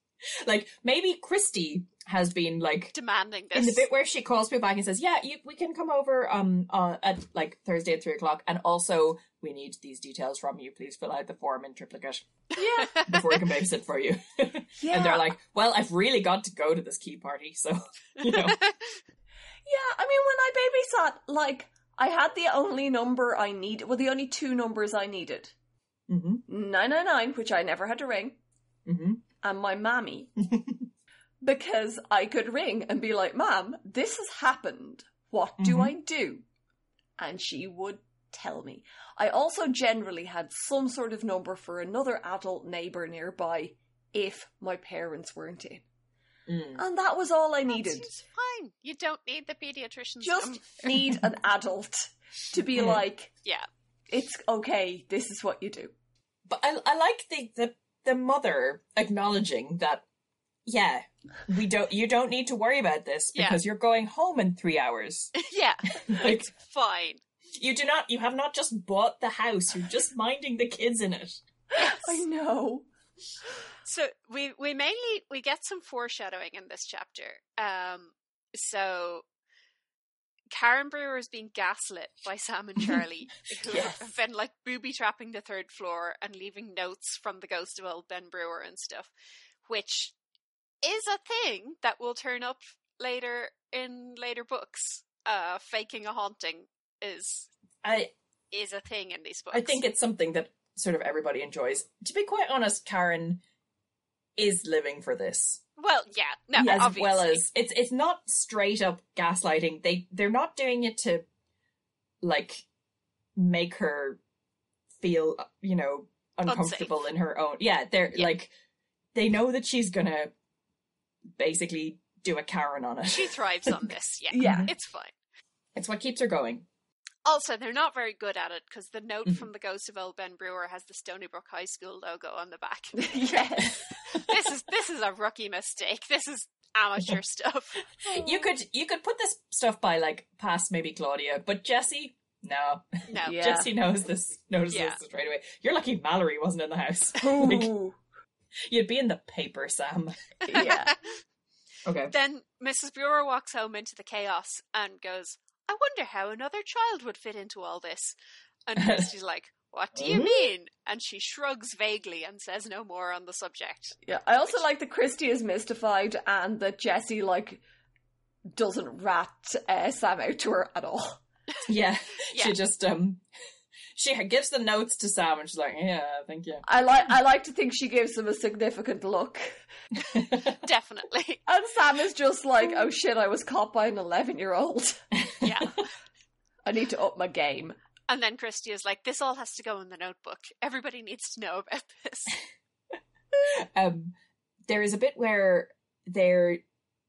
[SPEAKER 2] Like maybe Christy has been like
[SPEAKER 1] Demanding this.
[SPEAKER 2] in the bit where she calls me back and says, "Yeah, you, we can come over um uh, at like Thursday at three o'clock, and also we need these details from you. Please fill out the form in triplicate [LAUGHS]
[SPEAKER 3] yeah,
[SPEAKER 2] before we can babysit for you."
[SPEAKER 3] yeah.
[SPEAKER 2] Uh, And they're like, "Well, I've really got to go to this key party, so [LAUGHS] you know."
[SPEAKER 3] Yeah, I mean, when I babysat, like, I had the only number I needed, well, the only two numbers I needed
[SPEAKER 2] hmm
[SPEAKER 3] 999, which I never had to ring,
[SPEAKER 2] hmm
[SPEAKER 3] and my
[SPEAKER 2] [LAUGHS]
[SPEAKER 3] mammy. because I could ring and be like, Ma'am, this has happened. What do
[SPEAKER 2] Mhm.
[SPEAKER 3] I do? And she would tell me. I also generally had some sort of number for another adult neighbour nearby if my parents weren't in.
[SPEAKER 2] Mm.
[SPEAKER 3] And that was all I needed.
[SPEAKER 1] It's fine. You don't need the pediatrician's Um,
[SPEAKER 3] Just
[SPEAKER 1] number.
[SPEAKER 3] need an adult to be
[SPEAKER 2] Yeah.
[SPEAKER 3] like,
[SPEAKER 1] Yeah.
[SPEAKER 3] it's okay, this is what you do.
[SPEAKER 2] But I, I like the, the the mother acknowledging that. Yeah, we don't. You don't need to worry about this
[SPEAKER 1] Yeah.
[SPEAKER 2] because you're going home in three hours.
[SPEAKER 1] [LAUGHS] yeah.
[SPEAKER 2] Like
[SPEAKER 1] Fine.
[SPEAKER 2] you do not. You have not just bought the house. You're just minding the kids in it.
[SPEAKER 3] I know. [LAUGHS]
[SPEAKER 1] So we we mainly we get some foreshadowing in this chapter. Um so Karen Brewer is being gaslit by Sam and
[SPEAKER 2] [LAUGHS]
[SPEAKER 1] Charlie, who
[SPEAKER 2] Yes.
[SPEAKER 1] have been like booby trapping the third floor and leaving notes from the ghost of old Ben Brewer and stuff, which is a thing that will turn up later in later books. Uh faking a haunting is
[SPEAKER 2] I
[SPEAKER 1] is a thing in these books.
[SPEAKER 2] I think it's something that sort of everybody enjoys. To be quite honest, Karen is living for this
[SPEAKER 1] Well, yeah, no,
[SPEAKER 2] as
[SPEAKER 1] obviously.
[SPEAKER 2] well as it's it's not straight up gaslighting. They they're not doing it to like make her feel you know uncomfortable in her own. Yeah, they're
[SPEAKER 1] Yeah.
[SPEAKER 2] like they know that she's gonna basically do a Karen on it.
[SPEAKER 1] she thrives on
[SPEAKER 2] [LAUGHS]
[SPEAKER 1] this. Yeah,
[SPEAKER 3] Yeah.
[SPEAKER 1] it's fine.
[SPEAKER 2] It's what keeps her going.
[SPEAKER 1] Also, they're not very good at it because the note
[SPEAKER 2] Mhm.
[SPEAKER 1] from the ghost of old Ben Brewer has the Stony Brook High School logo on the back. [LAUGHS]
[SPEAKER 3] yes.
[SPEAKER 1] this is this is a rookie mistake. This is
[SPEAKER 2] [LAUGHS]
[SPEAKER 1] amateur stuff.
[SPEAKER 2] You could you could put this stuff by like past maybe Claudia, but Jesse, no.
[SPEAKER 1] No, [LAUGHS]
[SPEAKER 3] Yeah.
[SPEAKER 2] Jesse knows this notices
[SPEAKER 1] Yeah.
[SPEAKER 2] this straight away. You're lucky Mallory wasn't in the house. [LAUGHS]
[SPEAKER 3] Ooh.
[SPEAKER 2] You'd be in the paper, Sam.
[SPEAKER 3] yeah.
[SPEAKER 2] Okay.
[SPEAKER 1] Then Mrs. Brewer walks home into the chaos and goes, "I wonder how another child would fit into all this." And
[SPEAKER 2] [LAUGHS]
[SPEAKER 1] Christy's like, "What do you
[SPEAKER 2] Hmm?
[SPEAKER 1] mean?" And she shrugs vaguely and says no more on the subject.
[SPEAKER 3] Yeah. I also like that Christy is mystified and that Jesse, like, doesn't rat uh, Sam out to her at all.
[SPEAKER 2] Yeah.
[SPEAKER 1] Yeah.
[SPEAKER 2] She just um [LAUGHS] she gives the notes to Sam and she's like, Yeah, thank you.
[SPEAKER 3] I like I like to think she gives him a significant look.
[SPEAKER 1] Definitely,
[SPEAKER 3] And Sam is just like, oh shit, I was caught by an 11 year old.
[SPEAKER 1] yeah.
[SPEAKER 3] I need to up my game.
[SPEAKER 1] [LAUGHS] And then Christy is like, "This all has to go in the notebook. Everybody needs to know about this."
[SPEAKER 2] Um there is a bit where they're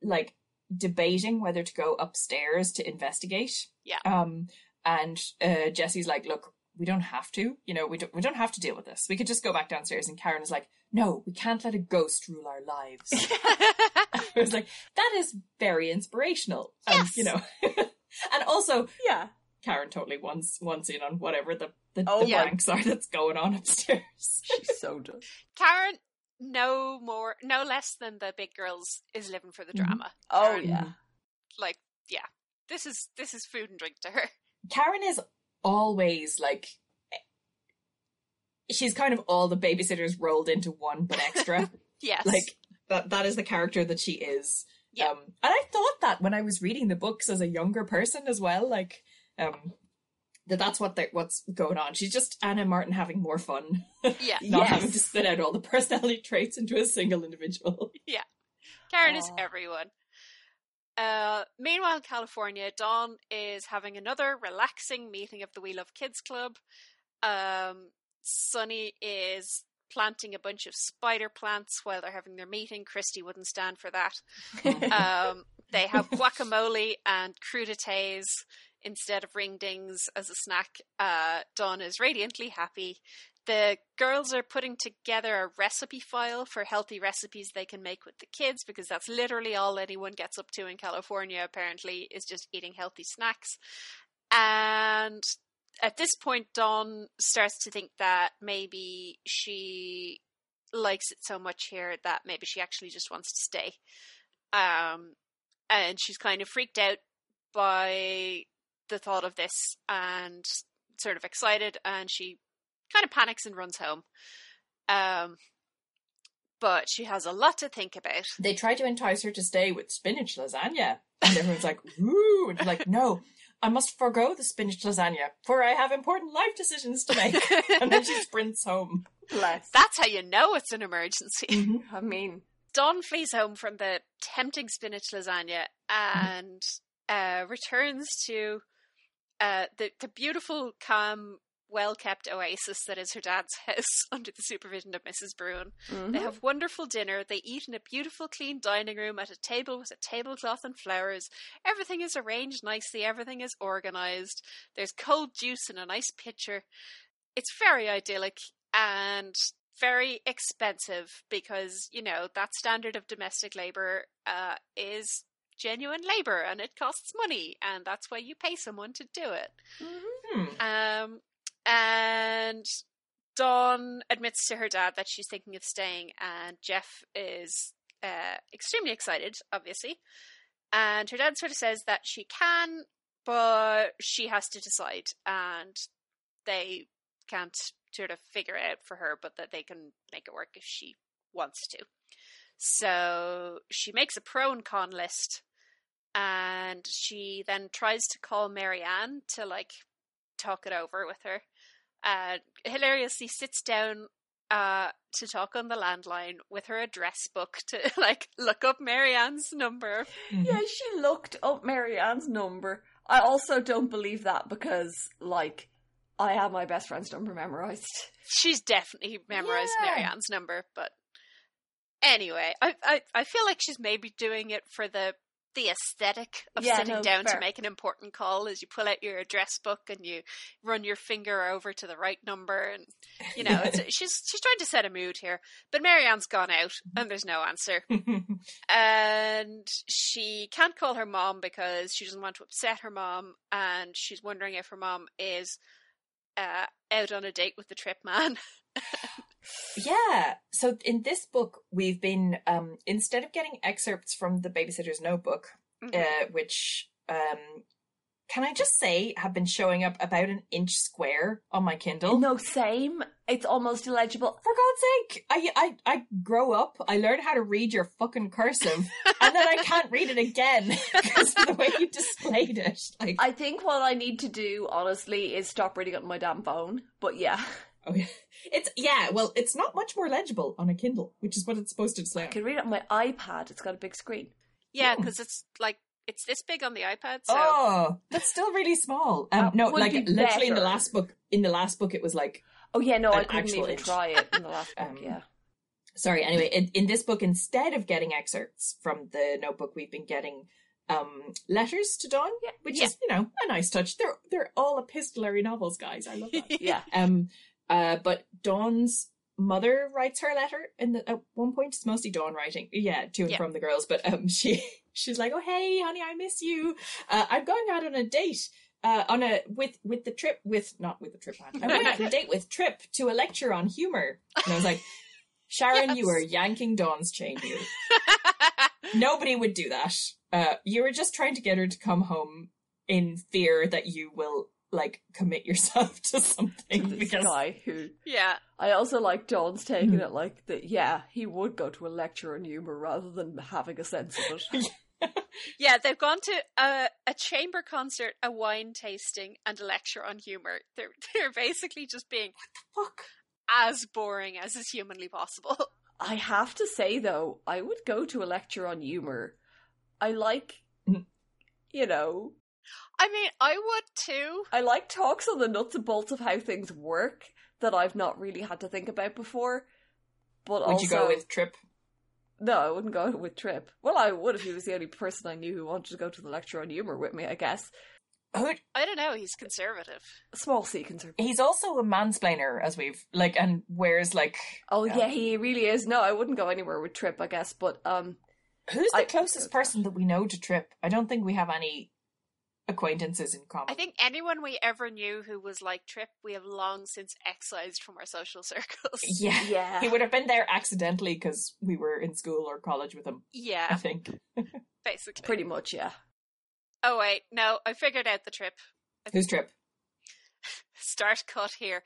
[SPEAKER 2] like debating whether to go upstairs to investigate.
[SPEAKER 1] Yeah.
[SPEAKER 2] Um and uh Jesse's like, Look, we don't have to, you know, we don't we don't have to deal with this. We could just go back downstairs and Karen is like, No, we can't let a ghost rule our lives.
[SPEAKER 1] [LAUGHS]
[SPEAKER 2] I was like, that is very inspirational. And,
[SPEAKER 1] Yes.
[SPEAKER 2] you know. [LAUGHS] and also,
[SPEAKER 3] Yeah.
[SPEAKER 2] Karen totally wants wants in on whatever the, the,
[SPEAKER 3] Oh
[SPEAKER 2] the
[SPEAKER 1] my-
[SPEAKER 2] blanks are [LAUGHS] that's going on upstairs.
[SPEAKER 3] She so does.
[SPEAKER 1] Karen, no more, no less than the big girls is living for the
[SPEAKER 2] Mhm.
[SPEAKER 1] drama.
[SPEAKER 3] [LAUGHS] Oh
[SPEAKER 1] Karen,
[SPEAKER 2] Mm.
[SPEAKER 3] yeah.
[SPEAKER 1] like yeah, this is this is food and drink to her. [LAUGHS]
[SPEAKER 2] Karen is always like she's kind of all the babysitters rolled into one but extra.
[SPEAKER 1] Yes,
[SPEAKER 2] like [LAUGHS] that that is the character that she is.
[SPEAKER 1] Yeah.
[SPEAKER 2] Um and I thought that when I was reading the books as a younger person as well, like um that that's what they're- what's going on. She's just Anna Martin having more fun.
[SPEAKER 1] yeah,
[SPEAKER 2] not
[SPEAKER 3] Yes.
[SPEAKER 2] having to spit out all the personality [LAUGHS] traits into a single individual.
[SPEAKER 1] Karen is
[SPEAKER 3] Aw.
[SPEAKER 1] everyone. Uh, meanwhile, in California, Dawn is having another relaxing meeting of the We Love Kids Club. Um, Sunny is planting a bunch of spider plants while they're having their meeting. Christy wouldn't stand for that. um, they have guacamole and crudités instead of ringdings as a snack. Uh, Dawn is radiantly happy. The girls are putting together a recipe file for healthy recipes they can make with the kids because that's literally all anyone gets up to in California, apparently, is just eating healthy snacks. And at this point, Dawn starts to think that maybe she likes it so much here that maybe she actually just wants to stay um, and she's kind of freaked out by the thought of this and sort of excited, and she kind of panics and runs home. Um, but she has a lot to think about.
[SPEAKER 2] they try to entice her to stay with spinach lasagna. And everyone's like, ooh. And she's like, no, I must forego the spinach lasagna, for I have important life decisions to
[SPEAKER 3] [LAUGHS]
[SPEAKER 2] make.
[SPEAKER 1] [LAUGHS]
[SPEAKER 2] And then she sprints home. Mm-hmm.
[SPEAKER 3] Bless.
[SPEAKER 1] That's how you know it's an emergency.
[SPEAKER 3] I mean,
[SPEAKER 1] Don flees home from the tempting spinach lasagna and uh, returns to uh, the the beautiful, calm well kept oasis that is her dad's [LAUGHS] house under the supervision of Mrs. Bruin.
[SPEAKER 3] Mhm.
[SPEAKER 1] They have wonderful dinner. They eat in a beautiful, clean dining room at a table with a tablecloth and flowers. Everything is arranged nicely. Everything is organized. There's cold juice in a nice pitcher. It's very idyllic and very expensive because, you know, that standard of domestic labor uh, is genuine labor and it costs money. And that's why you pay someone to do it.
[SPEAKER 2] Hmm.
[SPEAKER 1] Um, and Dawn admits to her dad that she's thinking of staying, and Jeff is uh, extremely excited, obviously. And her dad sort of says that she can, but she has to decide, and they can't sort of figure it out for her, but that they can make it work if she wants to. So she makes a pro and con list, and she then tries to call Marianne to like talk it over with her. Uh, hilariously sits down uh, to talk on the landline with her address book to [LAUGHS] like look up Marianne's number.
[SPEAKER 3] [LAUGHS] Yeah, she looked up Mary Ann's number. I also don't believe that because, like, I have my best friend's number memorized.
[SPEAKER 1] She's definitely memorized
[SPEAKER 2] Yeah.
[SPEAKER 1] Marianne's number, but anyway, I, I I feel like she's maybe doing it for the the aesthetic of
[SPEAKER 3] Yeah,
[SPEAKER 1] sitting
[SPEAKER 3] no,
[SPEAKER 1] down
[SPEAKER 3] fair.
[SPEAKER 1] to make an important call as you pull out your address book and you run your finger over to the right number and you know
[SPEAKER 3] [LAUGHS]
[SPEAKER 1] it's, she's she's trying to set a mood here but marianne's gone out and there's no answer
[SPEAKER 2] Mm-hmm.
[SPEAKER 1] and she can't call her mom because she doesn't want to upset her mom, and she's wondering if her mom is uh, out on a date with the trip man.
[SPEAKER 2] [LAUGHS]
[SPEAKER 1] [LAUGHS]
[SPEAKER 2] Yeah. So in this book, we've been um, instead of getting excerpts from the Babysitter's Notebook,
[SPEAKER 3] Mm-hmm.
[SPEAKER 2] uh, which um, can I just say have been showing up about an inch square on my Kindle.
[SPEAKER 3] No, same. It's almost illegible.
[SPEAKER 2] For God's sake, I, I I grow up. I learn how to read your fucking cursive, and
[SPEAKER 3] [LAUGHS]
[SPEAKER 2] then I can't read it again because of the way you displayed it. Like,
[SPEAKER 3] I think what I need to do, honestly, is stop reading on my damn phone. But yeah,
[SPEAKER 2] oh, yeah. it's yeah. Well, it's not much more legible on a Kindle, which is what it's supposed to
[SPEAKER 3] I
[SPEAKER 2] display.
[SPEAKER 3] can read it on my iPad. It's got a big screen.
[SPEAKER 1] yeah, because it's like it's this big on the iPad, so
[SPEAKER 2] Oh, that's still really small. Um,
[SPEAKER 3] That
[SPEAKER 2] no,
[SPEAKER 3] would
[SPEAKER 2] like
[SPEAKER 3] be
[SPEAKER 2] literally in the
[SPEAKER 3] better.
[SPEAKER 2] last book. In the last book, it was like
[SPEAKER 3] Oh yeah, no, I
[SPEAKER 2] An
[SPEAKER 3] couldn't
[SPEAKER 2] actual
[SPEAKER 3] even
[SPEAKER 2] inch.
[SPEAKER 3] try it in
[SPEAKER 2] [LAUGHS]
[SPEAKER 3] the last book.
[SPEAKER 2] Um,
[SPEAKER 3] yeah,
[SPEAKER 2] sorry. Anyway, in, in this book, instead of getting excerpts from the notebook, we've been getting um letters to Dawn,
[SPEAKER 3] Yeah,
[SPEAKER 2] which
[SPEAKER 1] yeah.
[SPEAKER 2] is you know a nice touch. They're they're all epistolary novels, guys. I love
[SPEAKER 1] [LAUGHS]
[SPEAKER 2] that. [LAUGHS]
[SPEAKER 3] yeah.
[SPEAKER 2] Um, uh, but Dawn's mother writes her letter, and the, at one point it's mostly Dawn writing, yeah, to and
[SPEAKER 1] Yeah.
[SPEAKER 2] from the girls. But um, [LAUGHS] she she's like, "Oh hey, honey, I miss you. Uh, I'm going out on a date." Uh, on a with with the trip with not with the trip I'm going out on a date with Trip to a lecture on humor and I was like
[SPEAKER 1] [LAUGHS]
[SPEAKER 2] Sharon you
[SPEAKER 1] Yes.
[SPEAKER 2] were yanking Dawn's chain you nobody would do that uh you were just trying to get her to come home in fear that you will like commit [LAUGHS] yourself to something
[SPEAKER 3] This
[SPEAKER 2] because
[SPEAKER 3] guy who
[SPEAKER 1] [LAUGHS] yeah,
[SPEAKER 3] I also like Don's taking
[SPEAKER 2] Mm.
[SPEAKER 3] it like that. Yeah, he would go to a lecture on humor rather than having a sense of
[SPEAKER 2] [LAUGHS]
[SPEAKER 3] it.
[SPEAKER 1] yeah. They've gone to a, a chamber concert, a wine tasting, and a lecture on humor. They're [LAUGHS] they're basically just being
[SPEAKER 2] fuck
[SPEAKER 1] as boring as is humanly possible. [LAUGHS]
[SPEAKER 3] I have to say though, I would go to a lecture on humor. I like,
[SPEAKER 2] Mm.
[SPEAKER 3] you know,
[SPEAKER 1] I mean, I would too.
[SPEAKER 3] I like talks on the nuts and bolts of how things work that I've not really had to think about before. But
[SPEAKER 2] Would
[SPEAKER 3] also,
[SPEAKER 2] you go with Trip?
[SPEAKER 3] no, I wouldn't go with Trip. Well, I would if he was the only person I knew who wanted to go to the lecture on humor with me. I guess
[SPEAKER 2] Who-
[SPEAKER 1] I don't know. He's conservative.
[SPEAKER 3] small C concern.
[SPEAKER 2] He's also a mansplainer, as we've like, and wears like.
[SPEAKER 3] Oh
[SPEAKER 2] Yeah.
[SPEAKER 3] yeah, he really is. No, I wouldn't go anywhere with Trip. I guess, but
[SPEAKER 2] [LAUGHS]
[SPEAKER 3] um,
[SPEAKER 2] Who's the
[SPEAKER 3] I-
[SPEAKER 2] closest person that we know to Trip? I don't think we have any acquaintances in common.
[SPEAKER 1] I think anyone we ever knew who was like Trip, we have long since excised from our social [LAUGHS] circles.
[SPEAKER 2] Yeah.
[SPEAKER 3] yeah,
[SPEAKER 2] He would have been there accidentally because we were in school or college with him. I
[SPEAKER 1] Yeah,
[SPEAKER 2] think.
[SPEAKER 1] basically.
[SPEAKER 3] pretty
[SPEAKER 2] [LAUGHS]
[SPEAKER 3] much. Yeah,
[SPEAKER 1] Oh, wait, no, I figured out the Trip. [LAUGHS]
[SPEAKER 2] Who's Trip? [LAUGHS]
[SPEAKER 1] Start cut here.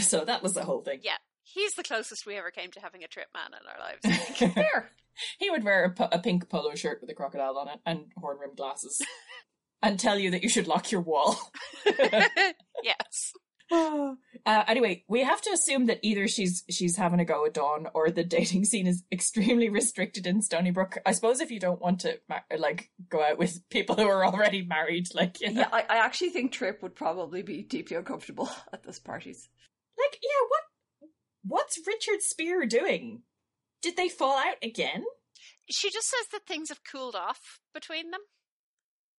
[SPEAKER 2] So that was the whole thing.
[SPEAKER 1] Yeah. he's the closest we ever came to having a trip man in our lives.
[SPEAKER 3] There.
[SPEAKER 2] He would wear a, pu- a pink polo shirt with a crocodile on it and horn rimmed glasses and tell you that you should lock your wall.
[SPEAKER 3] [LAUGHS]
[SPEAKER 1] [LAUGHS] yes.
[SPEAKER 2] uh, anyway, we have to assume that either she's she's having a go at Dawn or the dating scene is extremely restricted in Stony Brook. I suppose if you don't want to ma- like go out with people who are already married, like you know,
[SPEAKER 3] Yeah, I, I actually think Trip would probably be deeply uncomfortable [LAUGHS] at those parties.
[SPEAKER 2] like yeah, what what's Richard Spear doing? Did they fall out again?
[SPEAKER 1] She just says that things have cooled off between them,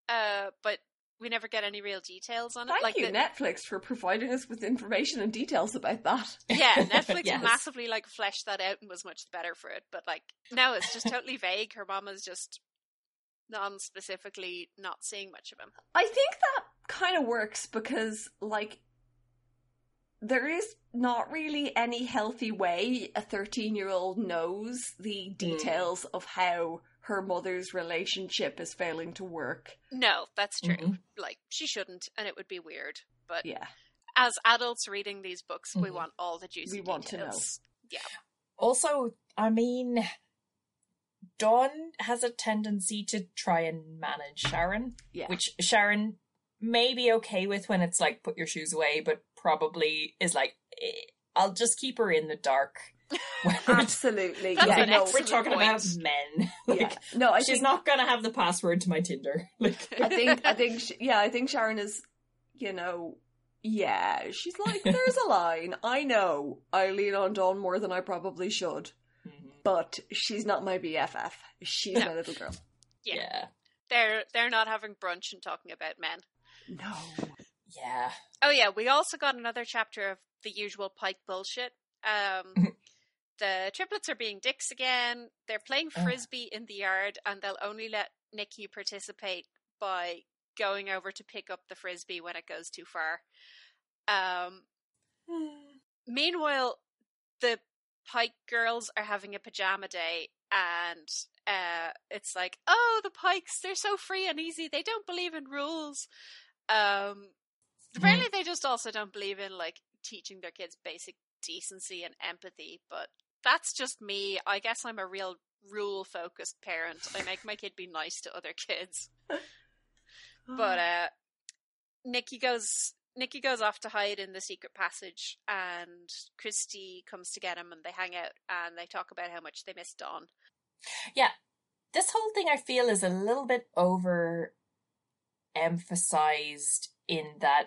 [SPEAKER 1] uh, but we never get any real details on it.
[SPEAKER 3] Thank
[SPEAKER 1] like
[SPEAKER 3] you,
[SPEAKER 1] the-
[SPEAKER 3] Netflix, for providing us with information and details about that. [LAUGHS]
[SPEAKER 1] yeah, Netflix
[SPEAKER 2] Yes.
[SPEAKER 1] massively like fleshed that out and was much the better for it. But like no, it's just
[SPEAKER 3] [LAUGHS]
[SPEAKER 1] totally vague. Her mom is just non-specifically not seeing much of him.
[SPEAKER 3] I think that kind of works because, like, there is not really any healthy way a 13 year old knows the details of how her mother's relationship is failing to work.
[SPEAKER 1] No, that's true.
[SPEAKER 2] Mhm.
[SPEAKER 1] Like she shouldn't, and it would be weird. But
[SPEAKER 3] Mm-hmm. Yeah. Mm-hmm.
[SPEAKER 1] as adults reading these books, we
[SPEAKER 2] Mhm.
[SPEAKER 1] want all the juicy
[SPEAKER 3] We want to know.
[SPEAKER 1] details.
[SPEAKER 2] Also, I mean, Dawn has a tendency to try and manage Sharon,
[SPEAKER 3] Yeah.
[SPEAKER 2] which Sharon may be okay with when it's like, put your shoes away, but probably is like, "Eh, I'll just keep her in the dark. When
[SPEAKER 3] Um, Absolutely.
[SPEAKER 1] That's
[SPEAKER 3] yeah,
[SPEAKER 1] an
[SPEAKER 3] no,
[SPEAKER 2] we're
[SPEAKER 1] excellent
[SPEAKER 2] talking about
[SPEAKER 1] point.
[SPEAKER 2] men. Like,
[SPEAKER 3] yeah. no, I
[SPEAKER 2] she's
[SPEAKER 3] think,
[SPEAKER 2] not going to have the password to my Tinder. [LAUGHS] Like,
[SPEAKER 3] I think, I think, sh yeah, I think Sharon is, you know, yeah, she's like, there's a line. I know I lean on Dawn more than I probably should,
[SPEAKER 2] mm-hmm.
[SPEAKER 3] but she's not my BFF. She's
[SPEAKER 1] No.
[SPEAKER 3] my little girl.
[SPEAKER 1] Yeah.
[SPEAKER 2] yeah.
[SPEAKER 1] they're they're not having brunch and talking about men.
[SPEAKER 3] No.
[SPEAKER 2] Yeah.
[SPEAKER 1] Oh yeah, we also got another chapter of the usual Pike bullshit. Um, the triplets are being dicks again. They're playing
[SPEAKER 2] Ugh.
[SPEAKER 1] frisbee in the yard, and they'll only let Nikki participate by going over to pick up the frisbee when it goes too far. Um, meanwhile, the Pike girls are having a pajama day, and uh, it's like, oh, the Pikes, they're so free and easy. They don't believe in rules. Um, apparently, they just also don't believe in like teaching their kids basic decency and empathy. But that's just me. I guess I'm a real rule focused parent. I make my kid be nice to other kids but uh nikki goes nikki goes off to hide in the secret passage and christy comes to get him and they hang out and they talk about how much they miss dawn
[SPEAKER 2] this whole thing I feel is a little bit over emphasized in that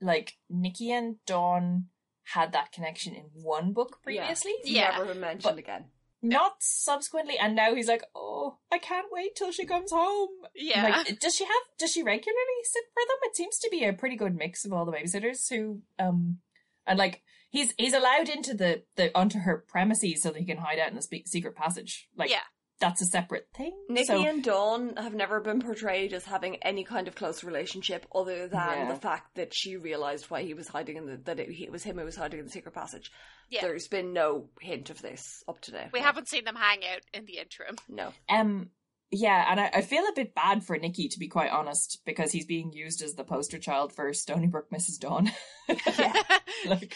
[SPEAKER 2] like Nikki and Dawn had that connection in one book
[SPEAKER 3] Yeah.
[SPEAKER 2] previously.
[SPEAKER 1] [GASPS] Yeah.
[SPEAKER 3] never been mentioned
[SPEAKER 2] But-
[SPEAKER 3] again.
[SPEAKER 2] Not subsequently, and now he's like, Oh, I can't wait till she comes home.
[SPEAKER 1] yeah [LAUGHS]
[SPEAKER 2] Like does she have does she regularly sit for them? It seems to be a pretty good mix of all the babysitters who um and like he's he's allowed into the, the onto her premises so that he can hide out in the spe- secret passage. Like
[SPEAKER 1] yeah
[SPEAKER 2] that's a separate thing.
[SPEAKER 3] Nikki
[SPEAKER 2] so,
[SPEAKER 3] and Dawn have never been portrayed as having any kind of close relationship, other than
[SPEAKER 2] Yeah.
[SPEAKER 3] the fact that she realized why he was hiding in the that it, he- it was him who was hiding in the secret passage.
[SPEAKER 1] Yeah.
[SPEAKER 3] There's been no hint of this up to now.
[SPEAKER 1] we
[SPEAKER 3] No.
[SPEAKER 1] haven't seen them hang out in the
[SPEAKER 2] [LAUGHS]
[SPEAKER 1] interim
[SPEAKER 3] No.
[SPEAKER 2] Um, yeah, and I, I feel a bit bad for Nicky, to be quite honest, because he's being used as the poster child for Stony Brook Mrs. Dawn.
[SPEAKER 1] [LAUGHS] yeah.
[SPEAKER 2] [LAUGHS]
[SPEAKER 1] [LAUGHS]
[SPEAKER 2] like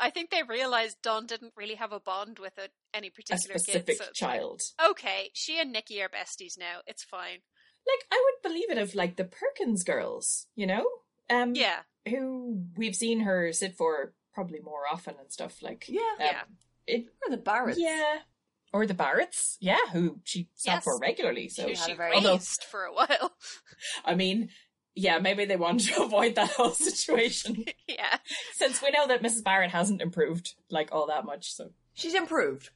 [SPEAKER 1] i think they realized dawn didn't really have a bond with a, any
[SPEAKER 2] a
[SPEAKER 1] particular kid
[SPEAKER 2] specific
[SPEAKER 1] so it's like,
[SPEAKER 2] child.
[SPEAKER 1] okay she and nikki are besties now it's fine
[SPEAKER 2] Like I would believe it of like the Perkins girls, you know? Um
[SPEAKER 1] yeah
[SPEAKER 2] who we've seen her sit for probably more often and stuff like
[SPEAKER 3] Yeah.
[SPEAKER 2] um,
[SPEAKER 1] Yeah.
[SPEAKER 2] It,
[SPEAKER 3] Or the Barretts.
[SPEAKER 2] yeah. Or the Barretts, yeah, who she sat
[SPEAKER 1] Yes.
[SPEAKER 2] for regularly. So
[SPEAKER 1] who
[SPEAKER 3] had
[SPEAKER 1] she
[SPEAKER 3] a very-
[SPEAKER 1] raised
[SPEAKER 2] Although-
[SPEAKER 1] for a [LAUGHS] while
[SPEAKER 2] I mean, yeah, maybe they wanted to [LAUGHS] avoid that whole situation.
[SPEAKER 1] yeah
[SPEAKER 2] Since we know that Mrs. Barrett hasn't improved like all that much, so
[SPEAKER 3] She's improved,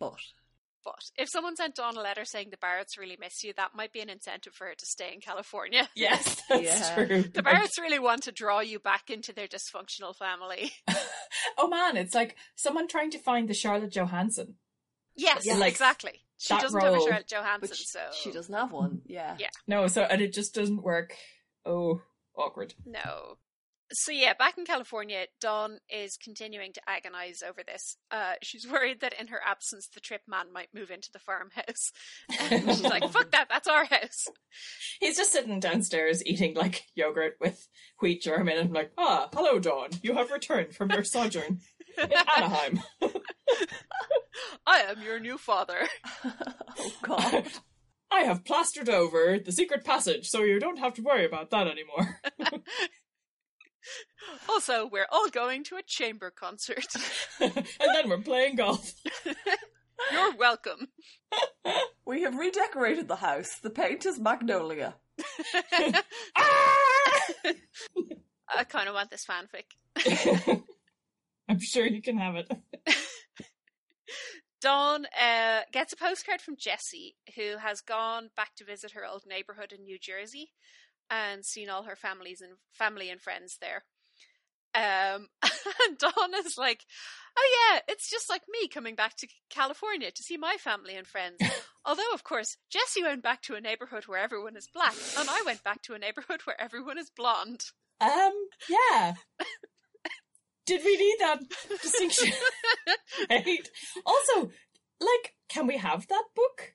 [SPEAKER 3] but
[SPEAKER 1] But if someone sent Dawn a letter saying the Barretts really miss you, that might be an incentive for her to stay in California.
[SPEAKER 2] yes, [LAUGHS] that's
[SPEAKER 3] Yeah.
[SPEAKER 2] true.
[SPEAKER 1] The Barretts really want to draw you back into their dysfunctional family. [LAUGHS]
[SPEAKER 2] oh man, it's like someone trying to find the Charlotte Johansson.
[SPEAKER 1] Yes,
[SPEAKER 2] Yeah, like,
[SPEAKER 1] exactly. She
[SPEAKER 2] that
[SPEAKER 1] doesn't have a
[SPEAKER 2] role,
[SPEAKER 1] Charlotte Johansson,
[SPEAKER 3] but she,
[SPEAKER 1] so
[SPEAKER 3] she doesn't have one. Yeah.
[SPEAKER 1] Yeah.
[SPEAKER 2] No, so and it just doesn't work. Oh, awkward.
[SPEAKER 1] no. So yeah, back in California, Dawn is continuing to agonize over this. Uh, she's [LAUGHS] worried that in her absence, the trip man might move into the
[SPEAKER 2] [LAUGHS]
[SPEAKER 1] farmhouse. And [LAUGHS] she's like, "Fuck that! That's our house."
[SPEAKER 2] He's just sitting downstairs eating like yogurt with wheat germ in it. I'm like, ah, hello, Dawn. You have returned from your sojourn.
[SPEAKER 1] [LAUGHS]
[SPEAKER 2] Anaheim.
[SPEAKER 1] I am your new father. [LAUGHS]
[SPEAKER 3] oh god.
[SPEAKER 2] I have plastered over the secret passage, so you don't have to worry about that anymore. [LAUGHS]
[SPEAKER 1] Also, we're all going to a chamber concert. [LAUGHS]
[SPEAKER 2] and then we're playing golf. [LAUGHS]
[SPEAKER 1] You're welcome.
[SPEAKER 3] We have redecorated the house. The paint is magnolia.
[SPEAKER 1] I kind of want this fanfic.
[SPEAKER 2] I'm sure you can have it.
[SPEAKER 1] Dawn uh, gets a postcard from Jessie, who has gone back to visit her old neighborhood in New Jersey and seen all her families and family and friends there. Um, [LAUGHS] and Dawn is like, "Oh yeah, it's just like me coming back to California to see my family and friends." Although, of course, Jessie went back to a neighborhood where everyone is black, and I went back to a neighborhood where everyone is blonde.
[SPEAKER 2] Um, yeah. Did we need that distinction? Right. Also, like, can we have that book?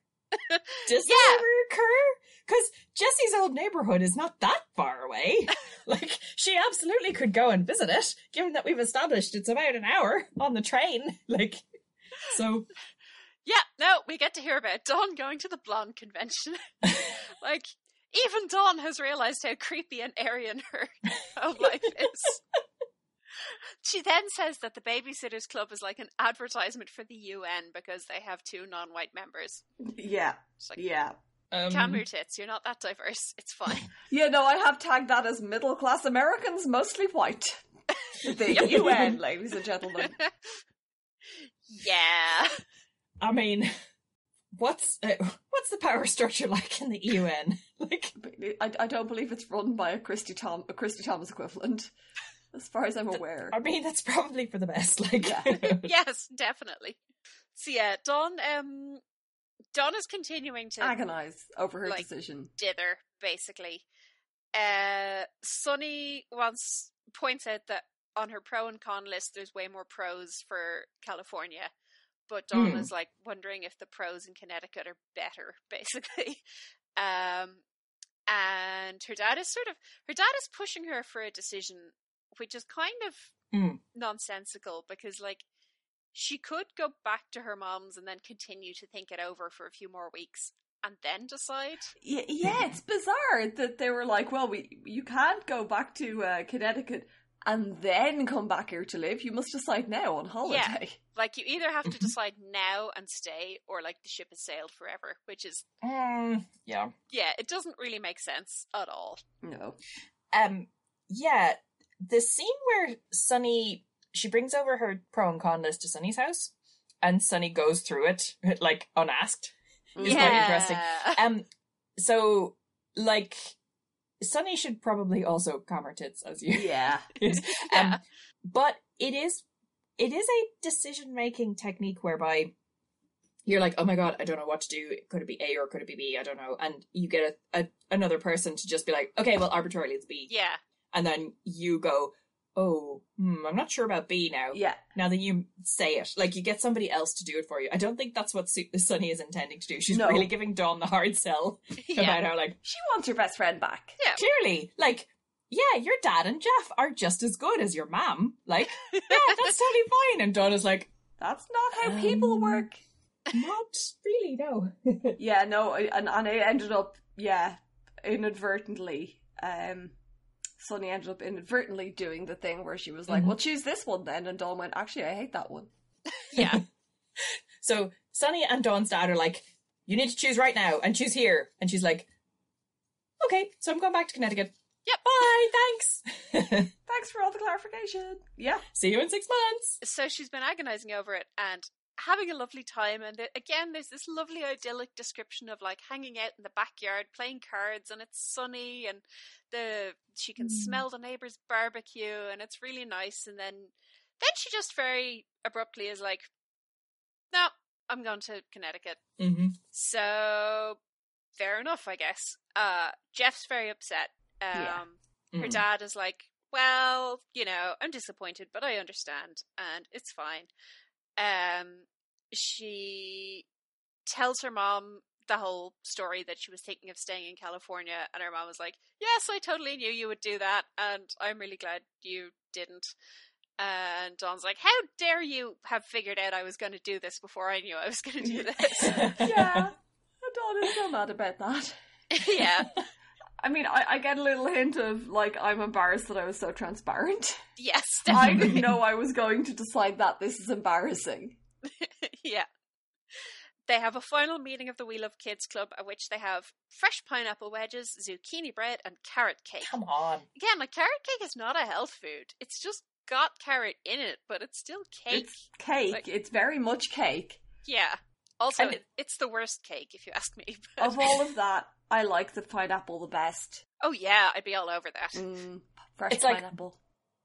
[SPEAKER 2] Does
[SPEAKER 1] Yeah.
[SPEAKER 2] that ever occur? Because Jessie's old neighborhood is not that far away. like, she absolutely could go and visit it, given that we've established it's about an hour on the train. [LAUGHS] Like, so
[SPEAKER 1] Yeah, no, we get to hear about Dawn going to the blonde convention. like, even Dawn has realized how creepy and Aryan her [LAUGHS] home life is. She then says that the Babysitters Club is like an advertisement for the UN because they have two non white members.
[SPEAKER 3] Yeah,
[SPEAKER 1] It's like,
[SPEAKER 3] yeah.
[SPEAKER 2] um,
[SPEAKER 1] calm your tits, you're not that diverse, it's fine.
[SPEAKER 3] Yeah, no, I have tagged that as middle class Americans, mostly
[SPEAKER 1] [LAUGHS]
[SPEAKER 3] white. The UN, ladies and gentlemen.
[SPEAKER 1] yeah. [LAUGHS]
[SPEAKER 2] I mean, what's uh, what's the power structure [LAUGHS] like in the UN? Like,
[SPEAKER 3] I, I don't believe it's run by a Christy Tom a Christy Thomas equivalent, as far as I'm aware.
[SPEAKER 2] [LAUGHS] I mean, that's probably for the best. [LAUGHS] Like,
[SPEAKER 3] Yeah.
[SPEAKER 1] Yes, definitely. So yeah, Dawn um Dawn is continuing to
[SPEAKER 3] Agonize over her
[SPEAKER 1] Like-
[SPEAKER 3] decision.
[SPEAKER 1] dither, basically. Uh, Sunny once points out that on her pro and con list, there's way more pros for California, but Dawn
[SPEAKER 2] Hmm.
[SPEAKER 1] is like wondering if the pros in Connecticut are better, [LAUGHS] basically. Um, and her dad is sort of her dad is pushing her for a decision, which is kind of
[SPEAKER 2] Hmm.
[SPEAKER 1] nonsensical because like she could go back to her mom's and then continue to think it over for a few more weeks and then decide.
[SPEAKER 3] Y-
[SPEAKER 1] [LAUGHS]
[SPEAKER 3] yeah, it's bizarre that they were like, well, we you can't go back to uh, Connecticut and then come back here to live. You must decide now on holiday.
[SPEAKER 1] Like you either have to
[SPEAKER 2] Mhm.
[SPEAKER 1] decide now and stay, or like the ship has sailed forever, which is
[SPEAKER 2] mm, yeah.
[SPEAKER 1] yeah, it doesn't really make sense at all.
[SPEAKER 3] [LAUGHS] No.
[SPEAKER 2] Um, yeah, the scene where Sunny she brings over her pro and con list to Sunny's house, and Sunny goes through it [LAUGHS] like unasked. It's quite interesting. Um, so like, Sunny should probably also calm her tits as you.
[SPEAKER 1] [LAUGHS]
[SPEAKER 3] Yeah.
[SPEAKER 2] [LAUGHS]
[SPEAKER 1] Yeah.
[SPEAKER 2] Um, but it is it is a decision making technique whereby you're like, oh my god, I don't know what to do. Could it be A or could it be B? I don't know. And you get a, a another person to just be like, okay, well, arbitrarily it's B,
[SPEAKER 1] yeah,
[SPEAKER 2] and then you go, oh, hmm, I'm not sure about B now.
[SPEAKER 3] Yeah.
[SPEAKER 2] Now that you say it, like you get somebody else to do it for you. I don't think that's what Su- Sunny is intending to do. She's
[SPEAKER 3] No.
[SPEAKER 2] really giving Dawn the hard sell [LAUGHS]
[SPEAKER 1] yeah,
[SPEAKER 2] about how like
[SPEAKER 3] She wants her best friend back.
[SPEAKER 2] clearly, like, yeah, your dad and Jeff are just as good as your mom. Like, yeah, that's totally fine. And Donna's like,
[SPEAKER 3] That's not how people
[SPEAKER 2] Um,
[SPEAKER 3] work.
[SPEAKER 2] not really, no.
[SPEAKER 3] Yeah, no, I- and and it ended up, yeah, inadvertently. Um, Sunny ended up inadvertently doing the thing where she was like,
[SPEAKER 2] Mhm.
[SPEAKER 3] "Well, choose this one then," and Dawn went, "Actually, I hate that one."
[SPEAKER 1] yeah,
[SPEAKER 2] [LAUGHS] So Sunny and Dawn's dad are like, you need to choose right now and choose here. And she's like, okay, so I'm going back to Connecticut.
[SPEAKER 1] Yep.
[SPEAKER 2] Bye, thanks. [LAUGHS]
[SPEAKER 3] Thanks for all the clarification. Yeah,
[SPEAKER 2] See you in six months.
[SPEAKER 1] So she's been agonizing over it and having a lovely time. And the- again, there's this lovely idyllic description of like hanging out in the backyard, playing cards, and it's sunny, and the she can
[SPEAKER 2] Mm.
[SPEAKER 1] smell the neighbor's barbecue, and it's really nice. And then, then she just very abruptly is like, "No, I'm going to Connecticut."
[SPEAKER 2] Mm-hmm.
[SPEAKER 1] So fair enough, I guess. Uh, Jeff's very upset. Um,
[SPEAKER 3] Yeah.
[SPEAKER 2] mm-hmm. Hmm.
[SPEAKER 1] Her dad is like, "Well, you know, I'm disappointed, but I understand, and it's fine." Um, she tells her mom the whole story that she was thinking of staying in California, and her mom was like, "Yes, I totally knew you would do that, and I'm really glad you didn't." And Don's like, How dare you have figured out I was going to do this before I knew I was going to do this? [LAUGHS]
[SPEAKER 2] [LAUGHS]
[SPEAKER 3] yeah. Don is so mad about that.
[SPEAKER 1] yeah,
[SPEAKER 3] I mean, I, I get a little hint of, like, I'm embarrassed that I was so transparent.
[SPEAKER 1] yes,
[SPEAKER 3] I didn't know I was going to decide that. This is embarrassing.
[SPEAKER 1] [LAUGHS] yeah. They have a final meeting of the We Love Kids Club at which they have fresh pineapple wedges, zucchini bread, and carrot cake.
[SPEAKER 2] Come on.
[SPEAKER 1] Again, like carrot cake is not a health food. It's just got carrot in it, but it's still cake.
[SPEAKER 3] It's cake.
[SPEAKER 1] Like-
[SPEAKER 3] it's very much
[SPEAKER 2] [LAUGHS]
[SPEAKER 3] cake.
[SPEAKER 1] Yeah. Also,
[SPEAKER 2] And-
[SPEAKER 1] it, it's the worst cake if you ask me. [LAUGHS] but-
[SPEAKER 2] Oh.
[SPEAKER 3] Of all of that, I like the pineapple the best.
[SPEAKER 1] oh yeah, I'd be all over that.
[SPEAKER 3] Mm, fresh
[SPEAKER 2] It's like-
[SPEAKER 3] pineapple.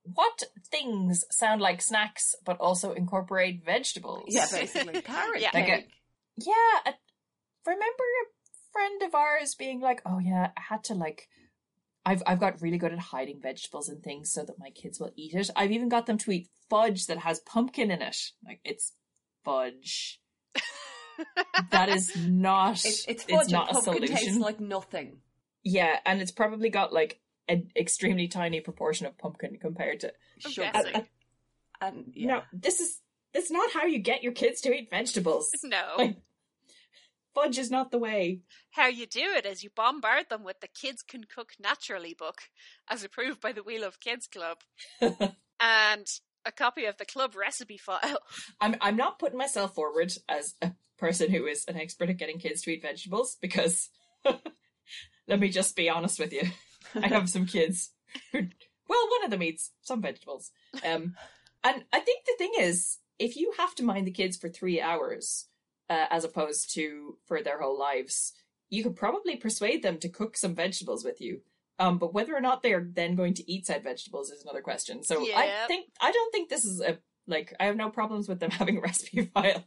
[SPEAKER 2] What things sound like snacks but also incorporate vegetables?
[SPEAKER 3] yeah,
[SPEAKER 1] [LAUGHS]
[SPEAKER 3] basically. Carrot
[SPEAKER 1] Yeah.
[SPEAKER 2] Like
[SPEAKER 3] cake.
[SPEAKER 2] a- Yeah, I remember a friend of ours being like, "Oh yeah, I had to like, I've I've got really good at hiding vegetables and things so that my kids will eat it. I've even got them to eat fudge that has pumpkin in it. Like it's
[SPEAKER 3] [LAUGHS]
[SPEAKER 2] fudge. that is not.
[SPEAKER 3] It, it's fudge
[SPEAKER 2] it's
[SPEAKER 3] and
[SPEAKER 2] not a
[SPEAKER 3] pumpkin tastes
[SPEAKER 2] solution.
[SPEAKER 3] like nothing.
[SPEAKER 2] yeah, and it's probably got like an extremely tiny proportion of pumpkin compared to.
[SPEAKER 1] I'm
[SPEAKER 3] Sugar. Uh,
[SPEAKER 1] guessing.
[SPEAKER 3] And yeah.
[SPEAKER 2] No, this is this is not how you get your kids to eat vegetables.
[SPEAKER 1] [LAUGHS] No.
[SPEAKER 2] Like fudge is not the way.
[SPEAKER 1] How you do it is you bombard them with the Kids Can Cook Naturally book, as approved by the We Love Kids Club,
[SPEAKER 2] [LAUGHS]
[SPEAKER 1] and a copy of the club recipe file.
[SPEAKER 2] I'm I'm not putting myself forward as a person who is an expert at getting kids to eat vegetables because [LAUGHS] let me just be honest with you. I have some kids who well, one of them eats some vegetables. Um and I think the thing is, if you have to mind the kids for three hours, uh, as opposed to for their whole lives, you could probably persuade them to cook some vegetables with you. Um, but whether or not they are then going to eat said vegetables is another question. So I
[SPEAKER 1] Yep.
[SPEAKER 2] think I don't think this is a like I have no problems with them [LAUGHS] having a recipe file.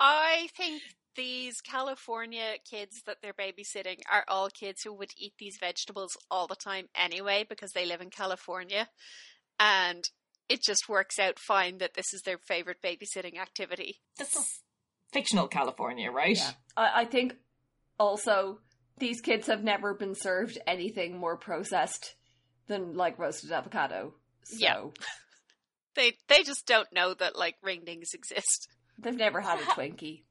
[SPEAKER 1] I think these California kids that they're babysitting are all kids who would eat these vegetables all the time anyway because they live in California. And it just works out fine that this is their favorite babysitting activity.
[SPEAKER 2] this is fictional California, right?
[SPEAKER 3] Yeah. I, I think also these kids have never been served anything more processed than like roasted avocado. So
[SPEAKER 1] Yeah. They they just don't know that like ringdings exist.
[SPEAKER 3] they've
[SPEAKER 1] [LAUGHS]
[SPEAKER 3] never had a Twinkie.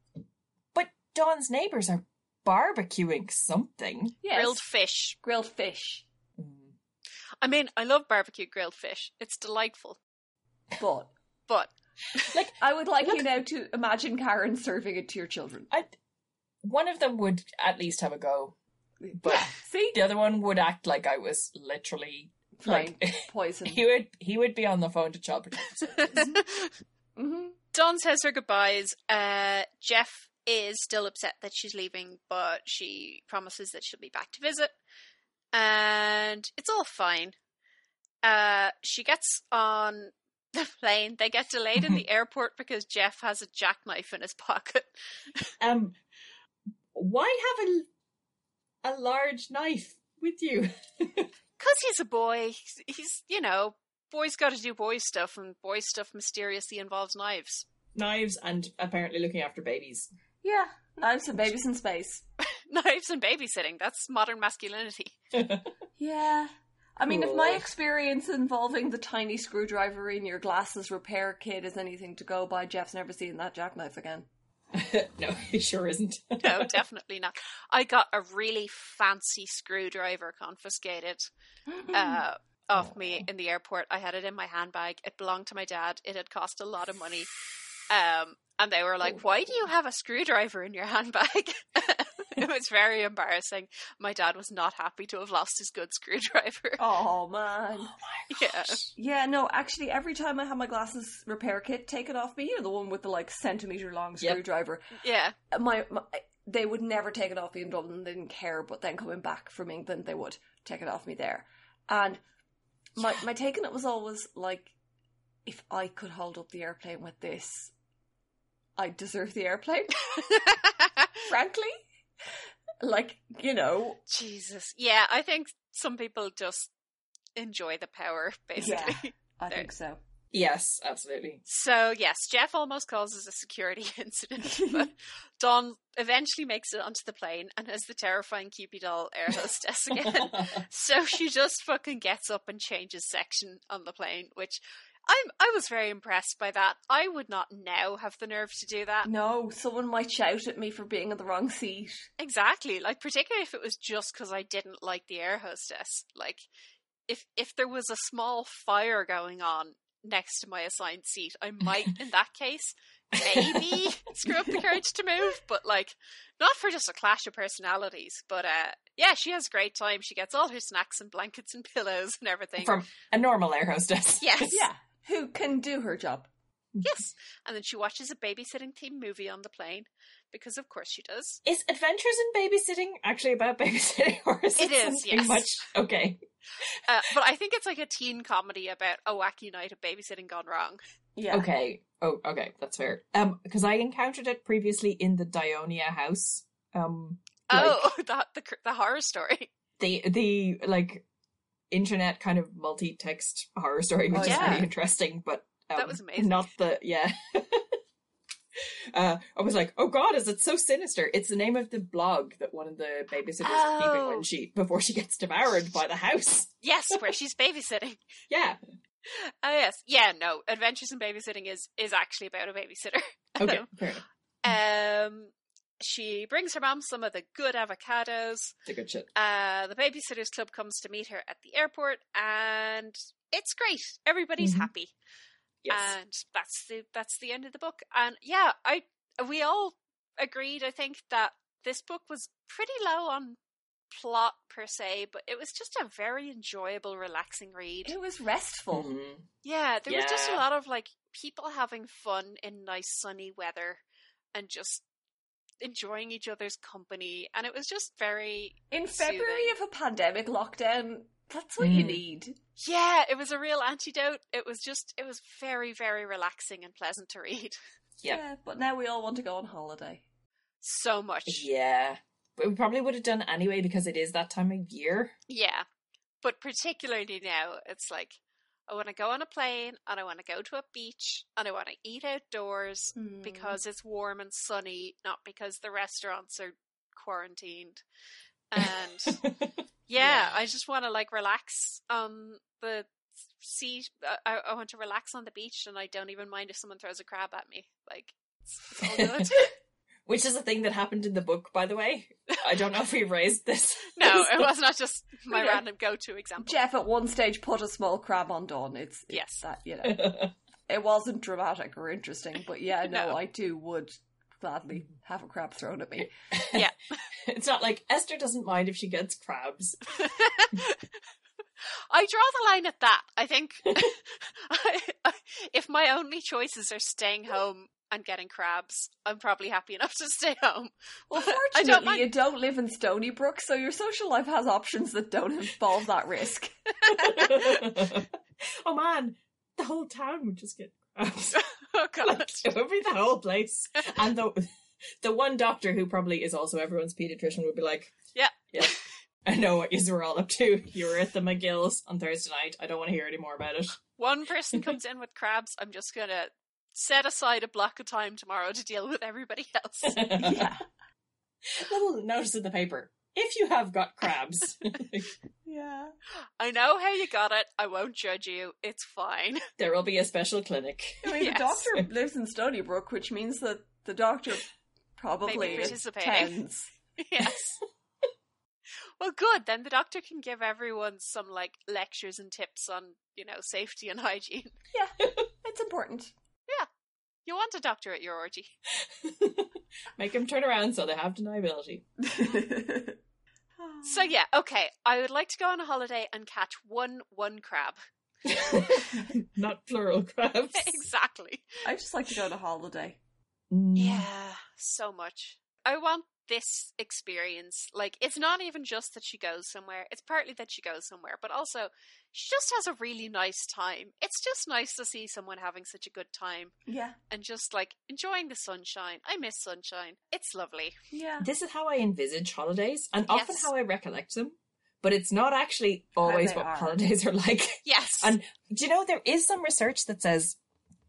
[SPEAKER 2] But Dawn's neighbors are barbecuing something.
[SPEAKER 3] Yes.
[SPEAKER 1] Grilled fish.
[SPEAKER 3] grilled fish.
[SPEAKER 1] Mm. I mean, I love barbecue grilled fish. It's delightful.
[SPEAKER 3] But
[SPEAKER 1] But
[SPEAKER 3] I would like you
[SPEAKER 2] Look-
[SPEAKER 3] now to imagine Karen serving it to your children.
[SPEAKER 2] I one of them would at least have a go. But
[SPEAKER 3] yeah, see?
[SPEAKER 2] the other one would act like I was literally
[SPEAKER 3] Fine.
[SPEAKER 2] like [LAUGHS]
[SPEAKER 3] Poison.
[SPEAKER 2] he would he would be on the phone to child protective services.
[SPEAKER 1] [LAUGHS]
[SPEAKER 3] hmm
[SPEAKER 1] Dawn says her goodbyes. Uh, Jeff is still upset that she's leaving, but she promises that she'll be back to visit. And it's all fine. Uh, she gets on [LAUGHS] the plane. They get delayed in the airport because Jeff has a jackknife in his pocket. [LAUGHS]
[SPEAKER 2] um why have a a large knife with you? [LAUGHS]
[SPEAKER 1] Because he's a boy. He's, he's, you know, boys got to do boy stuff, and boy stuff mysteriously involves knives. [LAUGHS]
[SPEAKER 2] Knives and apparently looking after babies. [LAUGHS]
[SPEAKER 3] Yeah. Knives and babies in space.
[SPEAKER 1] knives and babysitting. That's modern masculinity.
[SPEAKER 3] Yeah. I mean, if my
[SPEAKER 2] Cool.
[SPEAKER 3] experience involving the tiny screwdriver in your glasses repair kit is anything to go by, Jeff's never seen that jackknife again.
[SPEAKER 2] no, [LAUGHS] he
[SPEAKER 1] [LAUGHS]
[SPEAKER 2] sure isn't.
[SPEAKER 1] no, definitely not. I got a really fancy screwdriver confiscated uh, off me in the airport. I had it in my handbag. It belonged to my dad. It had cost a lot of money. Um, and they were like, Why do you have a screwdriver in your handbag? [LAUGHS] it was very embarrassing. My dad was not happy to have lost his good screwdriver.
[SPEAKER 3] Oh man.
[SPEAKER 1] [LAUGHS] yeah.
[SPEAKER 3] Yeah, no, actually every time I have my glasses repair kit taken off me, you know, the one with the like centimeter long screwdriver,
[SPEAKER 1] Yeah. [LAUGHS]
[SPEAKER 3] my, my they would never take it off me in Dublin. They didn't care, but then coming back from England, they would take it off me there. And my my taking it was always like, if I could hold up the airplane with this, I deserve the airplane. [LAUGHS] frankly, like you know,
[SPEAKER 1] Jesus. Yeah, I think some people just enjoy the power, basically.
[SPEAKER 3] I
[SPEAKER 1] There.
[SPEAKER 3] think so.
[SPEAKER 2] Yes, absolutely.
[SPEAKER 1] So yes, Jeff almost causes a security [LAUGHS] incident, but Don eventually makes it onto the plane and is the terrifying Cupid doll air hostess again. so she just fucking gets up and changes section on the plane, which I'm I was very impressed by that. I would not now have the nerve to do that.
[SPEAKER 3] Uh, No, someone might shout at me for being in the wrong seat.
[SPEAKER 1] Exactly. Like particularly if it was just cuz I didn't like the air hostess. Like if if there was a small fire going on next to my assigned seat, I might in that case maybe screw up the courage to move, but like not for just a clash of personalities, but uh yeah, she has a great time. She gets all her snacks and blankets and pillows and everything.
[SPEAKER 2] [LAUGHS] From a normal air hostess.
[SPEAKER 1] yes.
[SPEAKER 2] [LAUGHS]
[SPEAKER 3] Yeah, who can do her job?
[SPEAKER 1] Yes. And then she watches a babysitting themed movie on the plane because of course she does.
[SPEAKER 2] Is Adventures in Babysitting actually about [LAUGHS] babysitting, or is
[SPEAKER 1] It
[SPEAKER 2] it,
[SPEAKER 1] is,
[SPEAKER 2] something
[SPEAKER 1] yes. [LAUGHS]
[SPEAKER 2] much? Okay,
[SPEAKER 1] Uh, but I think it's like a teen comedy about a wacky night of babysitting gone wrong.
[SPEAKER 3] Yeah.
[SPEAKER 2] okay, oh, okay, that's fair. Um, because I encountered it previously in the Dionia house. Um, like,
[SPEAKER 1] oh, [LAUGHS] that the cr- the horror story. [LAUGHS]
[SPEAKER 2] the the like internet kind of multi text horror story, which
[SPEAKER 3] Oh,
[SPEAKER 2] is
[SPEAKER 1] yeah.
[SPEAKER 2] really interesting, but um,
[SPEAKER 1] That was amazing.
[SPEAKER 2] Not the yeah. [LAUGHS] Uh, I was like, "Oh God, is it so sinister?" It's the name of the blog that one of the babysitters is keeping
[SPEAKER 1] Oh.
[SPEAKER 2] when she before she gets devoured by the house.
[SPEAKER 1] Yes, where she's babysitting. [LAUGHS]
[SPEAKER 2] Yeah,
[SPEAKER 1] Oh yes, yeah. No, Adventures in Babysitting is is actually about a babysitter. [LAUGHS]
[SPEAKER 2] okay, fair enough.
[SPEAKER 1] Um, she brings her mom some of the good avocados.
[SPEAKER 2] It's a good shit.
[SPEAKER 1] Uh, the babysitters club comes to meet her at the airport, and it's great. Everybody's
[SPEAKER 2] Mhm.
[SPEAKER 1] happy.
[SPEAKER 2] Yes.
[SPEAKER 1] and that's the that's the end of the book and yeah i we all agreed i think that this book was pretty low on plot per se but it was just a very enjoyable relaxing read
[SPEAKER 3] It was restful.
[SPEAKER 2] Mhm.
[SPEAKER 1] yeah there was just a
[SPEAKER 2] Yeah.
[SPEAKER 1] lot of like people having fun in nice sunny weather and just enjoying each other's company and it was just very
[SPEAKER 3] In February of a pandemic lockdown, that's what you
[SPEAKER 2] Mm.
[SPEAKER 3] need.
[SPEAKER 1] yeah it was a real antidote it was just it was very very relaxing and pleasant to read [LAUGHS]
[SPEAKER 2] Yeah.
[SPEAKER 3] But now we all want to go on holiday.
[SPEAKER 1] so much
[SPEAKER 2] Yeah. But we probably would have done anyway because it is that time of year. [LAUGHS]
[SPEAKER 1] Yeah. But particularly now, it's like, I want to go on a plane and I want to go to a beach and I want to eat outdoors
[SPEAKER 3] Mm.
[SPEAKER 1] because it's warm and sunny, not because the restaurants are quarantined.
[SPEAKER 3] [LAUGHS]
[SPEAKER 1] And yeah,
[SPEAKER 3] Yeah.
[SPEAKER 1] I just want to like relax on the sea. uh, I, I want to relax on the beach and I don't even mind if someone throws a crab at me. Like, it's, it's all good.
[SPEAKER 3] [LAUGHS]
[SPEAKER 1] [LAUGHS]
[SPEAKER 2] Which is a thing that happened in the book, by the way. I don't know if we raised this.
[SPEAKER 1] [LAUGHS] no, it was not just my
[SPEAKER 3] Yeah.
[SPEAKER 1] random go to example.
[SPEAKER 3] Jeff at one stage put a small crab on Dawn. It's, it's
[SPEAKER 1] Yes.
[SPEAKER 3] that you know [LAUGHS] it wasn't dramatic or interesting,
[SPEAKER 1] [LAUGHS]
[SPEAKER 3] but yeah, no,
[SPEAKER 1] No.
[SPEAKER 3] I too would gladly have a crab thrown
[SPEAKER 1] [LAUGHS]
[SPEAKER 3] at me.
[SPEAKER 2] [LAUGHS] it's not like Esther doesn't mind if she
[SPEAKER 1] [LAUGHS]
[SPEAKER 2] gets crabs.
[SPEAKER 1] I draw the line at that. I think [LAUGHS] if my only choices are staying home and getting crabs, I'm probably happy enough to stay home. [LAUGHS]
[SPEAKER 3] Well,
[SPEAKER 1] I
[SPEAKER 3] fortunately,
[SPEAKER 1] don't mind.
[SPEAKER 3] you don't live in Stony Brook, so your social life has options that don't involve that risk. [LAUGHS]
[SPEAKER 2] oh man, the whole town would just get crabs. [LAUGHS]
[SPEAKER 1] Oh god.
[SPEAKER 2] it would be the whole place. And the the one doctor who probably is also everyone's pediatrician would be like,
[SPEAKER 1] Yeah.
[SPEAKER 2] Yeah. I know what you were all up to. You were at the McGill's on Thursday night. I don't want to hear any more about it.
[SPEAKER 1] One person comes in with crabs, I'm just gonna set aside a block of time tomorrow to deal with everybody [LAUGHS]
[SPEAKER 2] [LAUGHS]
[SPEAKER 1] else.
[SPEAKER 3] yeah,
[SPEAKER 2] Little notice in the paper. If you have
[SPEAKER 1] [LAUGHS]
[SPEAKER 2] got crabs,
[SPEAKER 3] yeah.
[SPEAKER 1] I know how you got it. I won't judge you. It's fine. [LAUGHS]
[SPEAKER 2] there will be a special clinic. [LAUGHS]
[SPEAKER 3] I mean,
[SPEAKER 1] Yes.
[SPEAKER 3] the
[SPEAKER 1] [LAUGHS]
[SPEAKER 3] doctor lives in Stony Brook, which means that the doctor probably
[SPEAKER 1] Maybe participating.
[SPEAKER 3] attends.
[SPEAKER 1] Yes. Well, good. Then the doctor can give everyone some like lectures and tips on, you know, safety and [LAUGHS] hygiene.
[SPEAKER 3] It's important. [LAUGHS]
[SPEAKER 1] You want a doctor at your orgy.
[SPEAKER 2] Make them turn around so they have deniability. [LAUGHS]
[SPEAKER 1] So yeah, okay. I would like to go on a holiday and catch one one crab. [LAUGHS]
[SPEAKER 2] Not plural crabs.
[SPEAKER 1] exactly.
[SPEAKER 3] I just like to go on a holiday.
[SPEAKER 2] Mm.
[SPEAKER 1] Yeah, so much. I want this experience. Like it's not even just that she goes somewhere. It's partly that she goes somewhere, but also she just has a really nice time. It's just nice to see someone having such a good time
[SPEAKER 3] Yeah,
[SPEAKER 1] and just like enjoying the sunshine. I miss sunshine. It's lovely.
[SPEAKER 3] yeah.
[SPEAKER 2] This is how I envisage holidays and often
[SPEAKER 1] Yes.
[SPEAKER 2] how I recollect them, but it's not actually always
[SPEAKER 3] they
[SPEAKER 2] what
[SPEAKER 3] are.
[SPEAKER 2] holidays are like. [LAUGHS]
[SPEAKER 1] Yes.
[SPEAKER 2] And- Do you know there is some research that says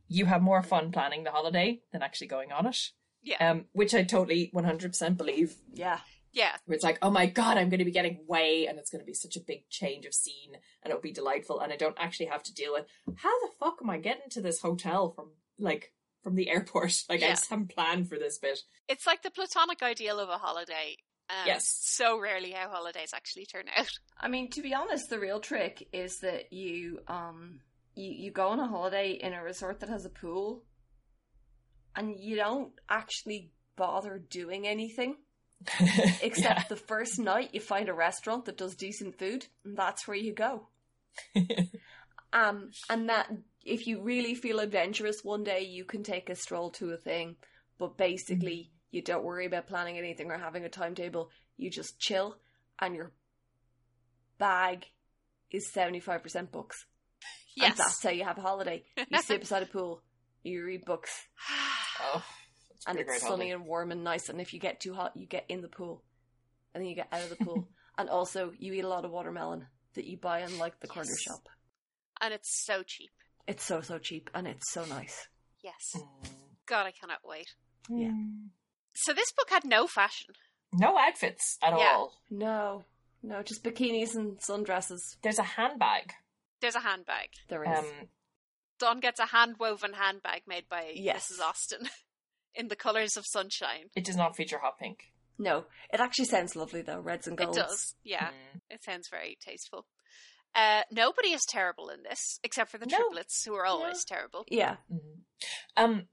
[SPEAKER 2] you have more fun planning the holiday than actually going on it?
[SPEAKER 1] yeah.
[SPEAKER 2] Um, which I totally 100% believe.
[SPEAKER 3] Yeah.
[SPEAKER 1] Yeah.
[SPEAKER 2] where it's like, oh my god, I'm going to be getting way, and it's going to be such a big change of scene, and it'll be delightful, and I don't actually have to deal with how the fuck am I getting to this hotel from like from the airport? [LAUGHS] Like I
[SPEAKER 1] Yeah.
[SPEAKER 2] just haven't planned for this bit. [LAUGHS]
[SPEAKER 1] It's like the platonic ideal of a holiday. And
[SPEAKER 2] Yes.
[SPEAKER 1] So rarely how holidays actually turn out. [LAUGHS]
[SPEAKER 3] I mean, to be honest, the real trick is that you um you, you go on a holiday in a resort that has a pool and you don't actually bother doing anything except the first night you find a restaurant that does decent food and that's where you go. um and that if you really feel adventurous one day you can take a stroll to a thing, but basically
[SPEAKER 1] Mm-hmm.
[SPEAKER 3] you don't worry about planning anything or having a timetable. You just chill and you're bag is 75% books. And
[SPEAKER 1] Yes. [SIGHS]
[SPEAKER 3] [SIGHS] that's how you have a holiday.
[SPEAKER 1] [LAUGHS]
[SPEAKER 3] You sit beside a pool, you read books,
[SPEAKER 2] [LAUGHS] oh, it's
[SPEAKER 3] and
[SPEAKER 2] pretty great
[SPEAKER 3] it's sunny
[SPEAKER 2] holiday.
[SPEAKER 3] and warm and nice. And if you get too hot, you get in the pool. And then you get out of the
[SPEAKER 1] [LAUGHS]
[SPEAKER 3] pool. and also, you eat a lot of watermelon that you buy in like the corner
[SPEAKER 1] Yes.
[SPEAKER 3] shop.
[SPEAKER 1] and it's so cheap.
[SPEAKER 3] It's so, so cheap and it's so nice.
[SPEAKER 1] Yes.
[SPEAKER 2] Hmm.
[SPEAKER 1] God, I cannot wait.
[SPEAKER 2] Mm.
[SPEAKER 3] Mm. Yeah.
[SPEAKER 1] So this book had no fashion.
[SPEAKER 2] No outfits at
[SPEAKER 1] Yeah.
[SPEAKER 2] all.
[SPEAKER 3] No, no, just bikinis and sundresses.
[SPEAKER 2] There's a handbag.
[SPEAKER 1] There's a handbag.
[SPEAKER 3] There is.
[SPEAKER 2] Um,
[SPEAKER 1] Don gets a hand woven handbag made by
[SPEAKER 3] Yes.
[SPEAKER 1] Mrs. Austin [LAUGHS] in the colours of sunshine.
[SPEAKER 2] it does not feature hot pink.
[SPEAKER 3] no, it actually sounds lovely though, reds and golds.
[SPEAKER 1] It does. Yeah.
[SPEAKER 2] Mm.
[SPEAKER 1] It sounds very tasteful. Uh, nobody is terrible in this, except for the
[SPEAKER 2] No.
[SPEAKER 1] triplets, who are always terrible.
[SPEAKER 3] Yeah.
[SPEAKER 2] Mhm. Um,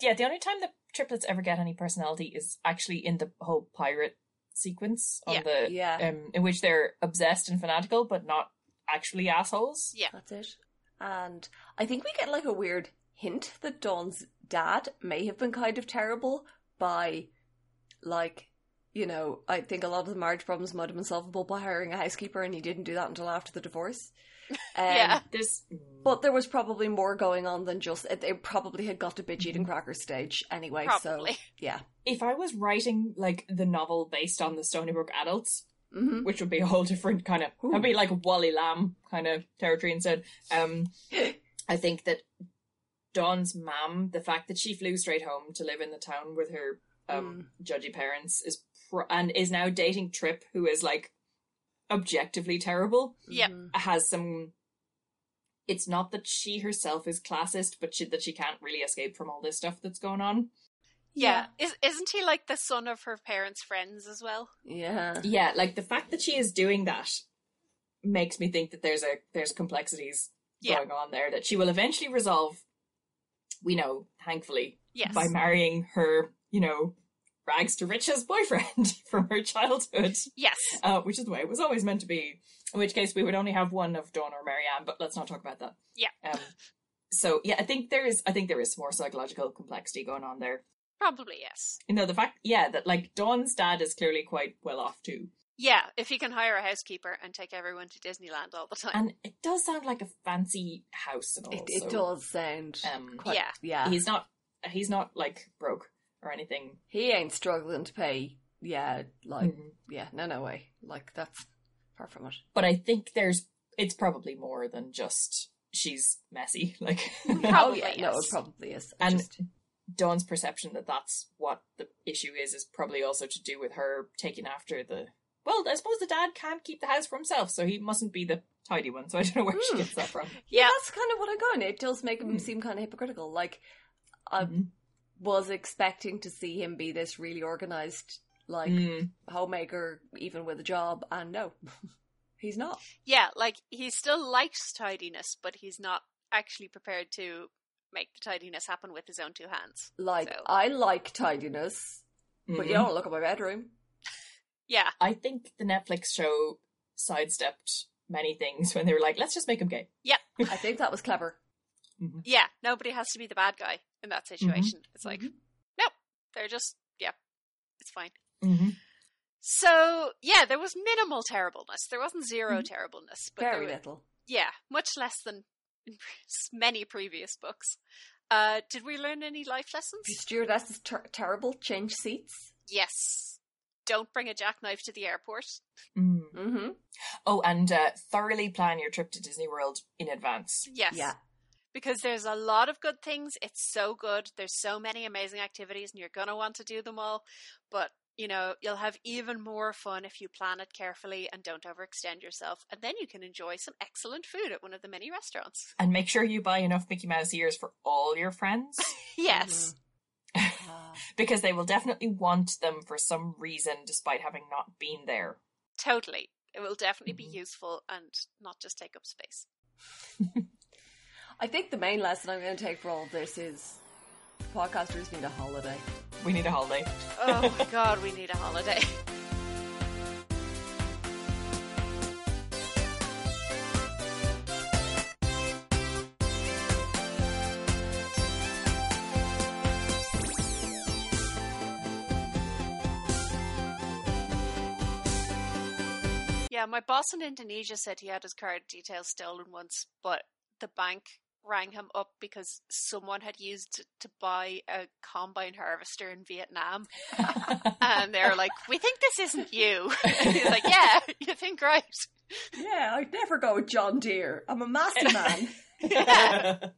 [SPEAKER 2] yeah, the only time the triplets ever get any personality is actually in the whole pirate sequence on
[SPEAKER 1] Yeah.
[SPEAKER 2] the
[SPEAKER 3] Yeah.
[SPEAKER 1] uh,
[SPEAKER 2] um, in which they're obsessed and fanatical, but not actually assholes.
[SPEAKER 1] Yeah.
[SPEAKER 3] That's it. And I think we get like a weird hint that Dawn's dad may have been kind of terrible by, like, you know, I think a lot of the marriage problems might have been solvable by hiring a housekeeper, and he didn't do that until after the
[SPEAKER 1] [LAUGHS]
[SPEAKER 3] divorce. Um,
[SPEAKER 1] Yeah.
[SPEAKER 2] There's
[SPEAKER 3] But there was probably more going on than just it- they probably had got to bitch eating crackers stage anyway. So
[SPEAKER 1] Mm-hmm. Probably.
[SPEAKER 3] yeah,
[SPEAKER 2] if I was writing like the novel based on the Stony Brook adults,
[SPEAKER 3] hmm
[SPEAKER 2] which would be a whole different kind of
[SPEAKER 3] Ooh.
[SPEAKER 2] that'd be like Wally Lamb kind of territory instead. Um, I think that Dawn's mom, the fact that she flew straight home to live in the town with her um, judgy parents, is pro- and is now dating Trip, who is like objectively terrible,
[SPEAKER 1] Yep.
[SPEAKER 3] Mm-hmm.
[SPEAKER 2] has some. It's not that she herself is classist, but she, that she can't really escape from all this stuff that's going on.
[SPEAKER 1] Yeah. Is, isn't he like the son of her parents' friends as well?
[SPEAKER 3] yeah,
[SPEAKER 2] Yeah, like the fact that she is doing that makes me think that there's a there's complexities
[SPEAKER 1] Yeah.
[SPEAKER 2] going on there that she will eventually resolve. We know, thankfully,
[SPEAKER 1] Yes.
[SPEAKER 2] by marrying her, you know, rags to riches [LAUGHS] boyfriend from her childhood,
[SPEAKER 1] Yes.
[SPEAKER 2] uh, which is the way it was always meant to be. In which case, we would only have one of Dawn or Marianne, but let's not talk about that.
[SPEAKER 1] Yeah.
[SPEAKER 2] Um, so yeah, I think there is. I think there is some more psychological complexity going on there.
[SPEAKER 1] Probably yes.
[SPEAKER 2] You know, the fact, yeah, that like Dawn's dad is clearly quite well off too,
[SPEAKER 1] Yeah, if you can hire a housekeeper and take everyone to Disneyland all the time.
[SPEAKER 2] and it does sound like a fancy house and all.
[SPEAKER 3] it, it
[SPEAKER 2] so,
[SPEAKER 3] does sound
[SPEAKER 2] Um,
[SPEAKER 3] quite
[SPEAKER 1] Yeah.
[SPEAKER 3] yeah.
[SPEAKER 2] he's not. He's not like broke or anything. Mm-hmm.
[SPEAKER 3] He ain't struggling to pay. Yeah, like
[SPEAKER 1] Mm.
[SPEAKER 3] yeah, no, no way. Like that's far from it.
[SPEAKER 2] but I think there's it's probably more than just she's messy. [LAUGHS] Like
[SPEAKER 1] Probably
[SPEAKER 3] oh yeah, no, it
[SPEAKER 1] is.
[SPEAKER 3] probably is. It
[SPEAKER 2] And-
[SPEAKER 3] just-
[SPEAKER 2] Dawn's perception that that's what the issue is is probably also to do with her taking after the. Well, I suppose the dad can't keep the house for himself, so he mustn't be the tidy one. [LAUGHS] So I don't know where she
[SPEAKER 3] Hmm.
[SPEAKER 2] gets that from.
[SPEAKER 3] yeah,
[SPEAKER 1] yeah.
[SPEAKER 3] that's kind of what I'm going. It does make him
[SPEAKER 1] Mm.
[SPEAKER 2] Hmm.
[SPEAKER 3] seem kind of hypocritical. Like I
[SPEAKER 1] Mm-hmm.
[SPEAKER 2] Mhm.
[SPEAKER 3] was expecting to see him be this really organized, like
[SPEAKER 2] Mm.
[SPEAKER 3] homemaker, even with a job, and no, [LAUGHS] he's not.
[SPEAKER 1] Yeah, like he still likes tidiness, but he's not actually prepared to make the tidiness happen with his own two hands.
[SPEAKER 3] Like
[SPEAKER 1] So- Mm-hmm.
[SPEAKER 3] I like tidiness, but you
[SPEAKER 2] Mhm.
[SPEAKER 3] don't look at my bedroom.
[SPEAKER 1] Yeah,
[SPEAKER 2] I think the Netflix show sidestepped many things when they were like, "Let's just make him gay."
[SPEAKER 3] I think that was clever.
[SPEAKER 1] yeah. Nobody has to be the bad guy in that
[SPEAKER 3] Mm-hmm,
[SPEAKER 1] situation. It's like they're just yeah, it's fine.
[SPEAKER 2] Mm-hmm.
[SPEAKER 1] So yeah, there was minimal terribleness. There wasn't 0
[SPEAKER 2] Mhm.
[SPEAKER 1] terribleness, but
[SPEAKER 3] Mm-hmm. very
[SPEAKER 1] there was,
[SPEAKER 3] little.
[SPEAKER 1] yeah, much less than in pre- many previous books. Uh, did we learn any life
[SPEAKER 3] Your
[SPEAKER 1] lessons?
[SPEAKER 3] stewardess is ter- terrible. Change seats.
[SPEAKER 1] Yes. Don't bring a jackknife to the airport.
[SPEAKER 3] Mm-hmm.
[SPEAKER 2] Oh, and uh, thoroughly plan your trip to Disney World in advance.
[SPEAKER 1] Yes.
[SPEAKER 3] Yeah.
[SPEAKER 1] because there's a lot of good things. It's so good. There's so many amazing activities, and you're going to want to do them all. But You know, you'll have even more fun if you plan it carefully and don't overextend yourself. And then you can enjoy some excellent food at one of the many restaurants. [LAUGHS]
[SPEAKER 2] And make sure you buy enough Mickey Mouse ears for all your friends
[SPEAKER 1] Yes.
[SPEAKER 3] Mm-hmm. Uh,
[SPEAKER 2] because they will definitely want them for some reason despite having not been there.
[SPEAKER 1] Totally. It will definitely
[SPEAKER 3] Mhm.
[SPEAKER 1] be useful and not just take up space.
[SPEAKER 3] I think the main lesson I'm going to take for all of this is podcasters need a holiday.
[SPEAKER 2] We need a holiday. [LAUGHS]
[SPEAKER 1] Oh my god, we need a holiday. Yeah, my boss in Indonesia said he had his card details stolen once, but the bank rang him up because someone had used it to buy a combine harvester in Vietnam. [LAUGHS] And they're like, "We think this isn't you." [LAUGHS] And he's like, "Yeah, [LAUGHS] you think right."
[SPEAKER 3] [LAUGHS] Yeah, I'd never go with John Deere. I'm a massive man.
[SPEAKER 1] Yeah.